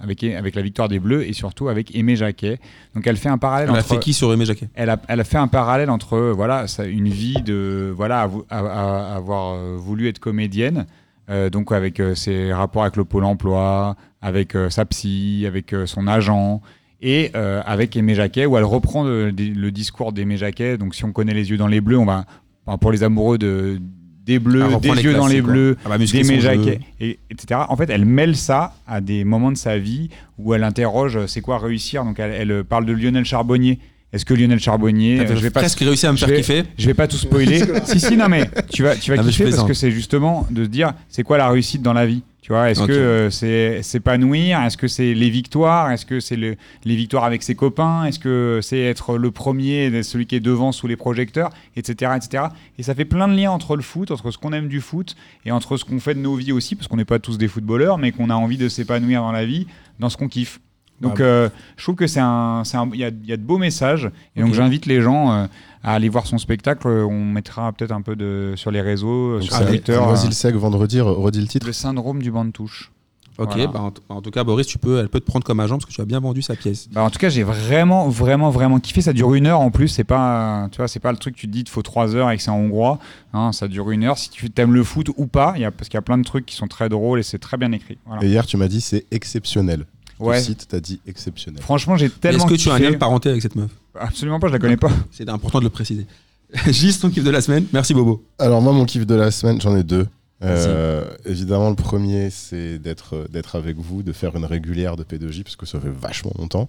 Speaker 5: avec, avec la victoire des Bleus et surtout avec Aimé Jacquet. Donc elle fait un parallèle
Speaker 4: Elle a
Speaker 5: entre-
Speaker 4: fait qui sur Aimé Jacquet
Speaker 5: elle a, elle a fait un parallèle entre euh, voilà ça- une vie de voilà avou- a- a- avoir euh, voulu être comédienne euh, donc avec euh, ses rapports avec le pôle emploi avec euh, sa psy avec euh, son agent et euh, avec Aimé Jacquet où elle reprend le, le discours d'Aimé Jacquet donc si on connaît les yeux dans les bleus on va enfin, pour les amoureux de des bleus
Speaker 4: Elle reprend
Speaker 5: des yeux dans les
Speaker 4: Ah, classiques, quoi.
Speaker 5: bleus
Speaker 4: Ah bah, muscler
Speaker 5: d'aimer
Speaker 4: son jeu.
Speaker 5: Jacquet, et, etc. En fait, elle mêle ça à des moments de sa vie où elle interroge euh, c'est quoi réussir. Donc, elle, elle, euh, parle de Lionel Charbonnier Est-ce que Lionel Charbonnier. euh,
Speaker 4: T'as
Speaker 5: je vais pas
Speaker 4: presque réussi à me
Speaker 5: je
Speaker 4: faire
Speaker 5: vais-
Speaker 4: kiffer.
Speaker 5: Je vais pas tout spoiler. si, si, non, mais tu vas, tu vas
Speaker 4: Ah, mais je
Speaker 5: kiffer parce
Speaker 4: plaisante.
Speaker 5: que c'est justement de se dire c'est quoi la réussite dans la vie Tu vois, est-ce
Speaker 4: Ok.
Speaker 5: que euh, c'est s'épanouir Est-ce que c'est les victoires Est-ce que c'est le- les victoires avec ses copains Est-ce que c'est être le premier, celui qui est devant sous les projecteurs Etc. etc. Et ça fait plein de liens entre le foot, entre ce qu'on aime du foot et entre ce qu'on fait de nos vies aussi, parce qu'on n'est pas tous des footballeurs, mais qu'on a envie de s'épanouir dans la vie, dans ce qu'on kiffe.
Speaker 4: Bah,
Speaker 5: Donc, euh, je trouve que c'est un, c'est un- il y a, il y a de beaux messages. Et donc,
Speaker 4: Ok.
Speaker 5: j'invite les gens euh, à aller voir son spectacle. On mettra peut-être un peu de sur les réseaux, euh,
Speaker 3: Donc,
Speaker 5: sur
Speaker 3: ça-
Speaker 5: Twitter.
Speaker 3: Loisy
Speaker 5: euh,
Speaker 3: le sec, vendredi, re- redis le titre.
Speaker 5: le syndrome du banc de touche.
Speaker 4: Ok,
Speaker 5: Voilà.
Speaker 4: bah, en, t- en tout cas, Boris, tu peux, elle peut te prendre comme agent parce que tu as bien vendu sa pièce.
Speaker 5: Bah, en tout cas, j'ai vraiment, vraiment, vraiment kiffé. Ça dure une heure en plus. C'est pas, euh, tu vois, c'est pas le truc que tu te dis il faut trois heures et que c'est en hongrois. Hein, ça dure une heure. Si tu aimes le foot ou pas, il y a, parce qu'il y a plein de trucs qui sont très drôles et c'est très bien écrit. Voilà.
Speaker 3: Et hier, tu m'as dit c'est exceptionnel.
Speaker 5: Ouais.
Speaker 3: Le site, t'as dit exceptionnel.
Speaker 5: Franchement, j'ai
Speaker 4: Mais Est-ce
Speaker 5: tellement.
Speaker 4: que tu as un
Speaker 5: kiffé.
Speaker 4: lien de parenté avec cette meuf
Speaker 5: Absolument pas. Je la connais pas.
Speaker 4: C'est important de le préciser. Gis, ton kiff de la semaine. Merci, Bobo.
Speaker 3: Alors moi, mon kiff de la semaine, j'en ai deux. Euh, évidemment, le premier, c'est d'être euh, d'être avec vous, de faire une régulière de P2J, parce que ça fait vachement longtemps.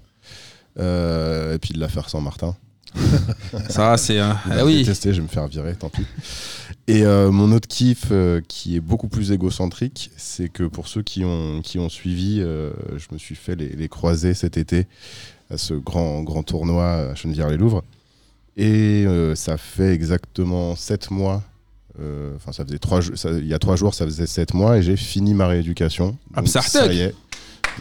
Speaker 3: Euh, et puis de la faire sans Martin.
Speaker 4: Ça, c'est. un-
Speaker 3: Il
Speaker 4: Ah
Speaker 3: va me
Speaker 4: oui.
Speaker 3: détester, je vais me faire virer, tant pis. Et euh, mon autre kiff, euh, qui est beaucoup plus égocentrique, c'est que pour ceux qui ont, qui ont suivi, euh, je me suis fait les, les croisés cet été à ce grand, grand tournoi à Chenevière-les-Louvres. Et euh, ça fait exactement 7 mois. euh, Enfin, ça faisait trois, jours- ça- il y a trois jours, ça faisait 7 mois et j'ai fini ma rééducation.
Speaker 4: Ah,
Speaker 3: Donc,
Speaker 4: Psartek
Speaker 3: ça y est.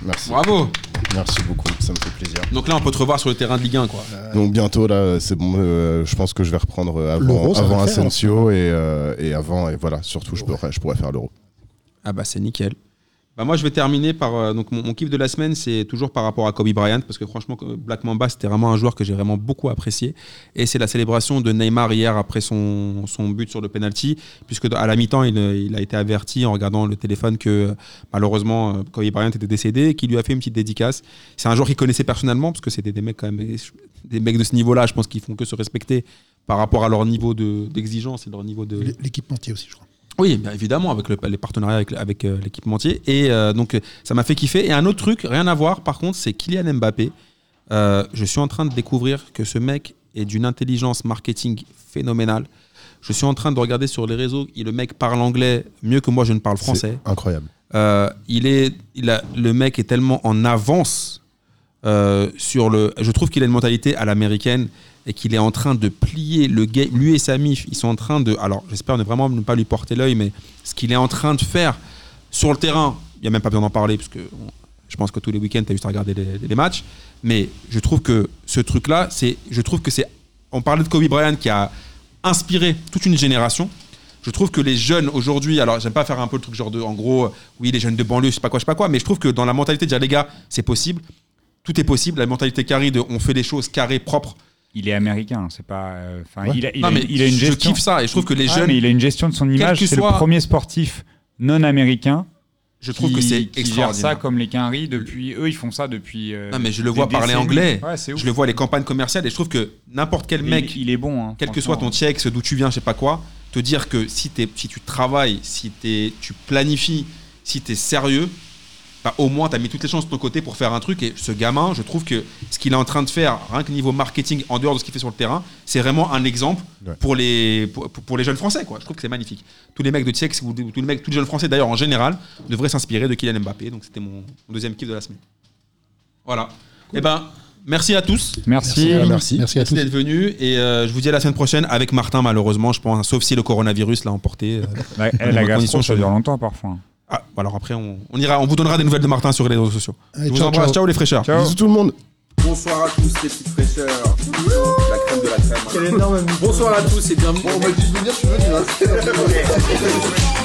Speaker 3: Merci,
Speaker 4: Bravo.
Speaker 3: merci beaucoup, ça me fait plaisir.
Speaker 4: Donc là, on peut te revoir sur le terrain de Ligue 1, quoi.
Speaker 3: Donc bientôt là, c'est bon. euh, je pense que je vais reprendre euh, avant,
Speaker 2: L'euro, ça va
Speaker 3: avant
Speaker 2: le faire, hein.
Speaker 3: Asensio et, euh, et avant et voilà. Surtout, je pourrais, je pourrais faire l'euro.
Speaker 4: Ah bah c'est nickel. Bah moi je vais terminer par euh, donc mon, mon kiff de la semaine c'est toujours par rapport à Kobe Bryant parce que franchement euh, Black Mamba c'était vraiment un joueur que j'ai vraiment beaucoup apprécié et c'est la célébration de Neymar hier après son, son but sur le penalty puisque dans- à la mi-temps il, euh, il a été averti en regardant le téléphone que euh, malheureusement euh, Kobe Bryant était décédé et qu'il lui a fait une petite dédicace. C'est un joueur qu'il connaissait personnellement parce que c'était des mecs quand même et je- des mecs de ce niveau-là je pense qu'ils font que se respecter par rapport à leur niveau de- d'exigence et leur niveau de
Speaker 2: L- L'équipementier aussi, je crois.
Speaker 4: oui, bien évidemment, avec le- les partenariats avec, avec euh, l'équipementier. Et euh, donc, euh, ça m'a fait kiffer. Et un autre truc, rien à voir, par contre, c'est Kylian Mbappé. Euh, je suis en train de découvrir que ce mec est d'une intelligence marketing phénoménale. Je suis en train de regarder sur les réseaux, il- le mec parle anglais mieux que moi, je ne parle français.
Speaker 3: C'est incroyable.
Speaker 4: Euh, il est, il a, le mec est tellement en avance euh, sur le. Je trouve qu'il a une mentalité à l'américaine et qu'il est en train de plier le game. Lui et Samy, ils sont en train de. Alors, j'espère ne vraiment ne pas lui porter l'œil, mais ce qu'il est en train de faire sur le terrain, il n'y a même pas besoin d'en parler, parce que on- je pense que tous les week-ends, tu as juste à regarder les, les matchs. Mais je trouve que ce truc-là, c'est. Je trouve que c'est. On parlait de Kobe Bryant qui a inspiré toute une génération. Je trouve que les jeunes aujourd'hui, alors j'aime pas faire un peu le truc genre de, en gros, oui, les jeunes de banlieue, je sais pas quoi, je sais pas quoi, mais je trouve que dans la mentalité de dire les gars, c'est possible, tout est possible, la mentalité carrée de on fait les choses carrées, propres.
Speaker 5: Il est américain, c'est pas. euh, Enfin,
Speaker 3: Ouais.
Speaker 5: il, a, il
Speaker 4: Non,
Speaker 5: a-
Speaker 4: mais
Speaker 5: il a une
Speaker 4: je
Speaker 5: gestion.
Speaker 4: kiffe ça et je trouve que les
Speaker 5: Ouais,
Speaker 4: jeunes,
Speaker 5: Ah, mais il a une gestion de son image.
Speaker 4: que
Speaker 5: C'est
Speaker 4: soit-
Speaker 5: le premier sportif non américain.
Speaker 4: je trouve
Speaker 5: qui-
Speaker 4: que c'est
Speaker 5: qui gère
Speaker 4: extraordinaire.
Speaker 5: ça comme les Quinry depuis. Eux, ils font ça depuis. euh,
Speaker 4: Non, mais je le
Speaker 5: des
Speaker 4: vois parler
Speaker 5: décennies.
Speaker 4: anglais.
Speaker 5: Ouais, c'est ouf.
Speaker 4: Je le vois les campagnes commerciales et je trouve que n'importe quel
Speaker 5: Et
Speaker 4: mec,
Speaker 5: il, il est bon. hein,
Speaker 4: quel que soit ton
Speaker 5: franchement.
Speaker 4: check, ce d'où tu viens, je sais pas quoi, te dire que si, t'es- si tu travailles, si t'es- tu planifies, si tu es sérieux, bah, au moins tu as mis toutes les chances de ton côté pour faire un truc. Et ce gamin, je trouve que ce qu'il est en train de faire, rien que niveau marketing, en dehors de ce qu'il fait sur le terrain, c'est vraiment un exemple
Speaker 3: Ouais.
Speaker 4: pour, les, pour, pour- pour les jeunes français. Quoi. Je trouve que c'est magnifique. Tous les mecs de check, ou tous les, mecs, tous les jeunes français d'ailleurs en général, devraient s'inspirer de Kylian Mbappé. Donc c'était mon mon deuxième kiff de la semaine. Voilà. Et ben, merci à tous.
Speaker 5: Merci.
Speaker 3: Voilà, merci.
Speaker 2: Merci à
Speaker 4: Merci
Speaker 2: tous.
Speaker 4: d'être venu et euh, je vous dis à la semaine prochaine avec Martin malheureusement je pense sauf si le coronavirus l'a emporté. euh.
Speaker 5: Ouais, eh,
Speaker 4: Dans
Speaker 5: la
Speaker 4: des
Speaker 5: gastro,
Speaker 4: conditions
Speaker 5: ça dure
Speaker 4: chelou.
Speaker 5: longtemps parfois.
Speaker 4: Ah, bah alors après on, on ira on vous donnera des nouvelles de Martin sur les réseaux sociaux.
Speaker 2: Allez,
Speaker 4: je vous
Speaker 2: ciao,
Speaker 4: embrasse
Speaker 2: ciao.
Speaker 4: ciao les fraîcheurs.
Speaker 5: Ciao.
Speaker 3: Bisous tout le monde.
Speaker 1: Bonsoir à tous les petites fraîcheurs. La crème de la crème. Bonsoir à tous et bienvenue. On va juste venir, tu veux, tu vas.